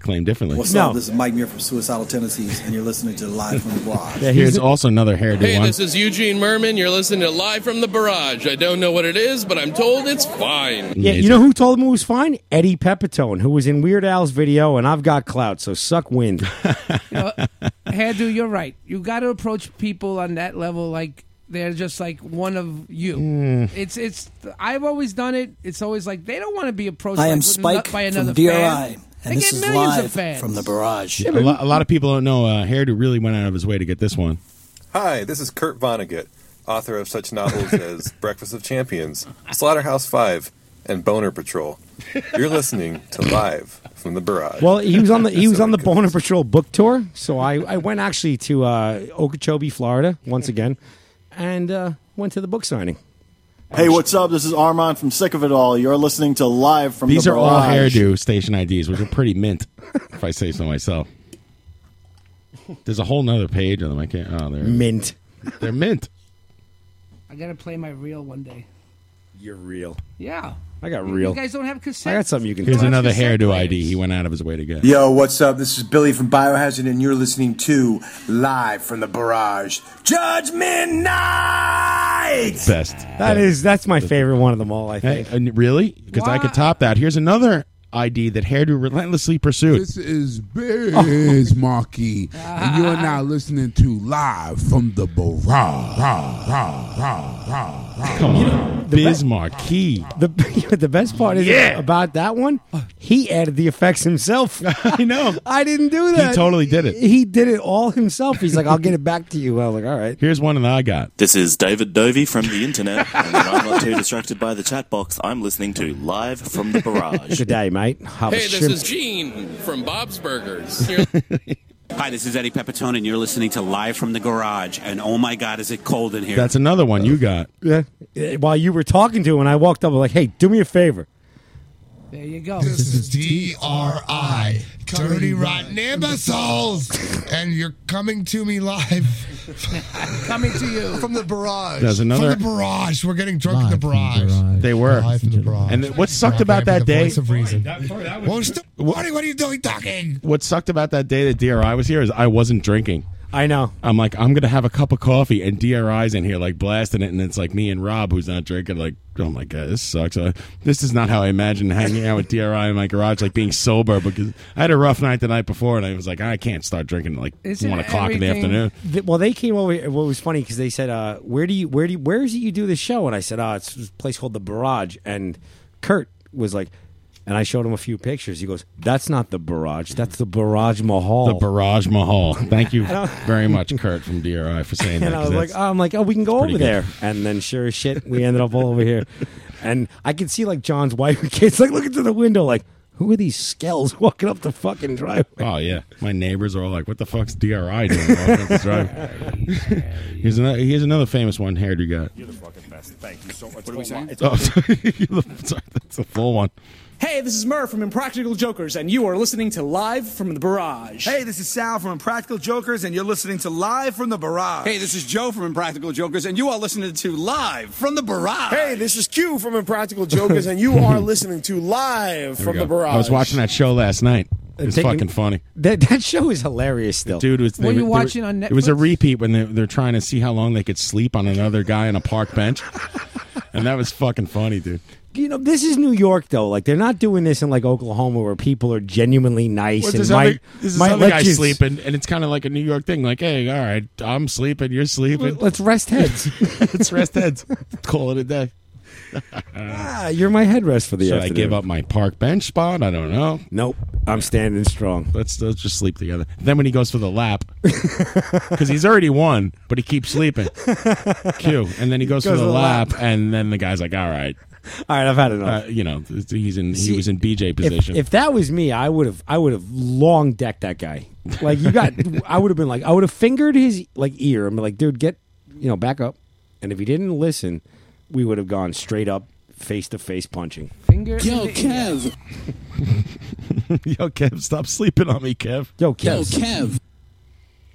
S3: claim differently.
S17: What's up? This is Mike Muir from Suicidal Tendencies, and you're listening to Live from the Barrage.
S3: Here's also another hairdo
S16: Hey,
S3: one.
S16: this is Eugene Merman. You're listening to Live from the Barrage. I don't know what it is, but I'm told it's fine.
S10: Yeah, you know who told him it was fine? Eddie Pepitone, who was in Weird Al's video, and I've got clout, so suck wind.
S9: Hairdo, you're right. You got to approach people on that level like they're just like one of you.
S10: Mm.
S9: It's it's. I've always done it. It's always like they don't want to be approached.
S17: I
S9: like,
S17: am
S9: with-
S17: Spike
S9: by
S17: from
S9: another
S17: DRI,
S9: fan. They
S17: and this
S9: get
S17: is
S9: millions of
S17: live
S9: fans.
S17: from the Barrage.
S3: a, lot, a lot of people don't know. Uh, hairdo really went out of his way to get this one.
S18: Hi, this is Kurt Vonnegut, author of such novels as Breakfast of Champions, Slaughterhouse Five, and Boner Patrol. You're listening to Live from the Barrage.
S10: Well, he was on the he was on the Boner Patrol book tour, so I, I went actually to uh, Okeechobee, Florida, once again, and uh, went to the book signing.
S19: Hey, what's up? This is Armand from Sick of It All. You're listening to Live from
S3: These
S19: the
S3: are all
S19: Barrage.
S3: hairdo station IDs, which are pretty mint, if I say so myself. There's a whole nother page on them. I can't. Oh, they're
S10: mint.
S3: They're mint.
S9: I gotta play my reel one day.
S10: You're real.
S9: Yeah.
S10: I got
S9: You-
S10: real.
S9: You guys don't have cassette.
S3: Here's
S9: don't have
S3: another
S9: cassette
S3: hairdo
S9: player.
S3: ID. He went out of his way to get.
S20: Yo, what's up? This is Billy from Biohazard, and you're listening to Live from the Barrage Judgment Night!
S3: Best.
S10: That is that's my favorite one of them all. I think.
S3: Hey, and really? Because I could top that. Here's another ID that Hairdo relentlessly pursued.
S21: This is Biz Markie, and you are now listening to Live from the Barrage.
S3: Come on. Biz Markie.
S10: The, the best part is
S3: Yeah.
S10: about that one, he added the effects himself. I
S3: know.
S10: I didn't do
S3: He
S10: that.
S3: totally did it.
S10: He did it all himself. He's like, I'll get it back to you. I was like, all right.
S3: Here's one that I got.
S22: This is David Dovey from the internet, and when I'm not too distracted by the chat box, I'm listening to Live from the Barrage.
S10: Good day, mate. Have a
S22: Hey,
S10: shrimp.
S22: is
S16: Gene from Bob's Burgers. You're-
S23: Hi, this is Eddie Pepitone, and you're listening to Live from the Garage. And oh my God, is it cold in here?
S3: That's another one you got.
S10: Yeah. Eh, While you were talking to him, and I walked up, I'm like, hey, do me a favor.
S9: There you go.
S21: This is D.R.I. Dirty Rotten Imbeciles, and you're coming to me live.
S9: coming to you
S21: from the barrage.
S3: There's another-
S21: from the barrage. We're getting drunk in the barrage.
S3: They were. And th- what sucked about that day?
S21: Well, st- Marty, what are you doing talking?
S3: What sucked about that day that DRI was here is I wasn't drinking.
S10: I know.
S3: I'm like, I'm gonna have a cup of coffee, and DRI's in here like blasting it, and it's like me and Rob who's not drinking. Like, oh my god, this sucks. Uh, this is not how I imagined hanging out with DRI in my garage, like being sober because I had a rough night the night before, and I was like, I can't start drinking at like
S10: Isn't
S3: one o'clock in the
S10: everything-
S3: afternoon.
S10: Th- well, they came over. What was funny because they said, uh, "Where do you? Where do? You, where is it you do the show?" And I said, "Oh, it's this place called the Barrage." And Kurt was like, and I showed him a few pictures. He goes, "That's not the Barrage. That's the Barrage Mahal."
S3: The Barrage Mahal. Thank you very much, Kurt from DRI, for saying that.
S10: and I
S3: 'cause
S10: was like,
S3: that's-
S10: "I'm like, oh, we can go over
S3: pretty
S10: there." And then, sure as shit, we ended up all over here. And I could see like John's wife and kids like looking through the window, like, "Who are these skells walking up the fucking driveway?"
S3: Oh yeah, my neighbors are all like, "What the fuck's DRI doing?" walking up the driveway?" here's another. Here's another famous one. Hair you got?
S8: You're the fucking best. Thank you so much. What are we
S3: Oh, sorry. You're the- sorry, that's a full one.
S24: Hey, this is Murr from Impractical Jokers, and you are listening to Live from the Barrage. Hey, this is Sal from Impractical Jokers, and you're listening to Live from the Barrage.
S23: Hey, this is Joe from Impractical Jokers, and you are listening to Live from the Barrage.
S25: Hey, this is Q from Impractical Jokers, and you are listening to Live
S3: There we
S25: from the
S3: go. I was
S25: Barrage.
S3: watching that show last night.
S10: Uh,
S3: It's
S10: taking-
S3: fucking funny.
S10: That that show is hilarious. Still,
S3: Dude was. they
S10: Were you
S3: they
S10: watching on
S3: It was a
S10: Netflix?
S3: repeat when they, they're trying to see how long they could sleep on another guy on a park bench, and that was fucking funny, dude.
S10: You know, this is New York though. Like they're not doing this in like Oklahoma where people are genuinely nice
S3: Well,
S10: and
S3: this
S10: might
S3: other, this is
S10: might
S3: other
S10: let
S3: guy
S10: you-
S3: sleeping, and it's kind of like a New York thing. Like, hey, all right, I'm sleeping, you're sleeping.
S10: Let's rest heads.
S3: Let's rest heads. Call it a day.
S10: Ah, you're my head rest for the
S3: Should I
S10: afternoon.
S3: give up my park bench spot? I don't know.
S10: Nope. I'm standing strong.
S3: Let's let's just sleep together. Then when he goes for the lap, because he's already won, but he keeps sleeping. Q. And then he goes, for the, lap, and then the guy's like, "All right, Uh,
S10: all right, I've had enough."
S3: you know, he's in.
S10: See,
S3: he was in BJ
S10: If,
S3: position.
S10: if that was me, I would have I would have long decked that guy. Like you got, I would have been like, I would have fingered his like ear. I'm like, dude, get you know back up. And if he didn't listen, we would have gone straight up face to face punching.
S9: Finger
S1: Yo,
S9: in the
S1: Kev.
S3: Yo, Kev, stop sleeping on me, Kev.
S10: Yo,
S1: Yo, Kev.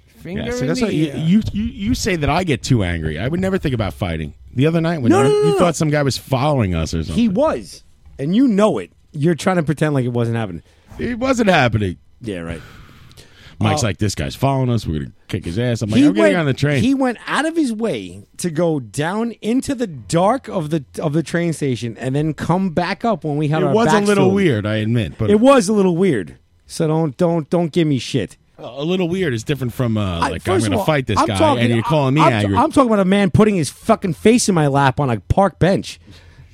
S9: Finger
S3: Yeah, see,
S9: in
S3: that's
S9: the
S3: why you,
S9: ear.
S3: you you you say that I get too angry. I would never think about fighting. The other night when
S10: No,
S3: you,
S10: no, no,
S3: you
S10: no.
S3: thought some guy was following us or something,
S10: He was, and you know it. You're trying to pretend like it wasn't happening.
S3: it wasn't happening.
S10: Yeah, right.
S3: Mike's
S10: Uh,
S3: like, "This guy's following us. We're gonna kick his ass." I'm like,
S10: He
S3: "I'm getting on the train."
S10: He went out of his way to go down into the dark of the of the train station and then come back up when we had
S3: it
S10: our
S3: was a
S10: backs
S3: little
S10: to him.
S3: weird, I admit, but
S10: It was a little weird. So don't don't don't give me shit.
S3: A little weird is different from uh, like I'm
S10: First of
S3: going to
S10: all,
S3: fight this
S10: I'm
S3: guy,
S10: talking-
S3: and you're calling me
S10: I'm,
S3: angry.
S10: I'm talking about a man putting his fucking face in my lap on a park bench.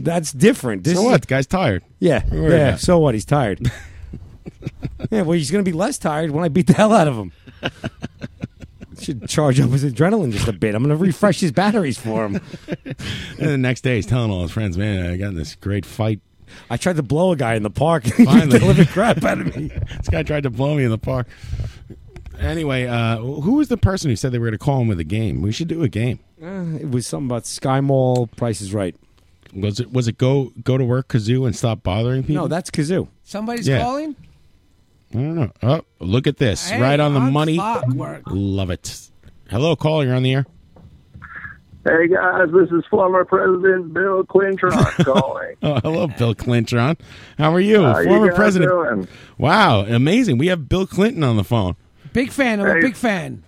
S10: That's different. This
S3: so
S10: is-
S3: what? The guy's tired.
S10: Yeah,
S3: Don't worry
S10: yeah.
S3: about it.
S10: So what? He's tired. yeah, well, he's gonna be less tired when I beat the hell out of him. Should charge up his adrenaline just a bit. I'm gonna refresh his batteries for him.
S3: And the next day, he's telling all his friends, "Man, I got in this great fight.
S10: I tried to blow a guy in the park.
S3: Finally,
S10: Beat the living crap out of me.
S3: this guy tried to blow me in the park." Anyway, uh, who was the person who said they were going to call him with a game? We should do a game.
S10: Uh, it was something about Sky Mall. Price is Right.
S3: Was it? Was it go go to work kazoo and stop bothering people?
S10: No, that's kazoo.
S9: Somebody's
S3: Yeah.
S9: calling?
S3: I don't know. Oh, look at this!
S9: Hey,
S3: right on the
S9: on
S3: money.
S9: clockwork.
S3: Love it. Hello, caller. You're on the air.
S26: Hey guys, this is former President Bill Clinton calling.
S3: Oh, hello, Bill Clinton. How are you?
S26: How you
S3: Oh, Former
S26: guys
S3: president.
S26: doing?
S3: Wow, amazing. We have Bill Clinton on the phone.
S9: Big fan. I'm
S26: Hey.
S9: a big fan.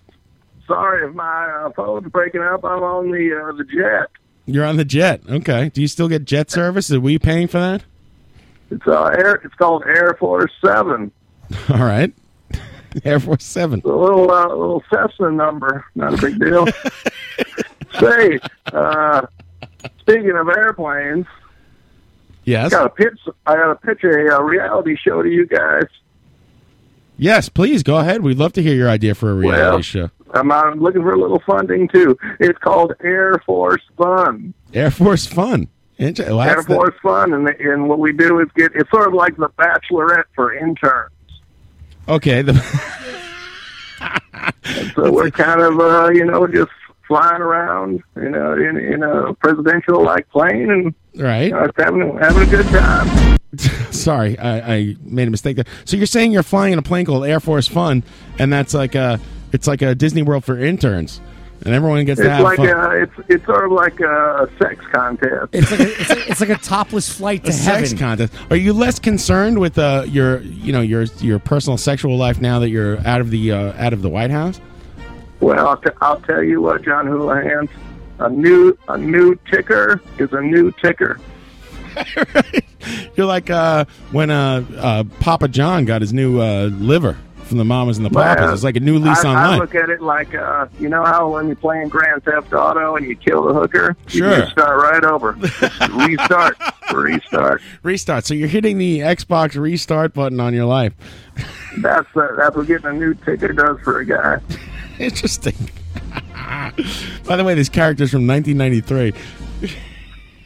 S26: Sorry if my uh, phone's breaking up. I'm on the uh, the jet.
S3: You're on the jet. Okay. Do you still get jet service? Are we paying for that?
S15: It's uh, Air. It's called Air Force Seven.
S3: All right. Air Force Seven.
S15: It's a little uh, little Cessna number. Not a big deal. Say, uh, speaking of airplanes,
S3: Yes.
S15: I got to pitch. I got to pitch a, uh reality show to you guys.
S3: Yes, please go ahead. We'd love to hear your idea for a reality
S15: Well-
S3: show.
S15: I'm, i looking for a little funding too. It's called Air Force Fun.
S3: Air Force Fun. Inter- well,
S15: Air
S3: that's the-
S15: Force Fun, and and what we do is get. It's sort of like the Bachelorette for interns.
S3: okay. The-
S15: So we're kind of uh, you know just flying around, you know, in, in a presidential like plane, and
S3: right.
S15: you know, just having having a good time.
S3: Sorry, I, I made a mistake there. So you're saying you're flying in a plane called Air Force Fun, and that's like a it's like a Disney World for interns, and everyone gets
S15: It's
S3: to have
S15: like
S3: fun.
S15: uh it's it's sort of like a sex contest. It's like a, it's, a, it's like a topless flight
S3: a sex contest. Are you less concerned with uh, your, you know, your your personal sexual life now that you're out of the uh, out of the White House?
S15: Well, I'll, t- I'll tell you what, John Houlihan, a new a new ticker is a new ticker.
S3: You're like uh, when uh, uh, Papa John got his new uh, liver from the Mamas and the Papas.
S15: Well,
S3: it's like a new lease
S15: I,
S3: on
S15: I
S3: life.
S15: look at it like uh, you know how when you're playing Grand Theft Auto and you kill the hooker,
S3: Sure.
S15: you just start right over, restart, restart.
S3: Restart. So you're hitting the Xbox restart button on your life.
S15: That's uh, that's what getting a new ticker does for a guy.
S3: Interesting. By the way, this character's from 1993.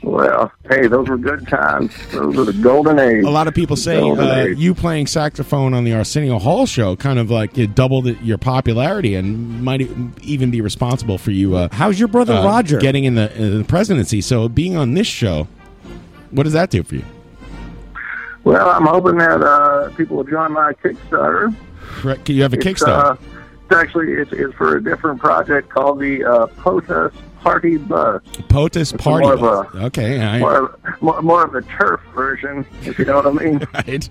S15: Well, hey, those were good times. Those were the golden age.
S3: A lot of people say
S15: Golden
S3: uh,
S15: age.
S3: you playing saxophone on the Arsenio Hall show kind of like it doubled it- your popularity and might e- even be responsible for you. Uh,
S10: How's your brother
S3: uh,
S10: Roger?
S3: getting in the, in the presidency? So being on this show, what does that do for you?
S15: Well, I'm hoping that uh, people will join my Kickstarter.
S3: Right? You have a
S15: It's, uh,
S3: Kickstarter.
S15: it's actually it's, it's for a different project called the uh, POTUS Party Bus. it's
S3: POTUS party.
S15: more of a-
S3: okay, I-
S15: More of, more, more of a turf version, if you know what I mean.
S3: is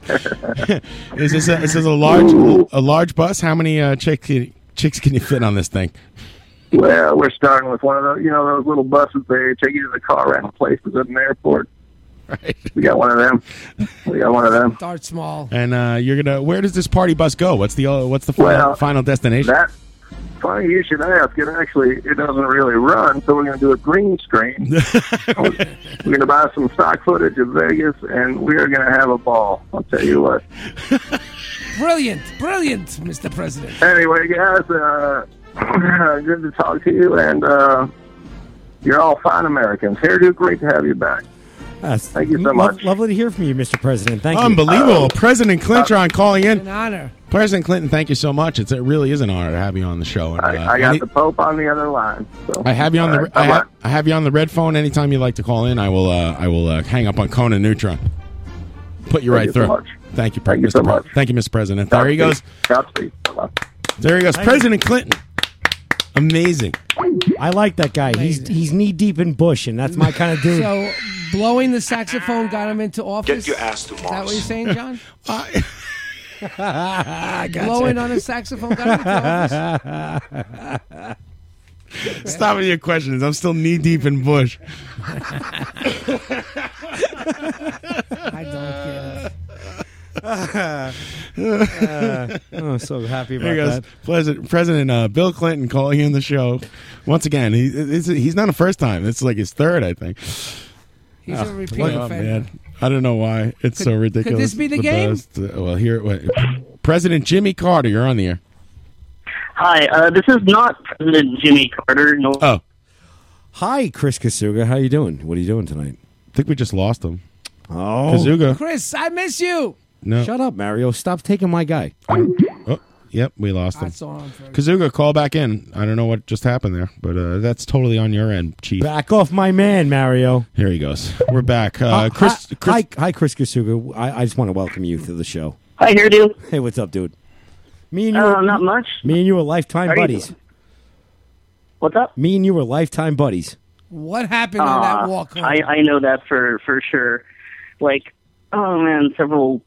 S3: this a, is this a large a large bus? How many uh, chicks can, chicks can you fit on this thing?
S15: well, uh, we're starting with one of those, you know, those little buses they take you to the car around places at an airport.
S3: Right.
S15: We got one of them. We got one of them.
S9: Start small.
S3: And uh, you're gonna where does this party bus go? What's the uh, what's the final,
S15: Well,
S3: final destination?
S15: That funny you should ask. It actually it doesn't really run, so we're going to do a green screen. we're going to buy some stock footage of Vegas, and we are going to have a ball. I'll tell you what.
S9: Brilliant, brilliant, Mr. President.
S15: Anyway, guys, uh, good to talk to you, and uh, you're all fine Americans. Hairdo, great to have you back.
S10: Thank
S15: you so much.
S10: Uh, Lovely to hear from you, Mr. President. Thank you.
S15: Um,
S3: Unbelievable, President
S15: uh,
S3: Clinton calling in.
S9: An honor.
S3: President Clinton, thank you so much. It's, it really is an honor to have you on the show. And, uh,
S15: I got
S3: any-
S15: the Pope on the other line. So.
S3: I have you on
S15: All
S3: the
S15: right,
S3: I,
S15: bye-bye.
S3: have, I have you on the red phone. Anytime you like to call in, I will uh, I will uh, hang up on Conan Neutron. Put you
S15: Thank
S3: right
S15: you so
S3: through.
S15: much.
S3: Thank you,
S15: Thank you
S3: Mr.
S15: so
S3: Pre-
S15: much.
S3: Thank you, Mr. President. There he goes.
S15: Godspeed. Bye-bye.
S3: There he goes.
S10: Thank you.
S3: President Clinton. Amazing.
S10: I like that guy. He's he's knee deep in bush, and that's my kind of dude.
S9: So, blowing the saxophone got him into office.
S10: your ass to
S9: Is that
S10: Mars.
S9: what you're saying, John?
S10: Gotcha.
S9: Blowing on a saxophone got him into office.
S3: Stop with your questions. I'm still knee deep in bush.
S9: I don't get it.
S10: Uh, I'm so happy about
S3: There he goes.
S10: that.
S3: President, President uh, Bill Clinton calling in the show once again. He, it's, he's not a first time. It's like his third, I think.
S9: He's
S10: Ah,
S9: a repeat
S3: look,
S9: offender.
S3: I don't know why it's so ridiculous.
S9: this be the game?
S3: best. Uh, well, here, wait. President Jimmy Carter, you're on the air.
S4: Hi, uh, this is not President Jimmy Carter. No.
S3: Oh,
S10: Hi, Chris Kasuga. How you doing? What are you doing tonight?
S3: I think we just lost him.
S10: Oh,
S3: Kasuga.
S9: Chris, I miss you.
S3: No.
S10: Shut up, Mario. Stop taking my guy.
S3: Oh, yep, we lost him.
S9: That's all I'm for.
S3: Kazuga, call back in. I don't know what just happened there, but uh, that's totally on your end, Chief.
S10: Back off my man, Mario.
S3: Here he goes. We're back. Uh, Chris,
S10: hi, Ah, hi, hi, Chris Kasuga. I, I just want to welcome you to the show.
S4: Hi, hairdo.
S10: Hey, what's up, dude? Me and you. are
S4: Uh, not much.
S10: Me and you are lifetime
S4: Um, How you
S10: buddies.
S4: doing? What's up?
S10: Me and you were lifetime buddies.
S9: What happened on that
S10: Ah,
S4: Uh,
S9: walk home?
S4: I, I know that for for sure. Like, oh man, several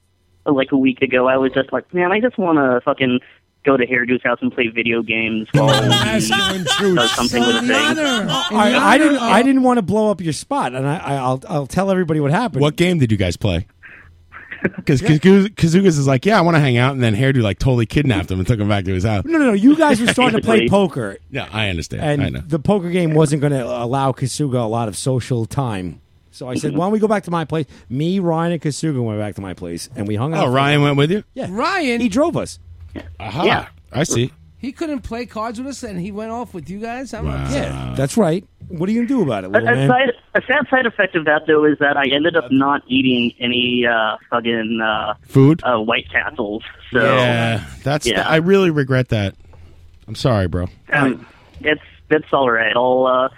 S4: like a week ago, I was just like, man, I just want to fucking go to Hairdo's house and play video games while he does something with a thing.
S10: I, I didn't. uh, I didn't want to blow up your spot, and I, I, I'll I'll tell everybody what happened.
S3: what game did you guys play? Because Kazugas is like, yeah, I want to hang out, and then Hairdo like totally kidnapped him and took him back to his house.
S10: No, no, no. You guys were starting to play
S3: Basically.
S10: poker.
S3: Yeah, I understand.
S10: And
S3: I know.
S10: the poker game wasn't going to allow Kasuga a lot of social time. So I said, why don't we go back to my place? Me, Ryan, and Kasuga went back to my place, and we hung out.
S3: Oh, Ryan went with you?
S10: Yeah.
S9: Ryan.
S10: He drove us.
S3: Aha. Yeah. I see.
S9: He couldn't play cards with us, and he went off with you guys. I'm upset.
S3: Uh.
S10: Yeah, that's right. What are you going to do about it,
S4: A,
S10: little
S4: a,
S10: man?
S4: side, a sad side effect of that, though, is that I ended up not eating any uh, fucking uh,
S3: Food?
S4: uh, White Castles. So
S3: yeah, that's.
S4: yeah.
S3: I really regret that. I'm sorry, bro.
S4: Um, it's it's all right. I'll uh,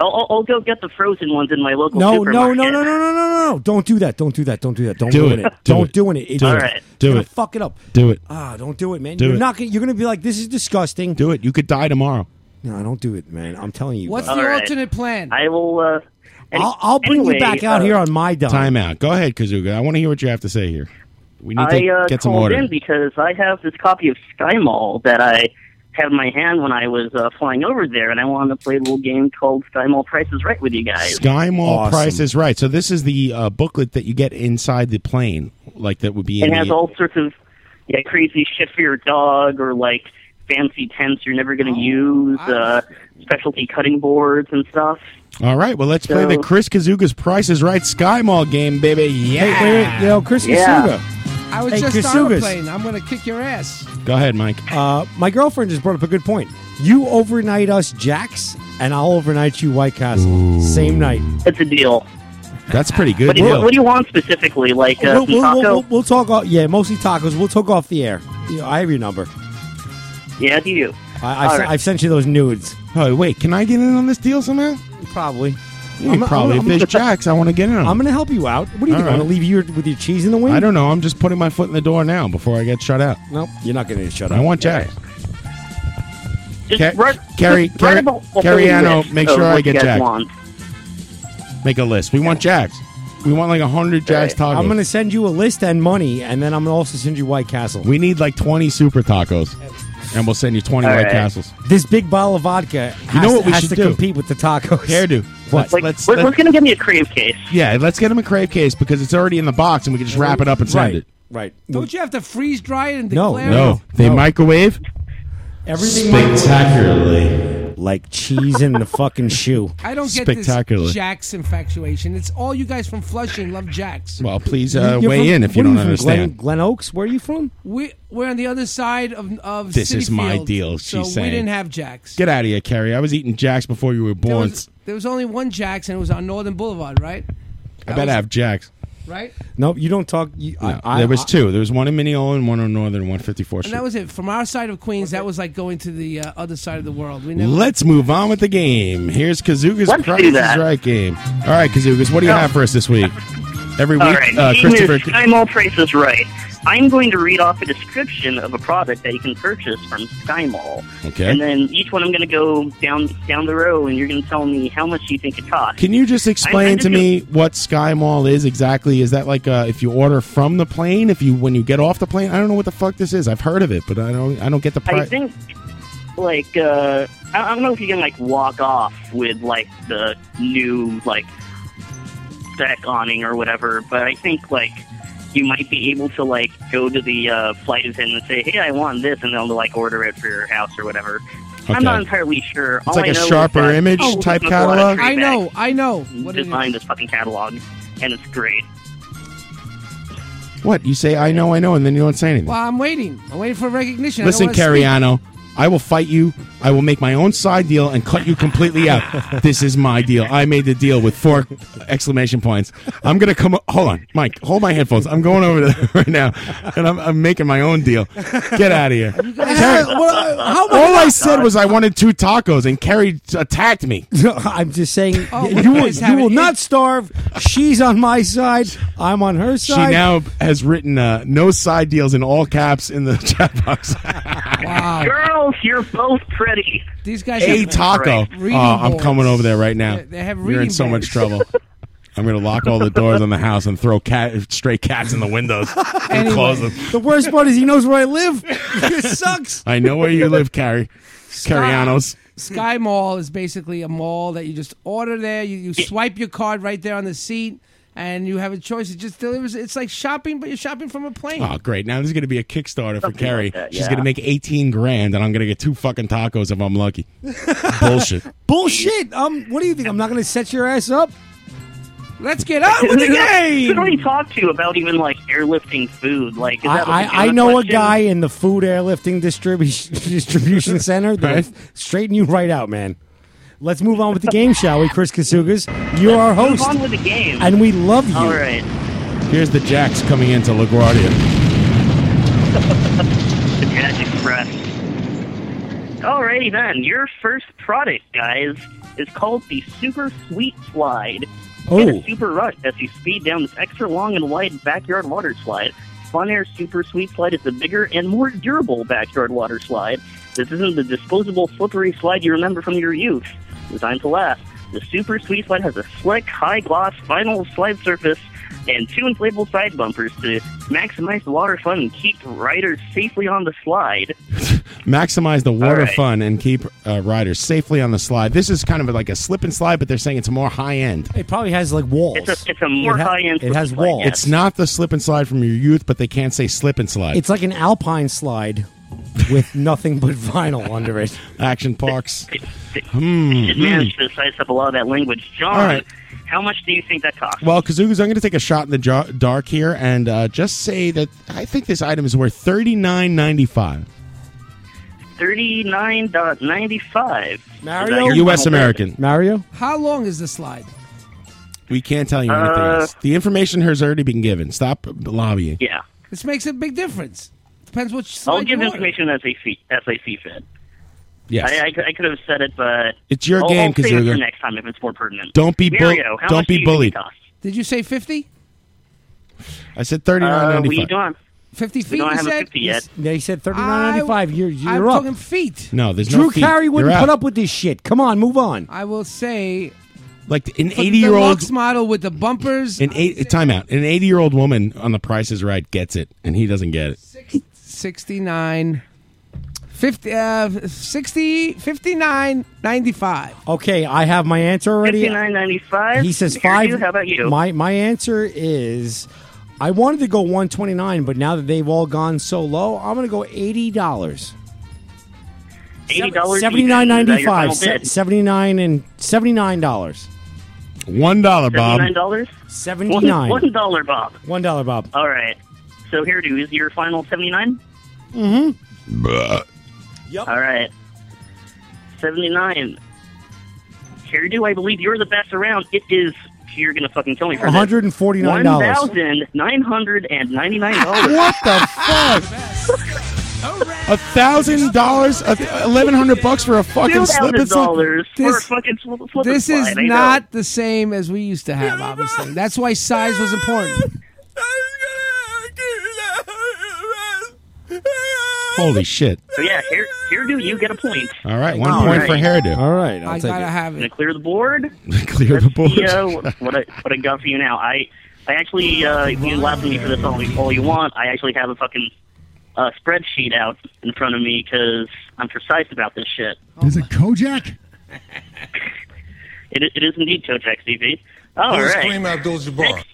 S4: I'll, I'll- I'll go get the frozen ones in my local
S10: No, no,
S4: supermarket.
S10: no, no, no, no, no, no! Don't do that! Don't do that! Don't do that! Don't
S3: Do
S10: ruin
S3: it.
S10: it!
S3: Do
S10: Don't
S3: it.
S10: do it! It's
S3: Do
S10: gonna-
S3: it.
S10: it's
S3: Do
S10: gonna
S3: it.
S10: Fuck it up!
S3: Do it.
S10: Ah, don't do it, man!
S3: Do
S10: you're
S3: it.
S10: not. Gonna, you're gonna be like, this is disgusting.
S3: Do it. You could die tomorrow.
S10: No, don't do it, man. I'm telling you.
S9: What's
S10: bro.
S9: the alternate plan?
S4: I will. Uh,
S10: I'll, I'll bring you back out here on my dime.
S3: Time out. Go ahead, Kazuga. I want to hear what you have to say here. We need
S4: I
S3: to
S4: uh,
S3: get some
S4: called
S3: order.
S4: in because I have this copy of Sky Mall that I had in my hand when I was uh, flying over there, and I wanted to play a little game called Sky Mall Price is Right with you guys.
S3: Sky Mall
S4: Awesome.
S3: Price is right. So this is the uh, booklet that you get inside the plane, like that would be in
S4: It has
S3: the,
S4: all sorts of yeah, crazy shit for your dog or like fancy tents you're never going
S10: Oh,
S4: to use, uh, specialty cutting boards and stuff.
S3: All right, well, let's play the
S4: So-
S3: Chris Kazuga's Price is Right Sky Mall game, baby. Yeah.
S10: Hey, wait, wait, yo, Chris
S3: Yeah.
S10: Kasuga.
S9: I was
S10: Hey,
S9: just on a
S10: Kasugas.
S9: plane. I'm going to kick your ass.
S3: Go ahead, Mike.
S10: Uh, my girlfriend just brought up a good point. You overnight us Jacks, and I'll overnight you White Castle. Same night.
S4: It's a deal.
S3: That's pretty good.
S4: What do, you, what do you want specifically? Like uh,
S10: we'll,
S4: some
S10: we'll,
S4: taco?
S10: we'll, we'll, we'll talk. Off, yeah, mostly tacos. We'll talk off the air. Yeah, I have your number.
S4: Yeah, do you?
S10: I, I've,
S4: All
S10: se-
S4: right.
S10: I've sent you those nudes.
S3: Oh wait, can I get in on this deal somehow?
S10: Probably.
S3: Yeah, probably. If there's Jacks, I want to get in on.
S10: I'm going to help you out. What do you
S3: All
S10: think? I'm
S3: right.
S10: going to leave you with your cheese in the wind.
S3: I don't know. I'm just putting my foot in the door now before I get shut out.
S10: Nope, you're not going to shut
S3: I
S10: up.
S3: want Jacks. Ca-
S4: run-
S3: Carrie,
S4: just
S3: Carrie,
S4: run about the
S3: Carrie
S4: whole
S3: Anno,
S4: list
S3: make
S4: of
S3: sure I
S4: what you
S3: get
S4: guys
S3: Jacks.
S4: want.
S3: Make a list. We want Jacks. We want like hundred Jacks tacos.
S10: I'm going to send you a list and money, and then I'm going to also send you White Castle.
S3: We need like 20 super tacos, and we'll send you 20 White Castles.
S10: This big bottle of vodka has,
S3: You know what we
S10: has
S3: should
S10: to
S3: do?
S10: compete with the tacos.
S3: Hairdo.
S10: What?
S3: Let's-
S4: Like, what- what's going to give me a crave case?
S3: Yeah, let's get him a crave case because it's already in the box, and we can just wrap it up and send
S10: Right.
S3: it.
S10: Right.
S9: Don't you have to freeze dry it and
S10: No,
S9: declare?
S3: No, they microwave.
S10: Everything
S3: Spectacularly.
S10: Like cheese in the fucking shoe.
S9: I don't get
S10: Spectacularly.
S9: this Jack's infatuation. It's all you guys from Flushing love Jack's.
S3: Well, please
S10: You-
S3: uh,
S10: you're
S3: weigh
S10: from-
S3: in if
S10: what
S3: you
S10: are
S3: don't
S10: from,
S3: understand.
S10: Glen, Glen Oaks, where are you from?
S9: We we're on the other side of of
S3: This is
S9: City
S3: my
S9: Field,
S3: deal,
S9: So
S3: she's
S9: we
S3: saying.
S9: didn't have Jack's.
S3: Get out of here, Carrie. I was eating Jacks before you were
S9: There
S3: born.
S9: was, there was only one Jack's, and it was on Northern Boulevard, right?
S3: I bet I have Jacks.
S9: Right,
S10: Nope, you don't talk. You,
S3: No,
S10: I, I,
S3: there was
S10: I-
S3: two. There was one in Mineola and one on Northern 154th
S9: and
S3: Street.
S9: that was it. From our side of Queens, that was like going to the uh, other side of the world. We never.
S3: Let's move on with the game. Here's Kazuga's
S9: Let's do
S3: Price is
S9: that.
S3: Right game. All right, Kazugas, what do you
S4: No.
S3: have for us this week? Every week,
S4: All right,
S3: uh,
S4: Gene is
S3: Christopher.
S4: Sky Mall Price is Right. I'm going to read off a description of a product that you can purchase from Sky Mall.
S3: Okay.
S4: And then each one I'm going to go down down the row, and you're going to tell me how much you think it costs.
S3: Can you just
S4: I- I
S3: explain
S4: just
S3: to me what Sky Mall is exactly? Is that like uh, if you order from the plane, if you when you get off the plane? I don't know what the fuck this is. I've heard of it, but I don't. I don't get the
S4: I
S3: price.
S4: think, like, uh, I, I don't know if you can like walk off with like the new like deck awning or whatever, but I think like you might be able to like go to the uh, flight attendant and say, "Hey, I want this," and they'll like order it for your house or whatever.
S3: Okay.
S4: I'm not entirely sure.
S3: It's like a sharper image type catalog?
S9: I know, I know. What it
S4: Just
S9: is.
S4: find this fucking catalog, and it's great.
S3: What you say? I know, I know, and then you don't say anything.
S9: Well, I'm waiting. I'm waiting for recognition. I don't
S3: Listen,
S9: wanna speak.
S3: Carriano, I will fight you. I will make my own side deal and cut you completely out. this is my deal. I made the deal with four exclamation points. I'm gonna come. o- Hold on, Mike. Hold my headphones. I'm going over there right now, and I'm, I'm making my own deal. Get out of here. Carrie- all I said was I wanted two tacos, and Carrie attacked me.
S10: I'm just saying,
S3: Oh,
S10: you, will,
S3: guys
S10: you will not starve. She's on my side. I'm on her
S3: She
S10: side.
S3: now has written uh, no side deals in all caps in the chat box.
S4: Girls, you're both pretty.
S9: These guys
S3: a
S9: have
S3: taco.
S9: great
S3: Oh,
S9: reading
S3: I'm
S9: boards.
S3: coming over there right now.
S9: They- they have
S3: You're in
S9: reading
S3: so much
S9: boards.
S3: trouble. I'm gonna lock all the doors on the house and throw cat stray cats in the windows and close them.
S10: The worst part is he knows where I live. it sucks.
S3: I know where you live, Carrie. Carrianos.
S9: Sky Mall is basically a mall that you just order there. You, you swipe your card right there on the seat. and you have a choice. It just delivers. It's like shopping, but you're shopping from a plane.
S3: Oh, great. Now there's going to be a Kickstarter for
S9: Something
S3: Carrie.
S9: like that,
S3: She's
S9: yeah.
S3: going to make 18 grand, and I'm going to get two fucking tacos if I'm lucky. Bullshit.
S10: Bullshit. Um, what do you think? I'm not going to set your ass up.
S9: Let's get on with the
S4: Who- Who
S9: game.
S4: do we talk to about even like airlifting food? Like, is
S10: I,
S4: that like a
S10: I, I
S4: John
S10: know a
S4: question?
S10: guy in the food airlifting distribu- distribution center that'll straighten you right out, man. Let's move on with the game, shall we, Chris Kasugas? You're our
S4: Move
S10: host.
S4: on with the game.
S10: And we love you.
S4: All right.
S3: Here's the Jacks coming into LaGuardia.
S4: The Jazz Express. Alrighty then, your first product, guys, is called the Super Sweet Slide. Get
S5: Oh.
S4: a super rush as you speed down this extra long and wide backyard water slide. Fun Air Super Sweet Slide is the bigger and more durable backyard water slide. This isn't the disposable slippery slide you remember from your youth. Designed to last, the Super Sweet Slide has a slick, high gloss vinyl slide surface and two inflatable side bumpers to maximize the water fun and keep riders safely on the slide.
S3: Maximize the water
S4: right.
S3: fun and keep uh, riders safely on the slide. This is kind of like a slip and slide, but they're saying it's more high end.
S10: It probably has like walls.
S4: It's a, it's a more
S10: It ha-
S4: high end.
S10: it has walls.
S3: It's not the slip and slide from your youth, but they can't say slip and slide.
S10: It's like an alpine slide with nothing but vinyl under it.
S3: Action parks. Hmm.
S4: It
S3: hmm.
S4: managed to size up a lot of that language. John,
S3: All right.
S4: how much do you think that cost?
S3: Well, Kazugas, I'm going to take a shot in the jar- dark here and uh, just say that I think this item is worth thirty nine ninety five.
S4: Thirty nine point ninety five.
S9: Mario?
S3: U.S. American.
S10: Mario,
S9: How long is the slide?
S3: we can't tell you anything
S9: Uh,
S3: else. The information has already been given. Stop lobbying.
S4: Yeah.
S9: This makes a big difference. Depends which slide
S4: I'll give
S9: you order.
S4: information as I see as I see fit.
S3: Yes.
S4: I, I, I could have said it, but
S3: It's your
S4: I'll,
S3: game,
S4: I'll save it
S3: Kazuga.
S4: for next time if it's more pertinent.
S3: Don't be bull-
S4: Mario, how
S3: don't
S4: much
S3: be
S4: do you think
S3: bullied.
S4: it costs?
S9: Did you say fifty?
S3: I said thirty nine
S4: Uh,
S3: ninety
S4: we
S3: five.
S4: don't.
S9: Fifty feet.
S4: We don't
S9: you
S4: have a
S9: said?
S4: 50 yet.
S10: Yeah, he said thirty nine ninety five. You're you're
S9: I'm
S10: up.
S9: talking feet.
S3: No, there's
S10: Drew
S3: no feet.
S10: Carey wouldn't
S3: You're
S10: put
S3: out.
S10: up with this shit. Come on, move on.
S9: I will say
S3: like an
S9: for the
S3: eighty year old
S9: deluxe model with the bumpers.
S3: an eight uh, timeout. An eighty year old woman on the Price is Right gets it, and he doesn't get it.
S9: 69 50 uh 60 59 95
S10: Okay, I have my answer already.
S9: Fifty nine
S4: ninety five.
S10: He says five. My my answer is, I wanted to go one twenty nine, but now that they've all gone so low, I'm going to go eighty dollars.
S4: Eighty dollars.
S10: Seventy nine ninety five.
S4: Seventy
S10: Seventy nine and seventy nine dollars.
S3: One dollar,
S4: nine dollars.
S10: Seventy
S4: One
S10: nine.
S4: one dollar, Bob.
S10: One dollar, Bob.
S3: Uh,
S4: All right. So here, do is your final seventy nine.
S10: Mm-hmm.
S4: All right. 79. Hairdo, I believe you're the best around. It is. You're going to fucking kill me for
S10: One
S4: this.
S10: hundred and forty nine dollars.
S4: $1,999.
S3: what the fuck? A thousand dollars, eleven hundred bucks for a Ah, fucking slip and slide.
S9: This- this
S3: slide,
S9: is
S3: I know.
S9: not the same as we used to have obviously that's why size was important
S3: Holy shit!
S4: So yeah, hair, hairdo, you get a point.
S3: All right, one point for hairdo.
S10: All right,
S4: I'll I take gotta it. have
S9: it.
S4: Clear the board.
S3: Clear the board.
S4: Yeah, uh, what, what I what I got for you now. I I actually uh, you can laugh at me for this all, all you want. I actually have a fucking uh, spreadsheet out in front of me because I'm precise about this shit.
S2: Is it Kojak?
S4: It, i- it is indeed Kojak CV. All
S21: Who's
S4: right.
S21: Kareem Abdul-Jabbar?
S4: Next,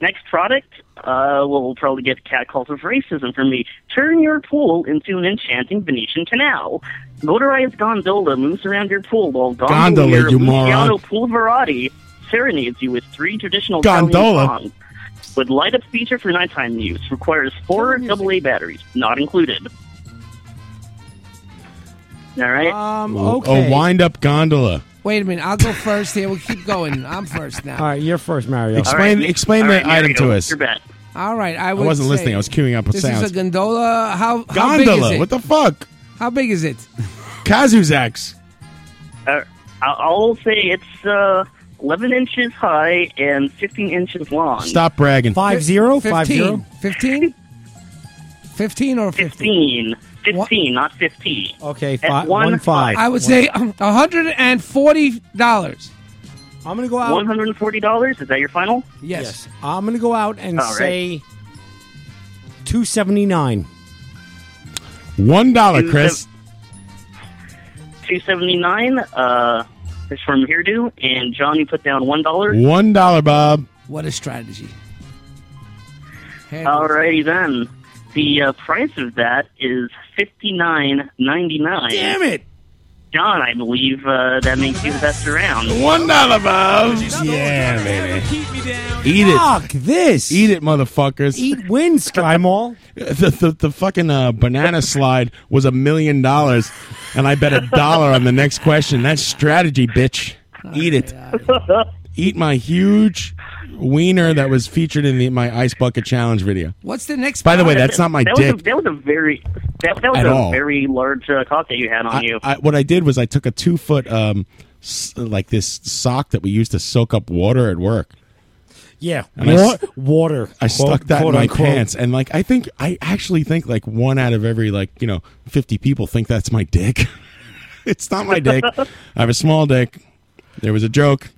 S4: next product, uh, well, we'll probably get cat calls of racism from me. Turn your pool into an enchanting Venetian canal. Motorized gondola moves around your pool while
S3: Gondola,
S4: gondolier
S3: you moron.
S4: Luciano Pulverati serenades you with three traditional
S3: Gondola.
S4: Italian songs. With light up feature for nighttime use, requires four AA batteries, not included. All right.
S9: um
S3: A Oh, wind up gondola.
S9: wait a minute i'll go first here we'll keep going i'm first now
S10: All right, you're first, Mario.
S3: Explain explain the item to us.
S9: all right i,
S3: I
S9: would
S3: wasn't
S9: say
S3: listening. I was queuing up
S9: this
S3: sounds.
S9: is a gondola how, how big is
S3: gondola.
S9: it
S3: What the fuck?
S9: how big is it
S3: Kazuzaks.
S4: Uh, I- I'll say it's uh, 11 inches high and 15 inches long.
S3: Stop bragging.
S10: Five zero, five
S9: 15
S10: zero.
S9: 15 15 or 50
S4: 15. 15, not 50.
S10: Okay,
S4: At
S10: fi-
S4: one
S10: one five.
S9: I would say hundred and forty dollars.
S10: I'm gonna go
S3: Uh,
S10: out.
S4: $140? Is that your final?
S10: Yes. I'm gonna go out and
S4: All right.
S10: say two seventy nine.
S3: One dollar,
S4: Two
S3: Chris.
S4: 279 uh, It's from Hairdo, and Johnny put down one dollar.
S3: One dollar, Bob.
S9: What a strategy.
S4: Alrighty then. The uh, price of that is fifty nine ninety nine. Damn
S9: it,
S4: John! I believe uh, that makes you the best around.
S3: One dollar, Bob. Yeah, baby. Eat it.
S9: Ah.
S10: Fuck this.
S3: Eat it, motherfuckers.
S10: Eat wind, Skymall.
S3: the, the, the fucking uh, banana slide was a million dollars, and I bet a dollar on the next question. That's strategy, bitch. Eat it. Eat my huge wiener that was featured in the, my ice bucket challenge video.
S9: What's the next?
S3: By the way, that's not my
S4: that Was
S3: dick.
S4: a, that was a very that, that was
S3: At
S4: a
S3: all.
S4: very large uh, cock that you had on you.
S3: I, what I did was I took a two foot um, s- like this sock that we used to soak up water at work.
S10: Yeah.
S3: And I s-
S10: water.
S3: I
S10: Quote-
S3: stuck that
S10: quote
S3: in my
S10: unquote.
S3: pants, and like I think I actually think like one out of every like you know fifty people think that's my dick. it's not my dick. I have a small dick. There was a joke.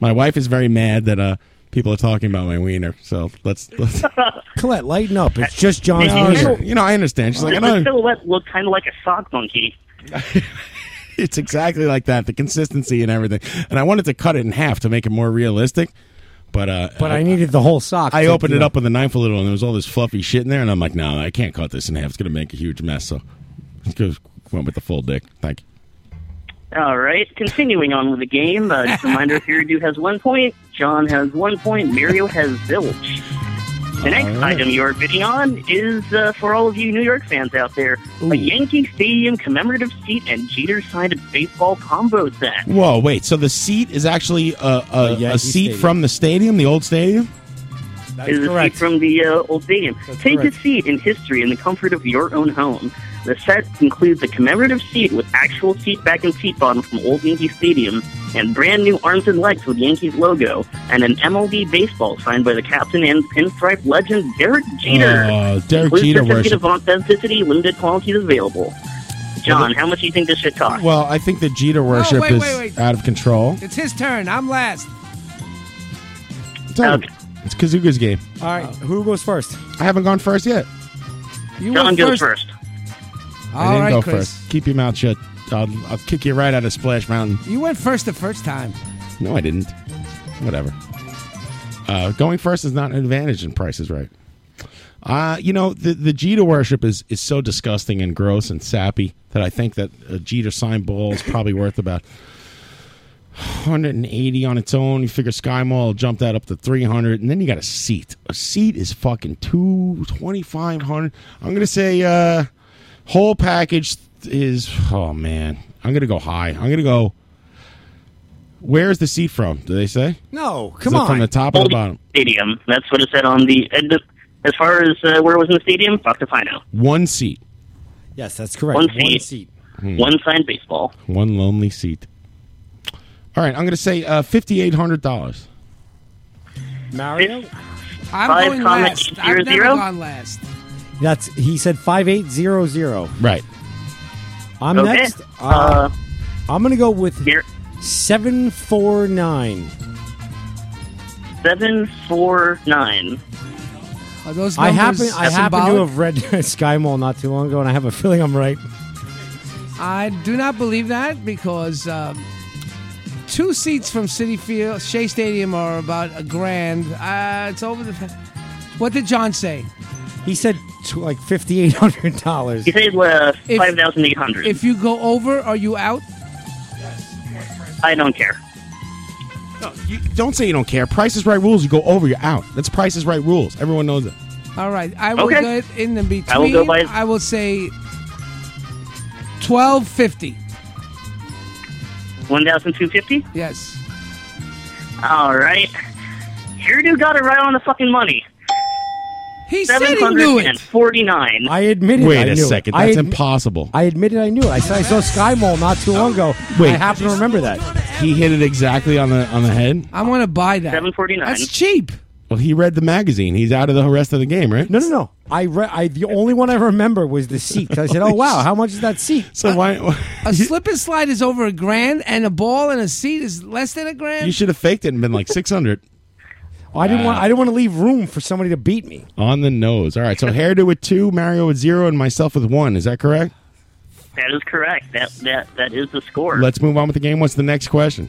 S3: My wife is very mad that uh people are talking about my wiener. So let's let's
S10: Colette, lighten up. It's just John.
S3: No,
S10: Wiener.
S3: you know I understand. She's like I
S4: the, the
S3: know
S4: silhouette looked kind of like a sock monkey.
S3: it's exactly like that. The consistency and everything. And I wanted to cut it in half to make it more realistic. But uh,
S10: But I needed the whole sock.
S3: I
S10: to-
S3: opened it up with a knife a little, and there was all this fluffy shit in there, and I'm like, no, I can't cut this in half. It's gonna make a huge mess. So, let's go went with the full dick. Thank you.
S4: All right, continuing on with the game. Uh, just a reminder: Hairdo has one point, John has one point, Mario has zilch. The next
S5: All right.
S4: item you are bidding on is uh, for all of you New York fans out there: a Yankee Stadium commemorative seat and Jeter signed baseball combo set.
S3: Whoa, wait. So the seat is actually a, a, a,
S4: Yankee
S3: seat
S4: Stadium.
S3: from the stadium, the old stadium.
S4: It is a seat from the uh, old stadium. Take
S3: correct.
S4: a seat in history in the comfort of your own home. The set includes a commemorative seat with actual seat back and seat bottom from Old Yankee Stadium, and brand new arms and legs with Yankees logo, and an MLB baseball signed by the captain and pinstripe legend Derek Jeter.
S3: Oh, Derek
S4: Includes
S3: Jeter
S4: certificate
S3: worship.
S4: of authenticity, limited quantities available. John, how much do you think this should cost?
S3: Well, I think the Jeter worship
S4: wait,
S3: is
S4: wait, wait.
S3: out of control.
S9: It's his turn. I'm last.
S3: It's, all- it's Kazuga's game.
S10: All right.
S9: Uh,
S10: Who goes first?
S3: I haven't gone first yet.
S9: You
S4: John
S9: went
S4: goes
S9: first.
S4: first.
S9: All
S3: I didn't
S9: right,
S3: go
S9: Chris.
S3: first. Keep your mouth shut. I'll, I'll kick you right out of Splash Mountain.
S9: You went first the first time.
S3: No, I didn't. Whatever. Uh, going first is not an advantage in Price is Right. Uh, you know, the, the Jeter worship is, is so disgusting and gross and sappy that I think that a Jeter sign ball is probably worth about 180 on its own. You figure Sky Mall will jump that up to 300, and then you got a seat. A seat is fucking two 2500 I'm going to say uh, whole package is, oh man, I'm going to go high. I'm going to go, where's the seat from? Do they say?
S10: No,
S3: come Is it from on. the top or the bottom?
S4: Stadium. That's what it said on the. and the- As far as uh, where it was in the stadium, fuck if I know.
S3: One seat.
S10: Yes, that's correct.
S4: One seat. One signed baseball.
S3: One lonely seat. All right, I'm going to say uh, $5,800.
S10: Mario?
S9: I'm
S4: Five
S9: going
S4: comma
S9: last.
S4: eight
S9: I've
S4: zero
S9: never
S4: zero?
S9: gone last.
S10: That's he said five eight zero zero.
S3: Right.
S10: I'm
S9: Okay.
S10: next. Uh, I'm gonna go with seven four nine.
S4: Seven four nine.
S9: Are those
S10: I
S9: numbers
S10: happen I happen
S9: symbolic?
S10: to have read Sky Mall not too long ago, and I have a feeling I'm right.
S9: I do not believe that because um, two seats from City Field, Shea Stadium, are about a grand. Uh, it's over the. What did John say?
S10: He said tw- like fifty eight hundred dollars.
S4: You said uh,
S9: If-
S4: five thousand eight hundred.
S9: If you go over, are you out?
S4: I don't care.
S3: You don't say you don't care. Price is right rules. You go over, you're out. That's Price is right rules. Everyone knows it.
S9: All right, I will
S4: Okay.
S9: go it in the between.
S3: I will go by-
S9: I will say twelve fifty.
S4: One thousand two fifty.
S9: Yes.
S4: All right. Hairdo got it right on the fucking money.
S9: He
S4: said he knew it. Forty nine.
S10: I admitted.
S3: Wait
S10: a
S3: a second. That's impossible.
S10: I admitted I knew it. I saw, I saw Sky Mall not too long ago. I happen to remember that.
S3: He hit it exactly on the on the head.
S9: I want to buy that.
S4: Seven forty nine.
S9: That's cheap.
S3: Well, he read the magazine. He's out of the rest of the game, right?
S10: No, no, no. I, re- I the only one I remember was the seat. 'Cause I said, "Oh wow, how much is that seat?"
S3: So why?
S9: A slip and slide is over a grand, and a ball and a seat is less than a grand.
S3: You should have faked it and been like 600
S10: I didn't want. I didn't want to leave room for somebody to beat me.
S3: on the nose. All right. So Hairdo with two, Mario with zero, and myself with one. Is that correct?
S4: That is correct. That that that is the score.
S3: Let's move on with the game. What's the next question?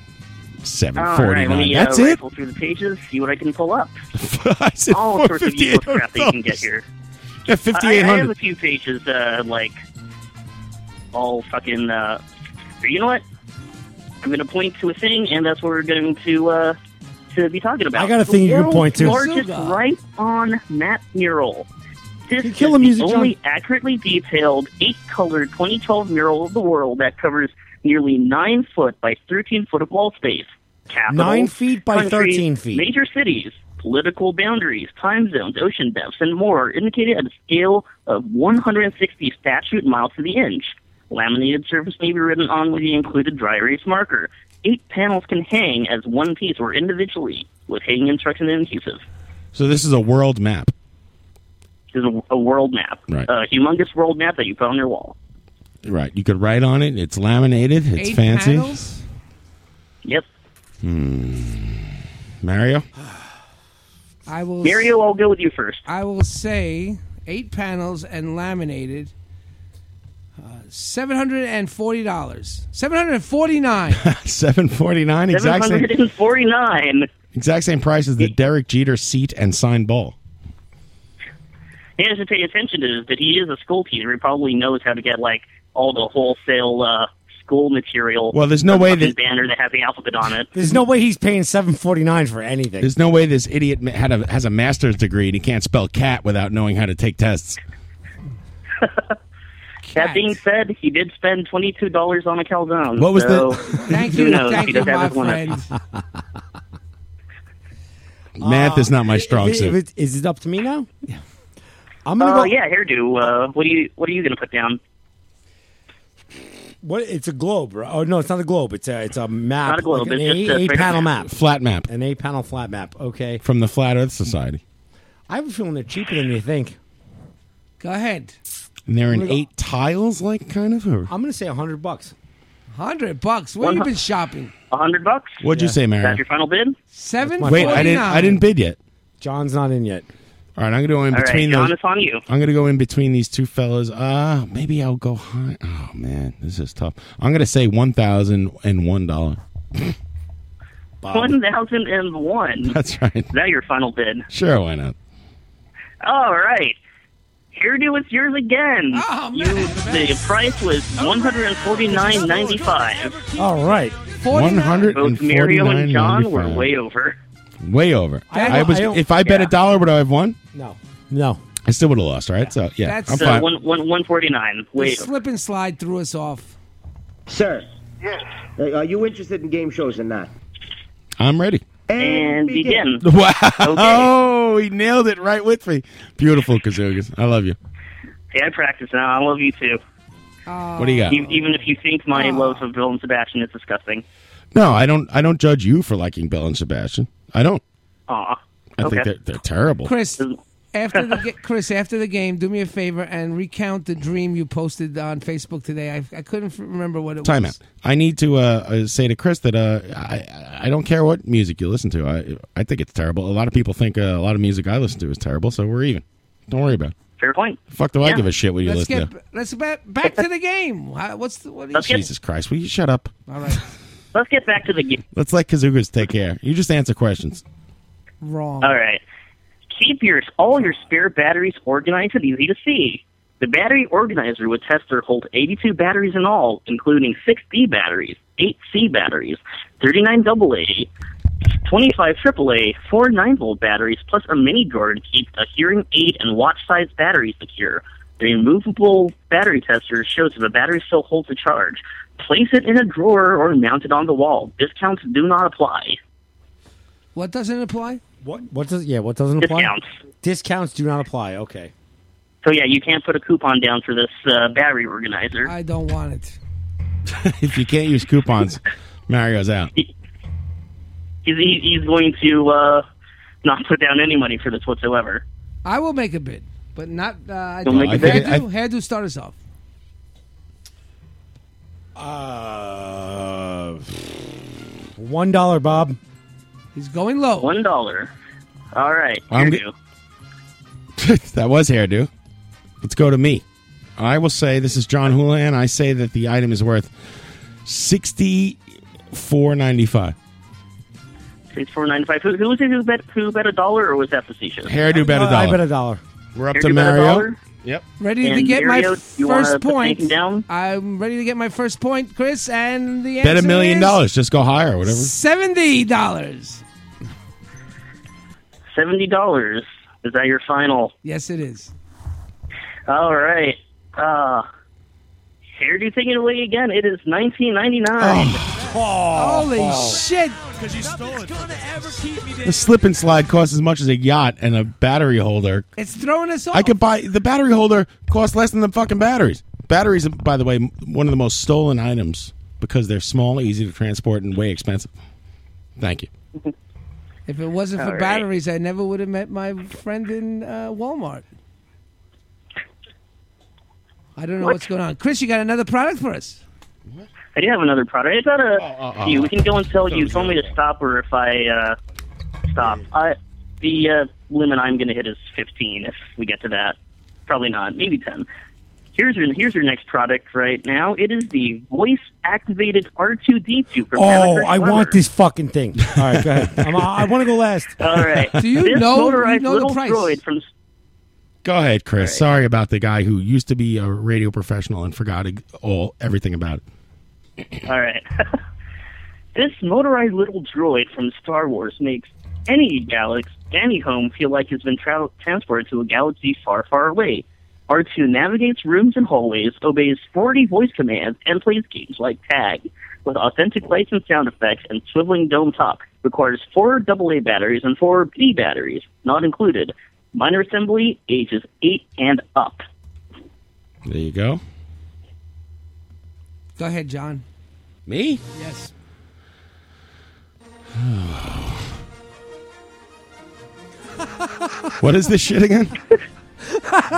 S3: Seven
S4: All
S3: forty
S4: right, let
S3: nine.
S4: me
S3: That's
S4: uh,
S3: it.
S4: rifle through the pages, see what I can pull up.
S3: I said
S4: All sorts of useless crap that you can get here.
S3: Yeah,
S4: I, I
S3: 5800.
S4: have a few pages, uh, like, all fucking, uh, or you know what? I'm going to point to a thing, and that's what we're going to, uh, to be talking about.
S10: I got a thing
S4: The
S10: you can
S4: world's
S10: point to.
S4: largest right-on map mural. This is
S10: kill the
S4: the
S10: music, John?
S4: only accurately detailed, eight-colored 2012 mural of the world that covers nearly 9 foot by 13 foot of wall space. Capitals,
S10: Nine feet by
S4: countries,
S10: 13 feet.
S4: Major cities, political boundaries, time zones, ocean depths, and more are indicated at a scale of 160 statute miles to the inch. Laminated surface may be written on with the included dry erase marker. Eight panels can hang as one piece or individually with hanging instructions and adhesive.
S3: So this is a world map.
S4: This is a, a world map,
S3: Right.
S4: a humongous world map that you put on your wall.
S3: Right. You could write on it. It's laminated. It's
S4: Eight
S3: fancy.
S4: panels? Yep.
S3: Hmm. Mario?
S9: I will.
S4: Mario, I'll go with you first.
S9: I will say eight panels and laminated. Uh, Seven hundred and forty dollars. Seven hundred and forty-nine.
S3: 749 exact same,
S4: 749.
S3: exact same price as the Derek Jeter seat and signed ball.
S4: He has to pay attention to this, but he is a school teacher. He probably knows how to get like all the wholesale uh, school material.
S3: Well, there's no way
S4: fucking
S3: that-
S4: banner that has the alphabet on it.
S10: There's no way he's paying seven forty nine for anything.
S3: There's no way this idiot ma- had a, has a master's degree and he can't spell cat without knowing how to take tests.
S4: That being said, he did spend twenty two dollars on a calzone.
S3: What was
S4: so
S3: the-
S9: Thank
S4: who
S9: you,
S4: knows?
S9: thank
S4: he
S9: you,
S4: does have
S9: my
S4: his one up.
S9: friend.
S3: Math is not my strong
S10: If it- if
S3: suit.
S10: it- Is it up to me now? I'm gonna
S4: Oh
S10: go.
S4: yeah, hairdo. Uh, what are you What are you gonna put down?
S10: What? It's a globe. Right? Oh no, it's not a globe. It's a it's a map.
S4: Not a globe,
S10: an
S4: it's
S10: eight,
S4: just a
S10: eight
S4: straight
S10: panel
S4: map.
S10: map.
S3: Flat map.
S10: An eight panel flat map. Okay.
S3: From the Flat Earth Society.
S10: I have a feeling they're cheaper than you think.
S9: Go ahead.
S3: And they're in
S10: Little-
S3: eight tiles, like, kind of? Or?
S10: I'm gonna say hundred bucks.
S9: Hundred bucks. Where
S4: One
S9: you
S4: hu-
S9: been shopping?
S4: A hundred bucks.
S3: What'd you say, Mario?
S4: That's your final bid.
S9: Seven.
S3: Wait, I didn't, I didn't bid yet.
S10: John's not in yet.
S3: All right, I'm going to go in
S4: All right,
S3: between
S4: John,
S3: those.
S4: it's on you.
S3: I'm going to go in between these two fellas. Uh, maybe I'll go high. Oh, man, this is tough. I'm going to say $1,001.
S4: One thousand and one.
S3: That's right.
S4: Is that your final bid?
S3: Sure, why not?
S4: All right. Hairdo is yours again. you,
S9: Oh,
S4: the price was one hundred and forty nine ninety five.
S10: All right.
S3: One hundred and
S4: Both Mario and John were
S3: $49.95.
S4: way over.
S3: Way over.
S4: I don't-
S3: I, was.
S4: I don't-
S3: if I bet a
S4: Yeah.
S3: dollar, would I have won?
S10: No. No.
S3: I still would have lost. Right. So yeah,
S9: That's-
S3: I'm
S9: So
S3: fine.
S4: One one one forty nine.
S9: The
S4: Way over.
S9: slip and slide threw us off.
S5: Sir. Yes. Are you interested in game shows or not?
S3: I'm ready.
S4: And begin.
S3: Wow! Oh, he nailed it right with me. Beautiful, Kazugas. I love you.
S4: Hey, I practice now. I love you too.
S3: What do you got?
S4: E- Even if you think my love for Bill and Sebastian is disgusting.
S3: No, I don't. I don't judge you for liking Bill and Sebastian. I don't.
S4: Aw.
S3: I
S4: okay.
S3: think they're, they're terrible.
S9: Chris, after the ga- Chris, after the game, do me a favor and recount the dream you posted on Facebook today. I, I couldn't f- remember what it
S3: Time out.
S9: was.
S3: I need to uh, uh, say to Chris that uh, I I don't care what music you listen to. I I think it's terrible. A lot of people think uh, a lot of music I listen to is terrible. So we're even. Don't worry about it.
S4: Fair point.
S3: Fuck, do I give a shit what you
S9: Let's
S3: listen
S9: get
S3: to?
S9: b- let's get back to the game. Wha- What's the what? do you-
S3: Jesus Christ! Will you shut up?
S9: All right,
S4: Let's get back to the game.
S3: Let's let Kazugas take care. You just answer questions.
S9: wrong.
S4: All right. Keep your all your spare batteries organized and easy to see. The battery organizer would tester hold 82 batteries in all, including 6 D batteries, 8 C batteries, 39 AA, 25 AAA, 4 9-volt batteries, plus a mini drawer to keep a hearing aid and watch-size battery secure. The removable battery tester shows if a battery still holds a charge. Place it in a drawer or mount it on the wall. Discounts do not apply.
S9: What doesn't apply?
S10: What? What does? Yeah. What doesn't apply?
S4: Discounts.
S10: Discounts do not apply. Okay.
S4: So yeah, you can't put a coupon down for this uh, battery organizer.
S9: I don't want it.
S3: if you can't use coupons, Mario's out.
S4: He's he, he's going to uh, not put down any money for this whatsoever.
S9: I will make a bid, but not. Uh, I
S4: You'll
S9: don't-
S4: make a
S9: Hairdo-
S4: bid? I-
S9: Hairdo, start us off.
S10: Uh, one dollar, Bob.
S9: He's going low.
S4: One dollar. All right.
S3: I'm
S4: here
S3: g-
S4: you go.
S3: that was hairdo. Let's go to me. I will say this is John Houlihan. I say that the item is worth sixty four ninety five.
S4: Six four ninety five. Who, who was it? Who bet? Who bet a dollar, or was that facetious?
S3: Hairdo
S10: Uh,
S3: bet a dollar. dollar. We're up
S4: Hairdo
S3: to
S4: bet a
S3: Mario.
S4: dollar?
S3: Yep.
S9: Ready to
S4: And
S9: get my
S4: Mario, you wanna
S9: first
S4: put
S9: point.
S4: anything down?
S9: I'm ready to get my first point, Chris, and the
S3: Bet a
S9: answer
S3: million
S9: is
S3: dollars. Just go higher, whatever.
S9: Seventy dollars.
S4: Seventy dollars. Is that your final?
S9: Yes, it is.
S4: All right. Uh, hairdo taking it away again. It is nineteen ninety nine.
S3: Oh,
S9: Holy shit!
S8: Because you stole it. Gonna ever keep me
S3: The slip and slide costs as much as a yacht and a battery holder.
S9: It's throwing us off.
S3: I could buy the battery holder costs less than the fucking batteries. Batteries, by the way, m- one of the most stolen items because they're small, easy to transport, and way expensive. Thank you.
S9: If it wasn't for
S4: All right.
S9: batteries, I never would have met my friend in uh, Walmart. I don't know
S4: What?
S9: what's going on, Chris. You got another product for us?
S4: I do have another product. I got a
S9: oh,
S4: few.
S9: oh.
S4: We can go until you told me to stop, or if I uh, stop. I, the uh, limit I'm going to hit is 15. If we get to that, probably not. Maybe 10. Here's your here's your next product right now. It is the voice activated R2D2 from
S10: Oh,
S4: Hammer
S10: I
S4: Crush
S10: want this fucking thing. All right, go ahead. I'm, I want to go last.
S4: All right. this motorized little droid from
S3: Go ahead, Chris. Sorry about the guy who used to be a radio professional and forgot eg- all everything about it.
S4: All right. this motorized little droid from Star Wars makes any galaxy, any home feel like it's been tra- transported to a galaxy far, far away. R2 navigates rooms and hallways, obeys 40 voice commands, and plays games like tag. With authentic lights and sound effects and swiveling dome top, requires four AA batteries and four B batteries, not included. Minor assembly, ages 8 and up.
S3: There you go.
S9: Go ahead, John.
S3: Me?
S9: Yes.
S3: What is this shit again?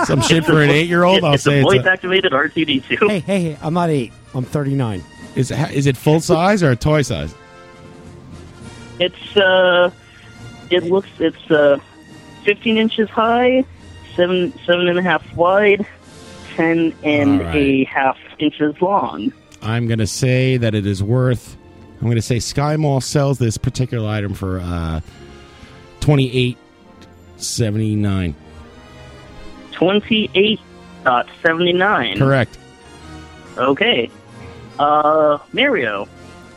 S3: Some shit for an eight-year-old. I'll say it's a-
S4: activated R2D2.
S10: Hey, hey, hey! I'm not eight. I'm 39.
S3: Is it, is it full size or a toy size?
S4: It's uh, it looks it's uh, 15 inches high, seven seven and a half wide, ten and
S3: All right.
S4: a half inches long.
S3: I'm going to say that it is worth. I'm going to say Sky Mall sells this particular item for uh, twenty eight seventy nine.
S4: 28.79.
S3: Correct.
S4: Okay. Uh, Mario,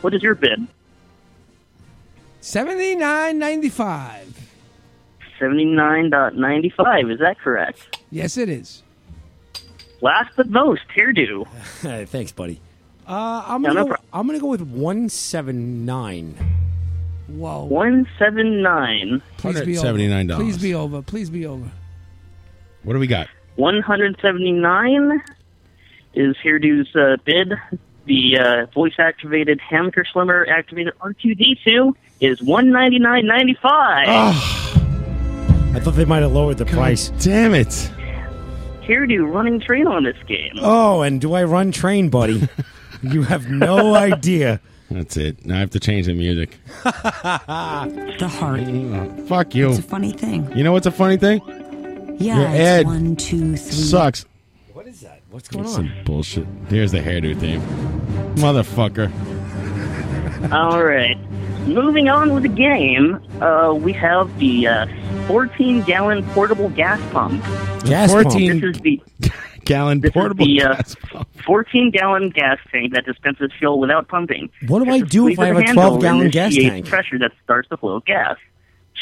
S4: what is your bid?
S9: Seventy nine ninety five.
S4: 79.95. Is that correct?
S9: Yes, it is.
S4: Last but most, hairdo.
S10: Thanks, buddy. Uh, I'm
S4: Yeah,
S10: gonna
S4: no
S10: go, I'm gonna go with one seven nine.
S9: Whoa.
S4: 179.
S9: Please be over.
S3: $179.
S9: Please be over. Please be over.
S3: What do we got?
S4: 179 is Hairdo's uh, bid. The uh, voice activated Hamker Slimmer activated R2D2 is 199.95.
S10: I thought they might have lowered the price.
S3: Damn it!
S4: Hairdo running train on this game.
S10: Oh, and do I run train, buddy? you have no idea.
S3: That's it. Now I have to change the music.
S6: the heart.
S4: Mm.
S3: Fuck you.
S6: It's a funny thing.
S3: You know what's a funny thing?
S6: Yeah,
S3: Your
S6: it's
S3: ad
S6: one, two, three.
S3: Sucks.
S10: What's
S3: That's some bullshit. Here's the hairdo theme. Motherfucker.
S4: All right. Moving on with the game, uh, we have the uh, 14 gallon portable gas pump.
S3: Gas pump. 14
S4: This is the
S3: Gallon portable.
S4: the uh, 14 gallon gas tank that dispenses fuel without pumping.
S10: What do I
S4: Just
S10: do if
S4: squeeze
S10: I have
S4: the
S10: a
S4: handle
S10: 12 gallon
S4: and
S10: gas
S4: initiate
S10: tank?
S4: Pressure that starts the flow of gas.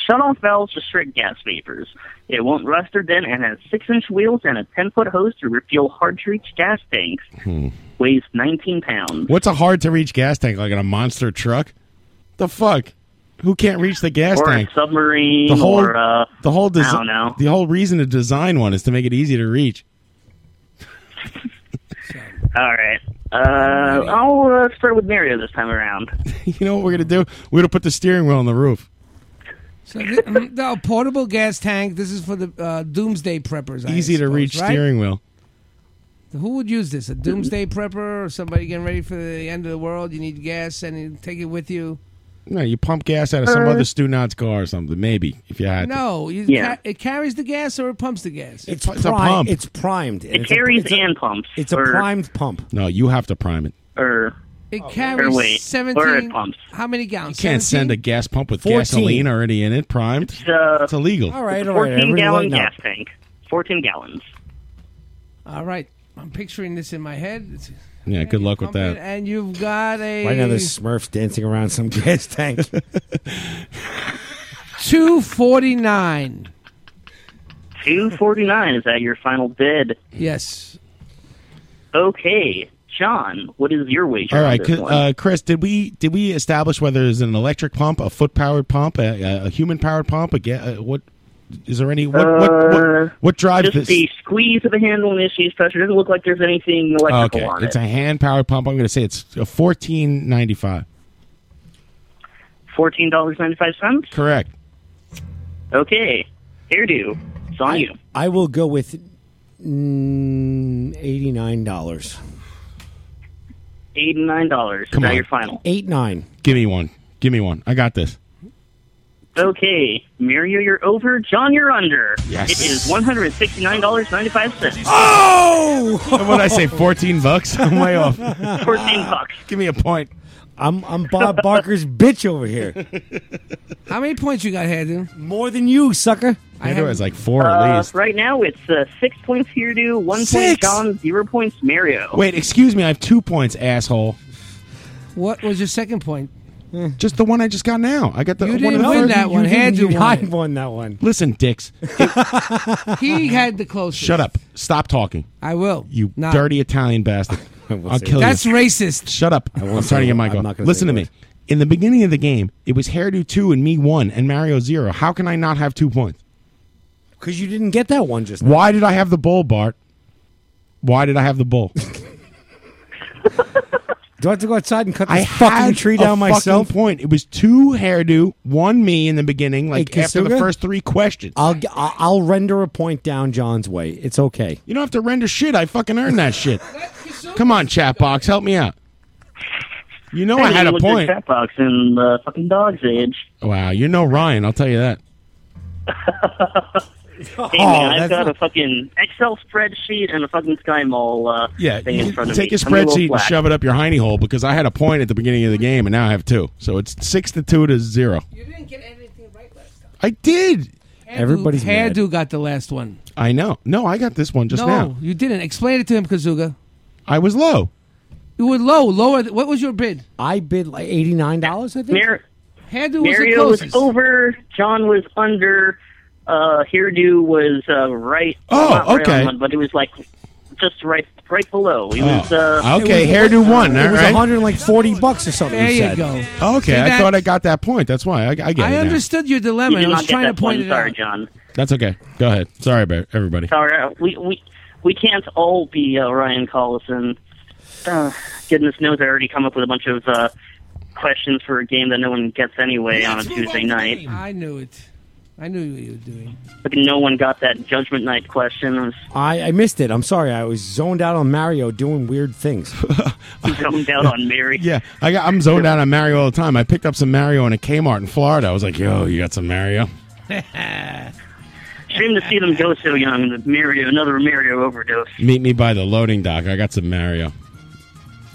S4: Shut off valves restrict gas vapors. It won't rust or dent and has 6 inch wheels and a 10 foot hose to refuel hard to reach gas tanks.
S3: Hmm.
S4: Weighs 19 pounds.
S3: What's a hard to reach gas tank like in a monster truck? The fuck? Who can't reach the gas
S4: or
S3: tank?
S4: a submarine
S3: The whole
S4: or uh,
S3: the whole
S4: I
S3: design
S4: don't know.
S3: the whole reason to design one is to make it easy to reach.
S4: All right. Uh, I'll uh, start with Mario this time around.
S3: you know what we're gonna do? We're gonna put the steering wheel on the roof.
S9: So the, the portable gas tank. This is for the uh, doomsday preppers. I
S3: easy to
S9: suppose,
S3: reach
S9: right?
S3: steering wheel.
S9: Who would use this? A doomsday prepper or somebody getting ready for the end of the world? You need gas and you take it with you.
S3: No, you pump gas out of some
S9: Uh,
S3: other student's car or something. Maybe if you had. to.
S9: No, you
S3: Yeah.
S9: ca- it carries the gas or it pumps the gas.
S10: It's,
S3: it's a pri- pump. it's
S10: primed.
S4: It carries and pumps.
S10: It's a
S4: or,
S10: primed pump.
S3: No, you have to prime it.
S4: Or
S9: It
S4: Oh, or
S9: carries
S4: wait, or it
S9: seventeen.
S4: pumps.
S9: How many gallons?
S3: You can't send a gas pump with
S9: 14.
S3: gasoline already in it primed. It's,
S4: uh,
S3: illegal.
S4: It's a 14 gallon gas tank. 14 gallons.
S9: All right, I'm picturing this in my head. It's-
S3: Yeah, good luck with
S9: pump it,
S3: that.
S9: And you've got a
S10: Right now, there's Smurfs dancing around some gas tank.
S9: two forty nine.
S4: 249 is that your final bid?
S9: Yes.
S4: Okay, John, what is your wager?
S3: All
S4: on
S3: right,
S4: this
S3: c-
S4: one?
S3: uh, Chris. Did we did we establish whether there's an electric pump, a foot powered pump, a, a- a human powered pump? A ga- uh, what is there any? What what, what, what drives
S4: Uh, Just
S3: this?
S4: the squeeze of the handle and issues pressure. Doesn't look like there's anything electrical
S3: okay,
S4: on
S3: it's
S4: it.
S3: a hand powered pump. I'm going to say it's a fourteen ninety five.
S4: Fourteen dollars ninety five cents.
S3: Correct.
S4: Okay, hairdo. It's on you.
S10: I will go with mm, eighty-nine dollars.
S4: Eighty nine dollars. Now your final.
S10: Eight nine.
S3: Give me one. Give me one. I got this.
S4: Okay, Mario, you're over. John, you're under.
S3: Yes. Ah,
S4: It is one hundred sixty nine dollars ninety five cents.
S3: Oh! what I say? Fourteen bucks? I'm way off.
S4: Fourteen bucks.
S3: Give me a point.
S10: I'm I'm Bob Barker's bitch over here.
S9: How many points you got, Haddon?
S10: More than you, sucker.
S3: I know it's like four at
S4: Uh,
S3: least.
S4: right now, it's uh, six points hairdo, one point John, zero points Mario.
S3: Wait, excuse me. I have two points, asshole.
S9: What was your second point?
S3: Just the one I just got now. I got the
S9: You
S3: one
S9: didn't
S3: of the
S9: win
S3: first-
S9: that one. Haddon
S10: you
S9: won.
S10: I won that one.
S3: Listen, dicks.
S9: he had the closest.
S3: Shut up. Stop talking.
S9: I will.
S3: You
S9: Nah.
S3: dirty Italian bastard. I'll
S9: say
S3: kill
S9: that. That's
S3: you.
S9: racist.
S3: Shut up. I'm
S10: say
S3: starting your
S10: it.
S3: mic
S10: I'm
S3: off.
S10: not gonna
S3: Listen
S10: say
S3: to me. In the beginning of the game, it was hairdo two and me one and Mario zero. How can I not have two points?
S10: Because you didn't get that one just. now.
S3: Why did I have the bull, Bart? Why did I have the bull?
S10: Do I have to go outside and cut this
S3: I
S10: fucking
S3: had
S10: tree
S3: a
S10: down
S3: fucking
S10: myself?
S3: Point. It was two hairdo, one me in the beginning, like
S10: Hey,
S3: after the
S10: Kasuga?
S3: first three questions.
S10: I'll g- I'll I'll render a point down John's way. It's okay.
S3: You don't have to render shit. I fucking earned that shit. Come on, chat box, help me out. You know I
S4: Hey,
S3: had
S4: you
S3: a
S4: looked at
S3: point.
S4: Chat box and the fucking dog's age.
S3: Wow, you know Ryan. I'll tell you that.
S4: Hey man,
S3: Oh, that's
S4: I've got
S3: not-
S4: a fucking Excel spreadsheet and a fucking SkyMall uh,
S3: Yeah,
S4: thing in
S3: you
S4: front of
S3: take
S4: me.
S3: a
S4: I'm little
S3: spreadsheet and
S4: flat.
S3: shove it up your hiney hole because I had a point at the beginning of the game and now I have two. So it's six to two to zero. You didn't get anything right last time. I did.
S9: Everybody's Hairdo got the last one.
S3: I know. No, I got this one just
S9: no,
S3: now.
S9: you didn't. Explain it to him, Kazuga.
S3: I was low.
S9: You were low, lower. th- what was your bid?
S10: I bid like eighty nine dollars. I think.
S4: Mar-
S9: Hairdo was the
S4: Mario was,
S9: closest.
S4: over. John was under. Uh, Hairdo was uh, right.
S3: Oh,
S4: not right
S3: okay.
S4: on one, but it was like just right, right below. He was.
S3: Oh,
S4: Uh,
S3: okay,
S10: It was-
S3: hairdo one.
S10: It
S3: all
S10: was
S3: right.
S10: one hundred like forty bucks or something.
S9: There you
S10: said.
S9: go.
S3: Okay,
S9: See,
S3: I
S9: that-
S3: thought I got that point. That's why I, I get it
S9: I
S3: now.
S9: understood your dilemma.
S4: you did
S9: and I
S4: not
S9: was
S4: get
S9: trying
S4: that
S9: to point
S4: one.
S9: it
S4: Sorry,
S9: out.
S4: John.
S3: That's okay. Go ahead. Sorry, about everybody.
S4: Sorry, uh, we we we can't all be uh, Ryan Collison. Uh, goodness knows, I already come up with a bunch of uh, questions for a game that no one gets anyway on a Tuesday night.
S9: I knew it. I knew what you were doing.
S4: But no one got that Judgment Night question. I was
S10: I, I missed it. I'm sorry. I was zoned out on Mario doing weird things.
S4: zoned out on Mary.
S3: Yeah, I got, I'm zoned out on Mario all the time. I picked up some Mario in a Kmart in Florida. I was like, "Yo, you got some Mario?"
S4: Shame to see them go so young. The Mario, another Mario overdose.
S3: Meet me by the loading dock. I got some Mario.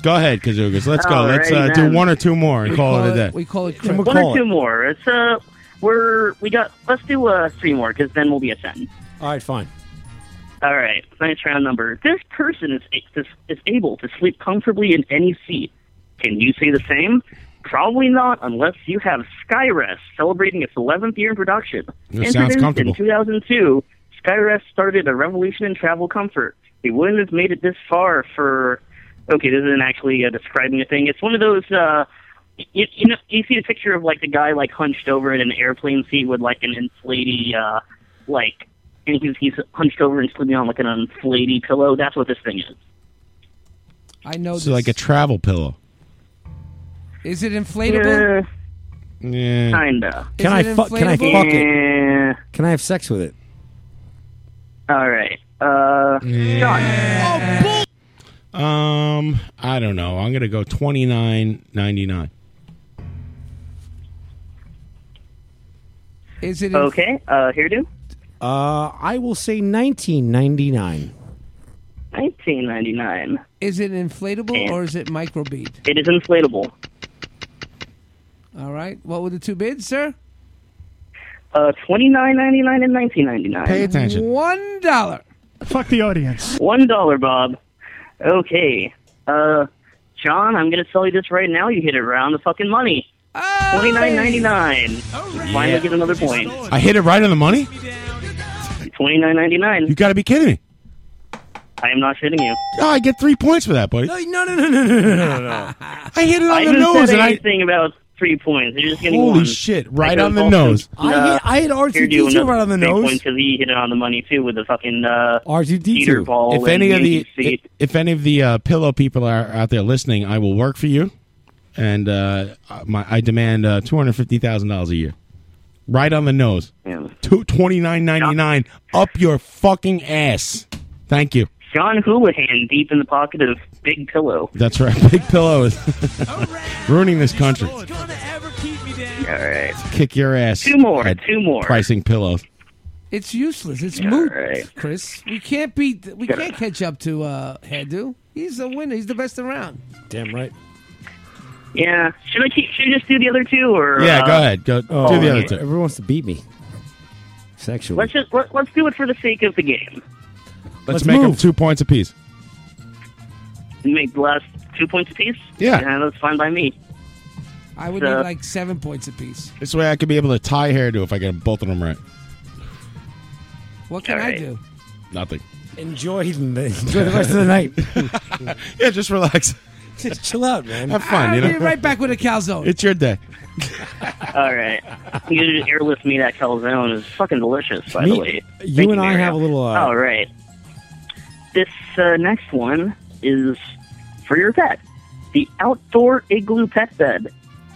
S3: Go ahead, Kazookas. Let's go.
S4: All
S3: Let's uh,
S4: right,
S3: do
S4: then.
S3: one or two more and call, it a day.
S9: We call it
S10: Then we'll
S4: One
S10: call
S4: or two
S10: it.
S4: more. It's uh, we're we got. Let's do uh three more because then we'll be at ten.
S10: All right, fine.
S4: All right, nice round number. This person is a- is, is able to sleep comfortably in any seat. Can you say the same? Probably not, unless you have Skyrest celebrating its 11th year in production.
S3: That sounds
S4: Introduced
S3: comfortable.
S4: in 2002, Skyrest started a revolution in travel comfort. We wouldn't have made it this far for. Okay, this isn't actually uh, describing a thing. It's one of those. Uh, you, you know, you see the picture of like the guy like hunched over in an airplane seat with like an inflaty, uh, like, and he's he's hunched over and sleeping on like an inflaty pillow. That's what this thing is.
S9: I know
S3: So like a travel pillow.
S9: Is it inflatable?
S3: Yeah.
S4: Kinda.
S10: Can
S9: Is
S10: I
S9: it
S10: fuck? Can I
S9: inflatable?
S10: fuck it?
S4: Eh,
S10: Can I have sex with it?
S4: all right. Uh, John.
S3: Um, I don't know. I'm gonna go twenty nine ninety nine.
S9: Is it
S4: Okay, uh, hairdo?
S10: Uh, I will say 1999.
S4: 1999.
S9: Is it inflatable or is it microbead?
S4: It is inflatable.
S9: All right. What were the two bids, sir?
S4: Uh, twenty nine ninety nine and nineteen ninety nine.
S9: Pay attention. One dollar.
S7: Fuck the audience.
S4: One dollar, Bob. Okay. Uh, John, I'm gonna sell you this right now. You hit it around the fucking money.
S9: Ah!
S4: Twenty nine ninety nine. Finally, get another point.
S3: I hit it right on the money.
S4: Twenty nine ninety nine.
S3: You got to be kidding me.
S4: I am not shitting you.
S3: Oh, I get three points for that, buddy.
S10: No, no, no, no, no, no, no, no.
S3: I hit it on
S4: I
S3: the
S4: didn't
S3: nose,
S4: say
S3: and I
S4: anything about three points. You're just getting
S3: Holy
S4: one.
S3: shit,
S4: I
S3: right
S4: goes
S3: on the
S4: also-
S3: nose.
S10: I
S4: Uh,
S10: hit- I hit
S4: here,
S10: R2D2
S4: do another
S10: right on the
S4: three
S10: nose.
S4: Because he hit it on the money too with the fucking uh,
S10: R2D2.
S4: ball.
S3: if
S4: and
S3: any of the
S4: Yankee
S3: if,
S4: seat.
S3: if any of the uh, pillow people are out there listening, I will work for you, and uh, my I demand uh, two hundred fifty thousand dollars a year, right on the nose, two twenty nine ninety nine up your fucking ass. Thank you.
S4: John Houlihan deep in the pocket of Big Pillow.
S3: That's right. Big pillow is ruining this country.
S4: All right,
S3: Kick your ass.
S9: Two more,
S3: at
S9: two more.
S3: Pricing pillows.
S9: It's useless. It's moot, Chris. We can't beat. We can't catch up to uh, Hairdo. He's the winner. He's the best around.
S10: Damn right.
S4: Yeah. Should I keep? Should I just do the other two or?
S3: Yeah,
S4: uh,
S3: go ahead. Go do the other two.
S10: Oh, Everyone wants to beat me. Sexually.
S4: Let's just let, let's do it for the sake of the game.
S3: Let's, make them
S10: move.
S3: two points apiece.
S4: Make the last two points apiece.
S3: Yeah.
S4: that's fine by me.
S9: I would
S4: So-
S9: need like seven points apiece.
S3: This way, I could be able to tie hairdo if I get both of them right.
S9: What can I
S10: Alright.
S9: do?
S3: Nothing.
S10: Enjoy, the- enjoy the rest of the night.
S3: yeah, just relax.
S10: Just chill out, man.
S3: Have fun,
S9: I'll
S3: you
S9: be
S3: know.
S9: right back with a calzone.
S3: It's your day.
S4: All right. You just airlift me that calzone is fucking delicious. By
S10: Me-
S4: the way,
S10: you
S4: Thank
S10: and I
S4: Mario.
S10: have a little, uh,
S4: All right. This uh, next one is for your pet. The outdoor igloo pet bed.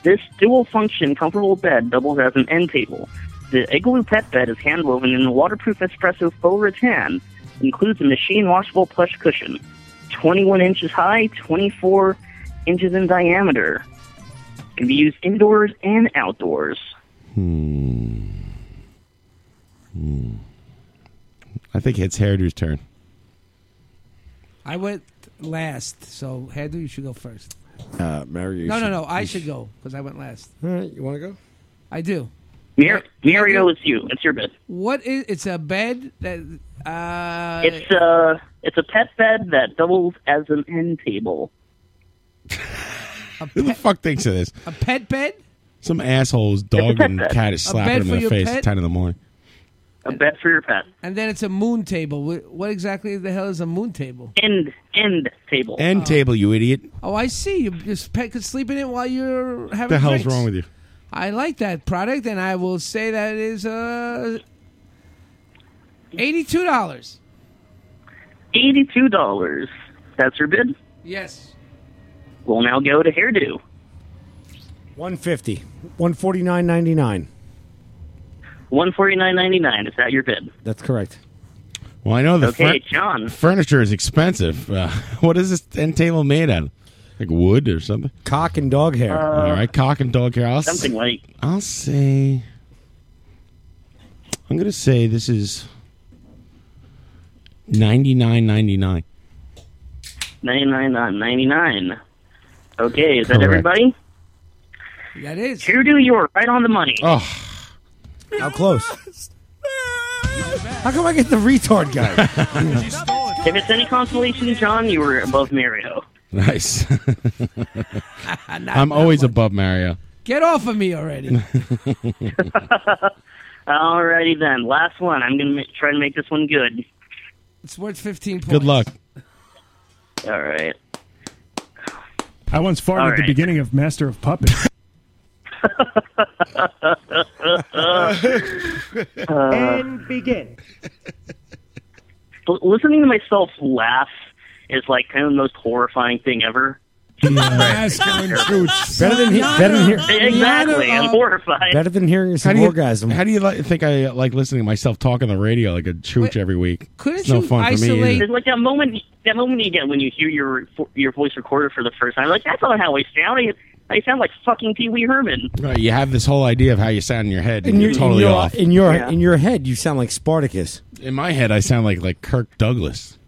S4: This dual function comfortable bed doubles as an end table. The igloo pet bed is hand woven in waterproof espresso faux rattan. Includes a machine washable plush cushion, 21 inches high, 24 inches in diameter. Can be used indoors and outdoors.
S3: Hmm. Hmm. I think it's hairdo's turn.
S9: I went last, so Hairdo, you should go first.
S10: Uh, Mary, you
S9: no, no,
S10: should-
S9: no. I
S10: you
S9: should go because I went last.
S10: All right, you want to go?
S9: I do.
S4: Mar- Mario, it's you. It's your bed.
S9: What is? It's a bed that. Uh,
S4: It's a it's a pet bed that doubles as an end table.
S3: Who the fuck thinks of this?
S9: a pet bed.
S3: Some asshole's dog
S4: pet
S3: and
S4: bed.
S3: cat is
S9: A bed
S3: slapping him
S9: for
S3: in the
S9: your
S3: face
S9: pet?
S3: at 10 in the morning.
S4: A bed for your pet.
S9: And then it's a moon table. Wh- What exactly the hell is a moon table?
S4: End end table.
S3: End table, you idiot.
S9: Oh, I see. You just pet could sleep in it while you're having.
S3: What the hell's
S9: drinks.
S3: wrong with you?
S9: I like that product, and I will say that it is uh, eighty-two dollars.
S4: Eighty two dollars. That's your bid.
S9: Yes.
S4: We'll now go to hairdo.
S10: 150. 149.99.
S4: One forty nine ninety nine. Is that your bid?
S10: That's correct.
S3: Well, I know the
S4: Okay,
S3: fur-
S4: John.
S3: furniture is expensive. Uh, what is this end table made out of? Like wood or something?
S10: Cock and dog hair.
S3: All right, cock and dog hair. I'll s-
S4: Something like
S3: I'll say. I'm gonna say this is ninety nine ninety nine.
S4: ninety nine on ninety nine. Okay, is that
S3: Correct.
S4: everybody?
S9: That is.
S4: Hairdo, you are right on the money.
S3: Oh.
S10: How close? How come I get the retard guy?
S4: If it's any consolation, John, you were above Mario.
S3: Nice. I'm always above Mario.
S9: Get off of me already.
S4: Alrighty then, last one. I'm gonna ma- try to make this one good.
S9: It's worth fifteen points.
S3: Good luck.
S4: All right.
S7: I once farted
S4: All
S7: at the
S4: right.
S7: beginning of Master of Puppets.
S4: and begin. Listening to myself laugh is like kind of the most horrifying thing ever.
S10: better than he- better than hear-
S4: Exactly, I'm horrified.
S10: Better than hearing
S3: How
S10: yourself
S3: do you,
S10: orgasm.
S3: How do you like, think I uh, like listening to myself talk on the radio like a chooch every week? it's no fun for me. either.
S4: It's like that moment, that moment you get when you hear your your voice recorded for the first time. Like that's not how I sound. I- I sound like fucking Pee Wee Herman.
S3: Right, you have this whole idea of how you sound in your head, and
S10: In
S3: you're
S10: your-
S3: totally
S10: in your,
S3: off.
S10: In your
S3: Yeah.
S10: in your head, you sound like Spartacus.
S3: In my head, I sound like like Kirk Douglas,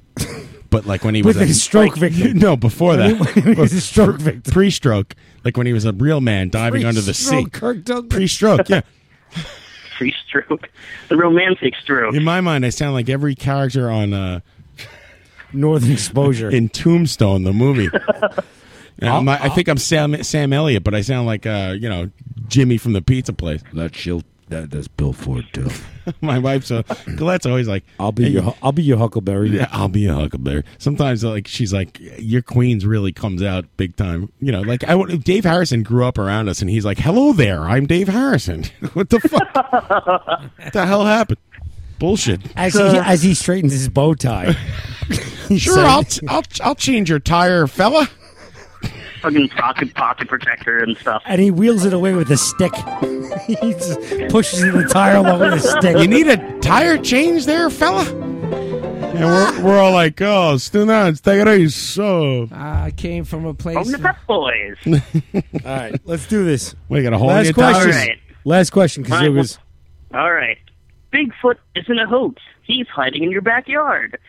S3: but like when he was
S10: With a stroke victim.
S3: No, before that,
S10: When he- when he was a stroke
S3: victim, pre-stroke, like when he was a real man diving under the sea.
S10: Pre-stroke Kirk Douglas.
S3: Pre-stroke, yeah.
S4: Free stroke. The romantic stroke.
S3: In my mind, I sound like every character on uh,
S10: Northern Exposure
S3: in Tombstone, the movie. And I'm not- i think I'm Sam Sam Elliott, but I sound like uh, you know Jimmy from the pizza place. That chill, that that's Bill Ford too. My wife's uh, Colette's always like, "I'll
S10: be your hu-
S3: I'll be your Huckleberry." Yeah, I'll be your Huckleberry. Sometimes like she's like, "Your Queens really comes out big time." You know, like I would- Dave Harrison grew up around us, and he's like, "Hello there, I'm Dave Harrison." what the fuck? what the hell happened? Bullshit.
S10: As
S4: Uh,
S10: he as he straightens his bow tie.
S3: sure, I'll, I'll I'll change your tire, fella.
S4: Fucking pocket pocket protector and stuff.
S10: And he wheels it away with a stick. he just pushes the tire along with a stick.
S3: You need a tire change there, fella? And we're, we're all like, oh, still not. Take it easy. So.
S9: I Uh, came from a place.
S4: From the Frat Boys.
S10: All right, let's do this.
S3: We got a
S4: hole in
S10: Last
S4: your
S10: question.
S4: tire? All right.
S10: Last question, because it
S4: Fine,
S10: was
S4: All right. Bigfoot isn't a hoax. He's hiding in your backyard.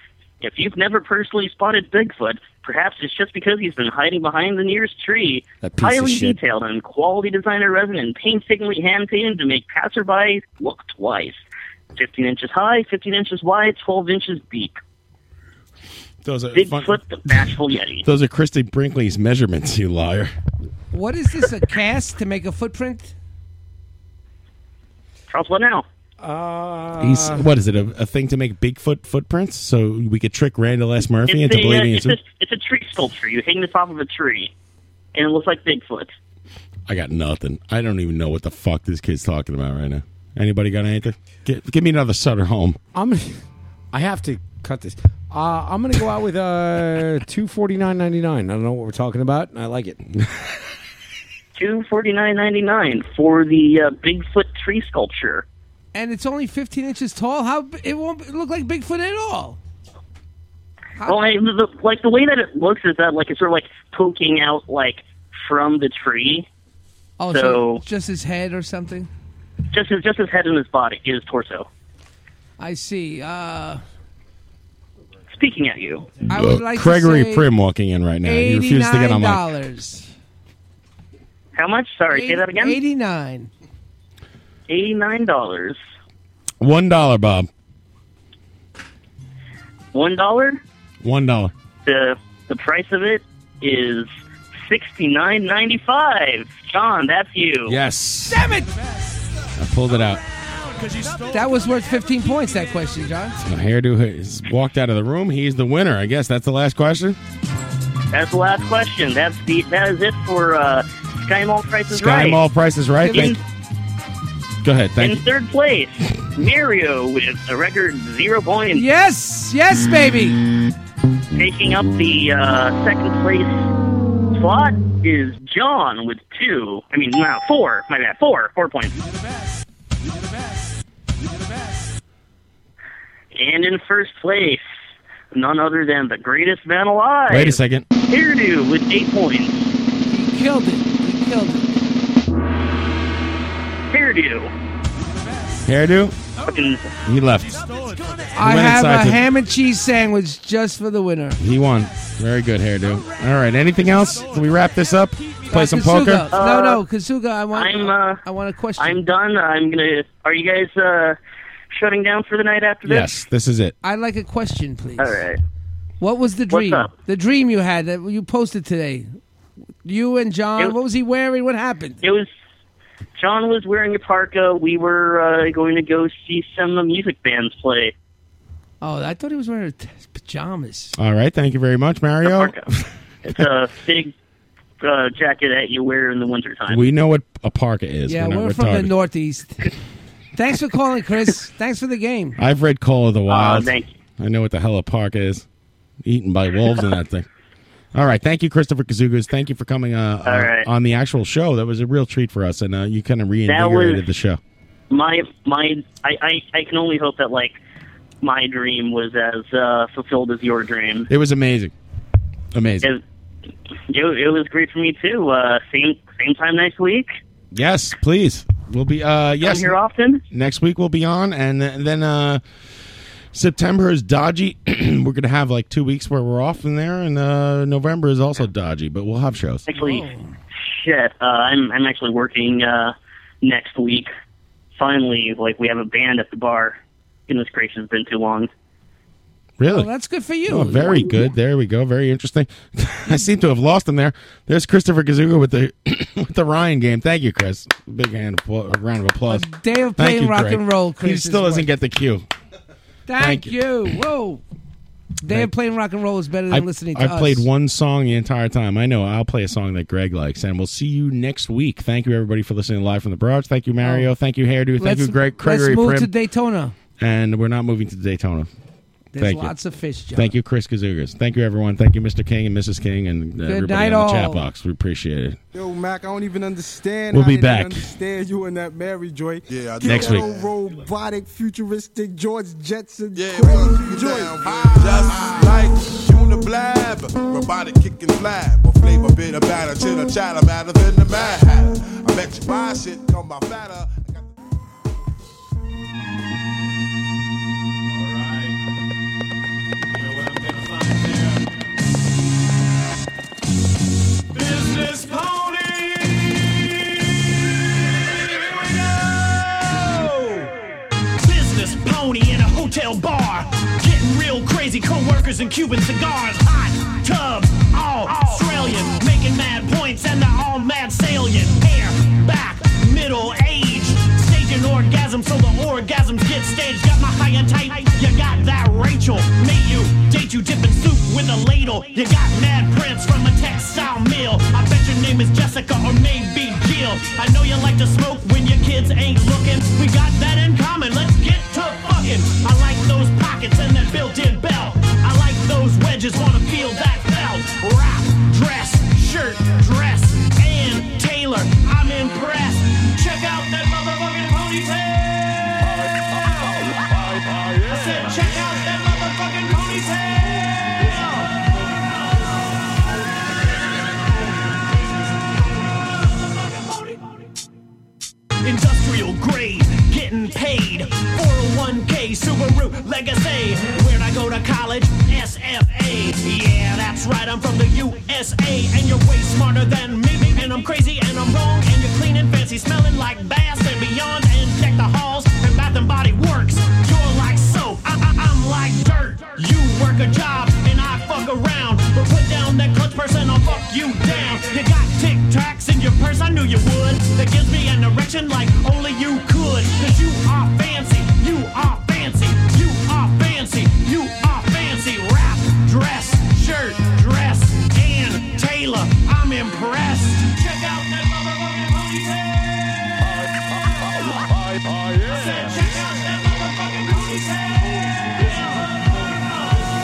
S4: If you've never personally spotted Bigfoot, perhaps it's just because he's been hiding behind the nearest tree.
S10: That piece of
S4: Highly
S10: shit.
S4: detailed and quality designer resin and painstakingly hand painted to make passersby look twice. 15 inches high, 15 inches wide, 12 inches deep.
S3: Those are
S4: Bigfoot the Bashful Yeti.
S3: Those are Christy Brinkley's measurements, you liar.
S9: What is this? A cast to make a footprint?
S4: Charles, what now?
S10: Uh,
S3: He's what is it? A, a thing to make Bigfoot footprints, so we could trick Randall S. Murphy into
S4: a, uh,
S3: believing.
S4: it's,
S3: It's
S4: a, it's a tree sculpture. You hang this off of a tree, and it looks like Bigfoot.
S3: I got nothing. I don't even know what the fuck this kid's talking about right now. Anybody got anything? Gi- give me another Sutter home.
S10: I'm gonna I have to cut this. Uh, I'm gonna go out with uh two forty nine ninety nine. I don't know what we're talking about, and I like it.
S4: Two forty nine ninety nine for the uh, Bigfoot tree sculpture.
S9: And it's only 15 inches tall. How b- it won't look like Bigfoot at all.
S4: Well, I, the, the- like the way that it looks is that like it's sort of like poking out like from the tree.
S9: Oh,
S4: so,
S9: so just his head or something.
S4: just his just his head and his body, his torso,
S9: I see. Uh,
S4: speaking at you.
S9: I would like
S3: Gregory
S9: to say
S3: Prim walking in right now. He refuses to get on my.
S9: dollars.
S4: How much? Sorry, say that again.
S9: Eighty nine.
S4: Eighty nine dollars.
S3: One dollar, Bob.
S4: One dollar.
S3: One dollar.
S4: The the price of it is sixty nine ninety five. John, that's you.
S3: Yes.
S9: Damn it!
S3: I pulled it out.
S9: That was worth fifteen points. That question, John.
S3: My hairdo has walked out of the room. He's the winner. I guess that's the last question.
S4: That's the last question. That's the that is it for uh, Sky Mall Price is
S3: Sky
S4: Right.
S3: Mall Price is Right.
S4: In,
S3: Thank Go ahead. Thank
S4: in
S3: you.
S4: third place, Mario with a record zero points.
S9: Yes, yes, baby.
S4: Taking up the uh, second place slot is John with two. I mean, no, four. My bad, four, four points. And in first place, none other than the greatest man alive.
S3: Wait a second.
S4: Hairdo with eight points.
S9: Killed it. He killed it.
S4: Hairdo.
S3: Hairdo?
S4: Fucking
S3: He left.
S9: I
S3: went
S9: have
S3: inside
S9: a
S3: to-
S9: ham and cheese sandwich just for the winner.
S3: He won. Very good hairdo. All right. Anything else? Can we wrap this up? Play some poker?
S9: Kasuga. no, no, Kasuga. I want.
S4: Uh, I'm, uh,
S9: I want a question.
S4: I'm done. I'm gonna. Are you guys uh, shutting down for the night after this?
S3: Yes. This is it.
S9: I'd like a question, please.
S4: All right.
S9: What was the
S4: What's
S9: dream?
S4: up?
S9: The dream you had that you posted today. You and John.
S4: It was-
S9: what was he wearing? What happened?
S4: It was. John was wearing a parka. We were uh, going to go see some music bands play.
S9: Oh, I thought he was wearing t- pajamas.
S3: All right. Thank you very much, Mario.
S4: It's a big uh, jacket that you wear in the wintertime.
S3: We know what a parka is.
S9: yeah,
S3: we're not
S9: we're from the
S3: retarded.
S9: Northeast. Thanks for calling, Chris. Thanks for the game.
S3: I've read Call of the Wild.
S9: thank
S3: I know what the hell a parka is. Eaten by wolves and that thing. All right. Thank you, Christopher Kazugas. Thank you for coming uh,
S4: All
S3: uh,
S4: right.
S3: on the actual show. That was a real treat for us, and uh, you kind of
S4: was-
S3: reinvigorated the show.
S4: My my. I, I I can only hope that like my dream was as uh, fulfilled as your dream.
S3: It was amazing. Amazing.
S4: It, It, it was great for me too. Uh, same same time next week.
S3: Yes, please. We'll be uh yes.
S4: here often?
S3: Next week we'll be on and th- then uh September is dodgy. we're going to have like 2 weeks where we're off in there and uh November is also dodgy, but we'll have shows.
S4: Actually,
S3: Oh.
S4: shit. Uh, I'm I'm actually working uh, next week. Finally, like we have a band at the bar. Goodness gracious, it's been too long.
S3: Really?
S9: Well, that's good for you.
S3: Oh, very good. There we go. Very interesting. I seem to have lost him there. There's Christopher Kazuka with the with the Ryan game. Thank you, Chris. Big hand, of appla- round of applause.
S9: day
S3: Thank
S9: of playing
S3: you,
S9: rock
S3: Greg.
S9: and roll,
S3: He
S9: Chris,
S3: still
S9: is
S3: doesn't get the cue.
S9: Thank,
S3: Thank
S9: you. Whoa. Day of playing rock and roll is better than
S3: I,
S9: listening to
S3: I
S9: us.
S3: played one song the entire time. I know. I'll play a song that Greg likes, and we'll see you next week. Thank you, everybody, for listening live from the barrage. Thank you, Mario. Thank you, Hairdo. Thank
S9: Oh. Let's-
S3: you, Greg. Gregory
S9: Let's move
S3: Prim.
S9: to Daytona.
S3: and we're not moving to Daytona.
S9: There's
S3: Thank
S9: lots
S3: you.
S9: of fish, John.
S3: Thank you, Chris Kazugas. Thank you, everyone. Thank you, Mr. King and Mrs. King, and uh,
S11: Good
S3: everybody
S11: night,
S3: on the chat
S11: all.
S3: box. We appreciate it.
S11: Yo, Mac, I don't even understand.
S3: We'll
S11: how
S3: be
S11: they didn't
S3: back.
S11: Understand you and that Mary Joy. Yeah,
S3: do. Next week.
S11: Robotic, futuristic George Jetson. Yeah, Joy. Just
S12: like Juna Blab, robotic kick and flab, or flavor bit of batter, chitter chatter, matter than the mad. Hatter. I bet you buy shit, come by fatter.
S13: Business pony. Business pony in a hotel bar. Getting real crazy, co-workers and Cuban cigars. Hot tubs, all Australian. Making mad points and they're all mad salient. Hair, back, middle, age. Staging orgasm so the orgasms get staged. Got my high and tight, you got that Rachel. Made you, date you dipping soup with a ladle. You got mad prints from a textile mill. I bet your name is Jessica or maybe Jill. I know you like to smoke when your kids ain't looking. We got that in common. Let's get to fucking. I like those pockets and that built-in belt. I like those wedges. Wanna feel that belt? Wrap, dress, shirt, dress, and Taylor. I'm impressed. Check out that motherfucking ponytail. I said, check out that motherfucking ponytail. Industrial grade, getting paid. 401k, Subaru Legacy. Where'd I go to college? SFA. Yeah, that's right, I'm from the USA. And you're way smarter than me. And I'm crazy and I'm wrong. And you're clean and fancy, smelling like bass and beyond. And deck the halls and bath and body works. You're like soap, I- I- I'm like dirt. You work a job and I fuck around. But put down that clutch person, I'll fuck you down. You got tic tacs in your purse, I knew you would. That gives me an erection like only you could. Cause you are fancy, you are fancy, you are fancy, you are fancy. Wrap, dress, shirt, dress, and Taylor, I'm impressed. Check out that motherfucking ponytail. I said, check out that motherfucking ponytail.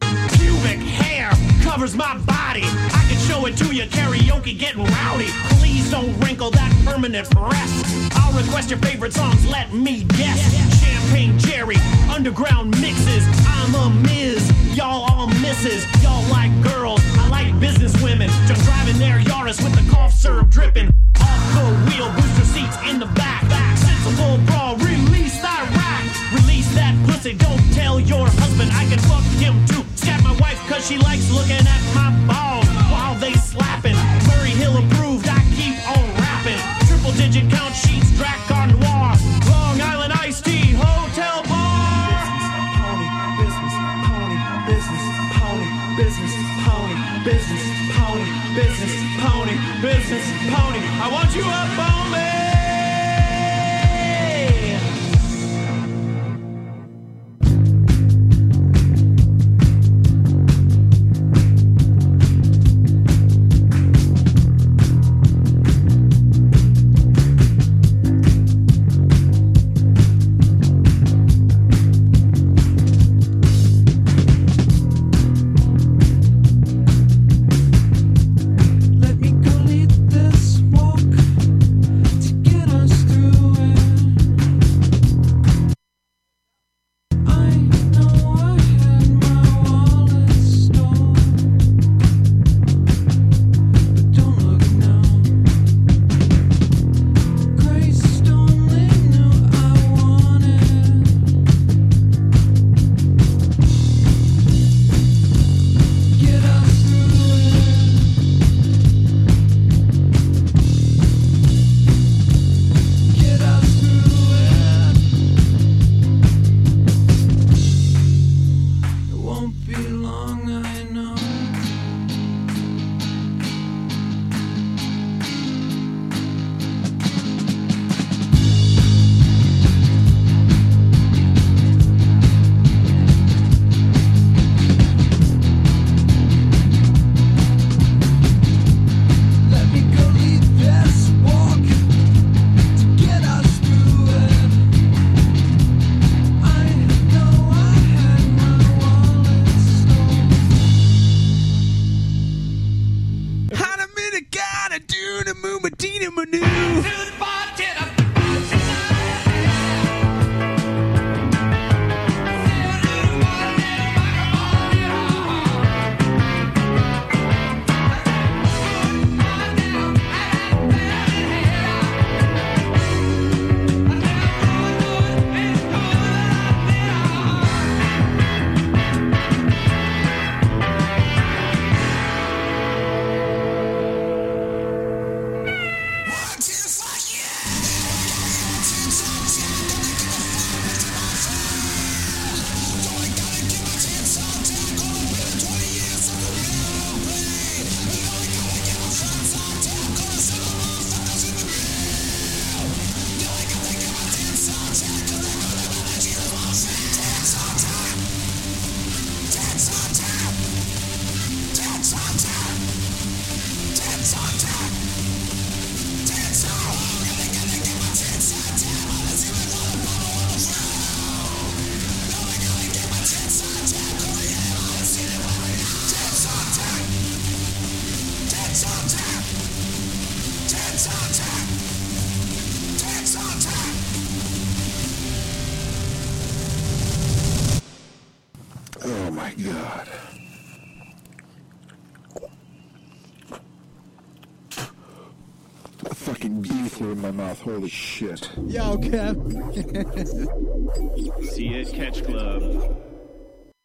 S13: pubic hair covers my body. I can show it to you, karaoke getting rowdy. Please don't wrinkle that permanent breast. I'll request your favorite songs, let me guess. Champagne Jerry, underground mixes. I'm a Miz, y'all all misses. Y'all like girls, I like business women. Just driving their Yaris with the cough syrup dripping. Off the wheel, booster seats in the back. Sensible bra, release that rack. Release that pussy, don't tell your husband I can fuck him too. Stab my wife cause she likes looking at my balls while they slapping. Murray Hill approved, I keep on rapping. Triple digit count sheets, Dracar Noir. Long Island iced tea, hotel bar. business, pony, business, pony, business, pony, business, pony, business, pony. I want you up on me.
S14: Let me go lead this walk to
S3: Dina Manu.
S12: Oh my god. A fucking bee flew in my mouth. Holy shit.
S14: Yo, Kev.
S15: See it, Catch Club.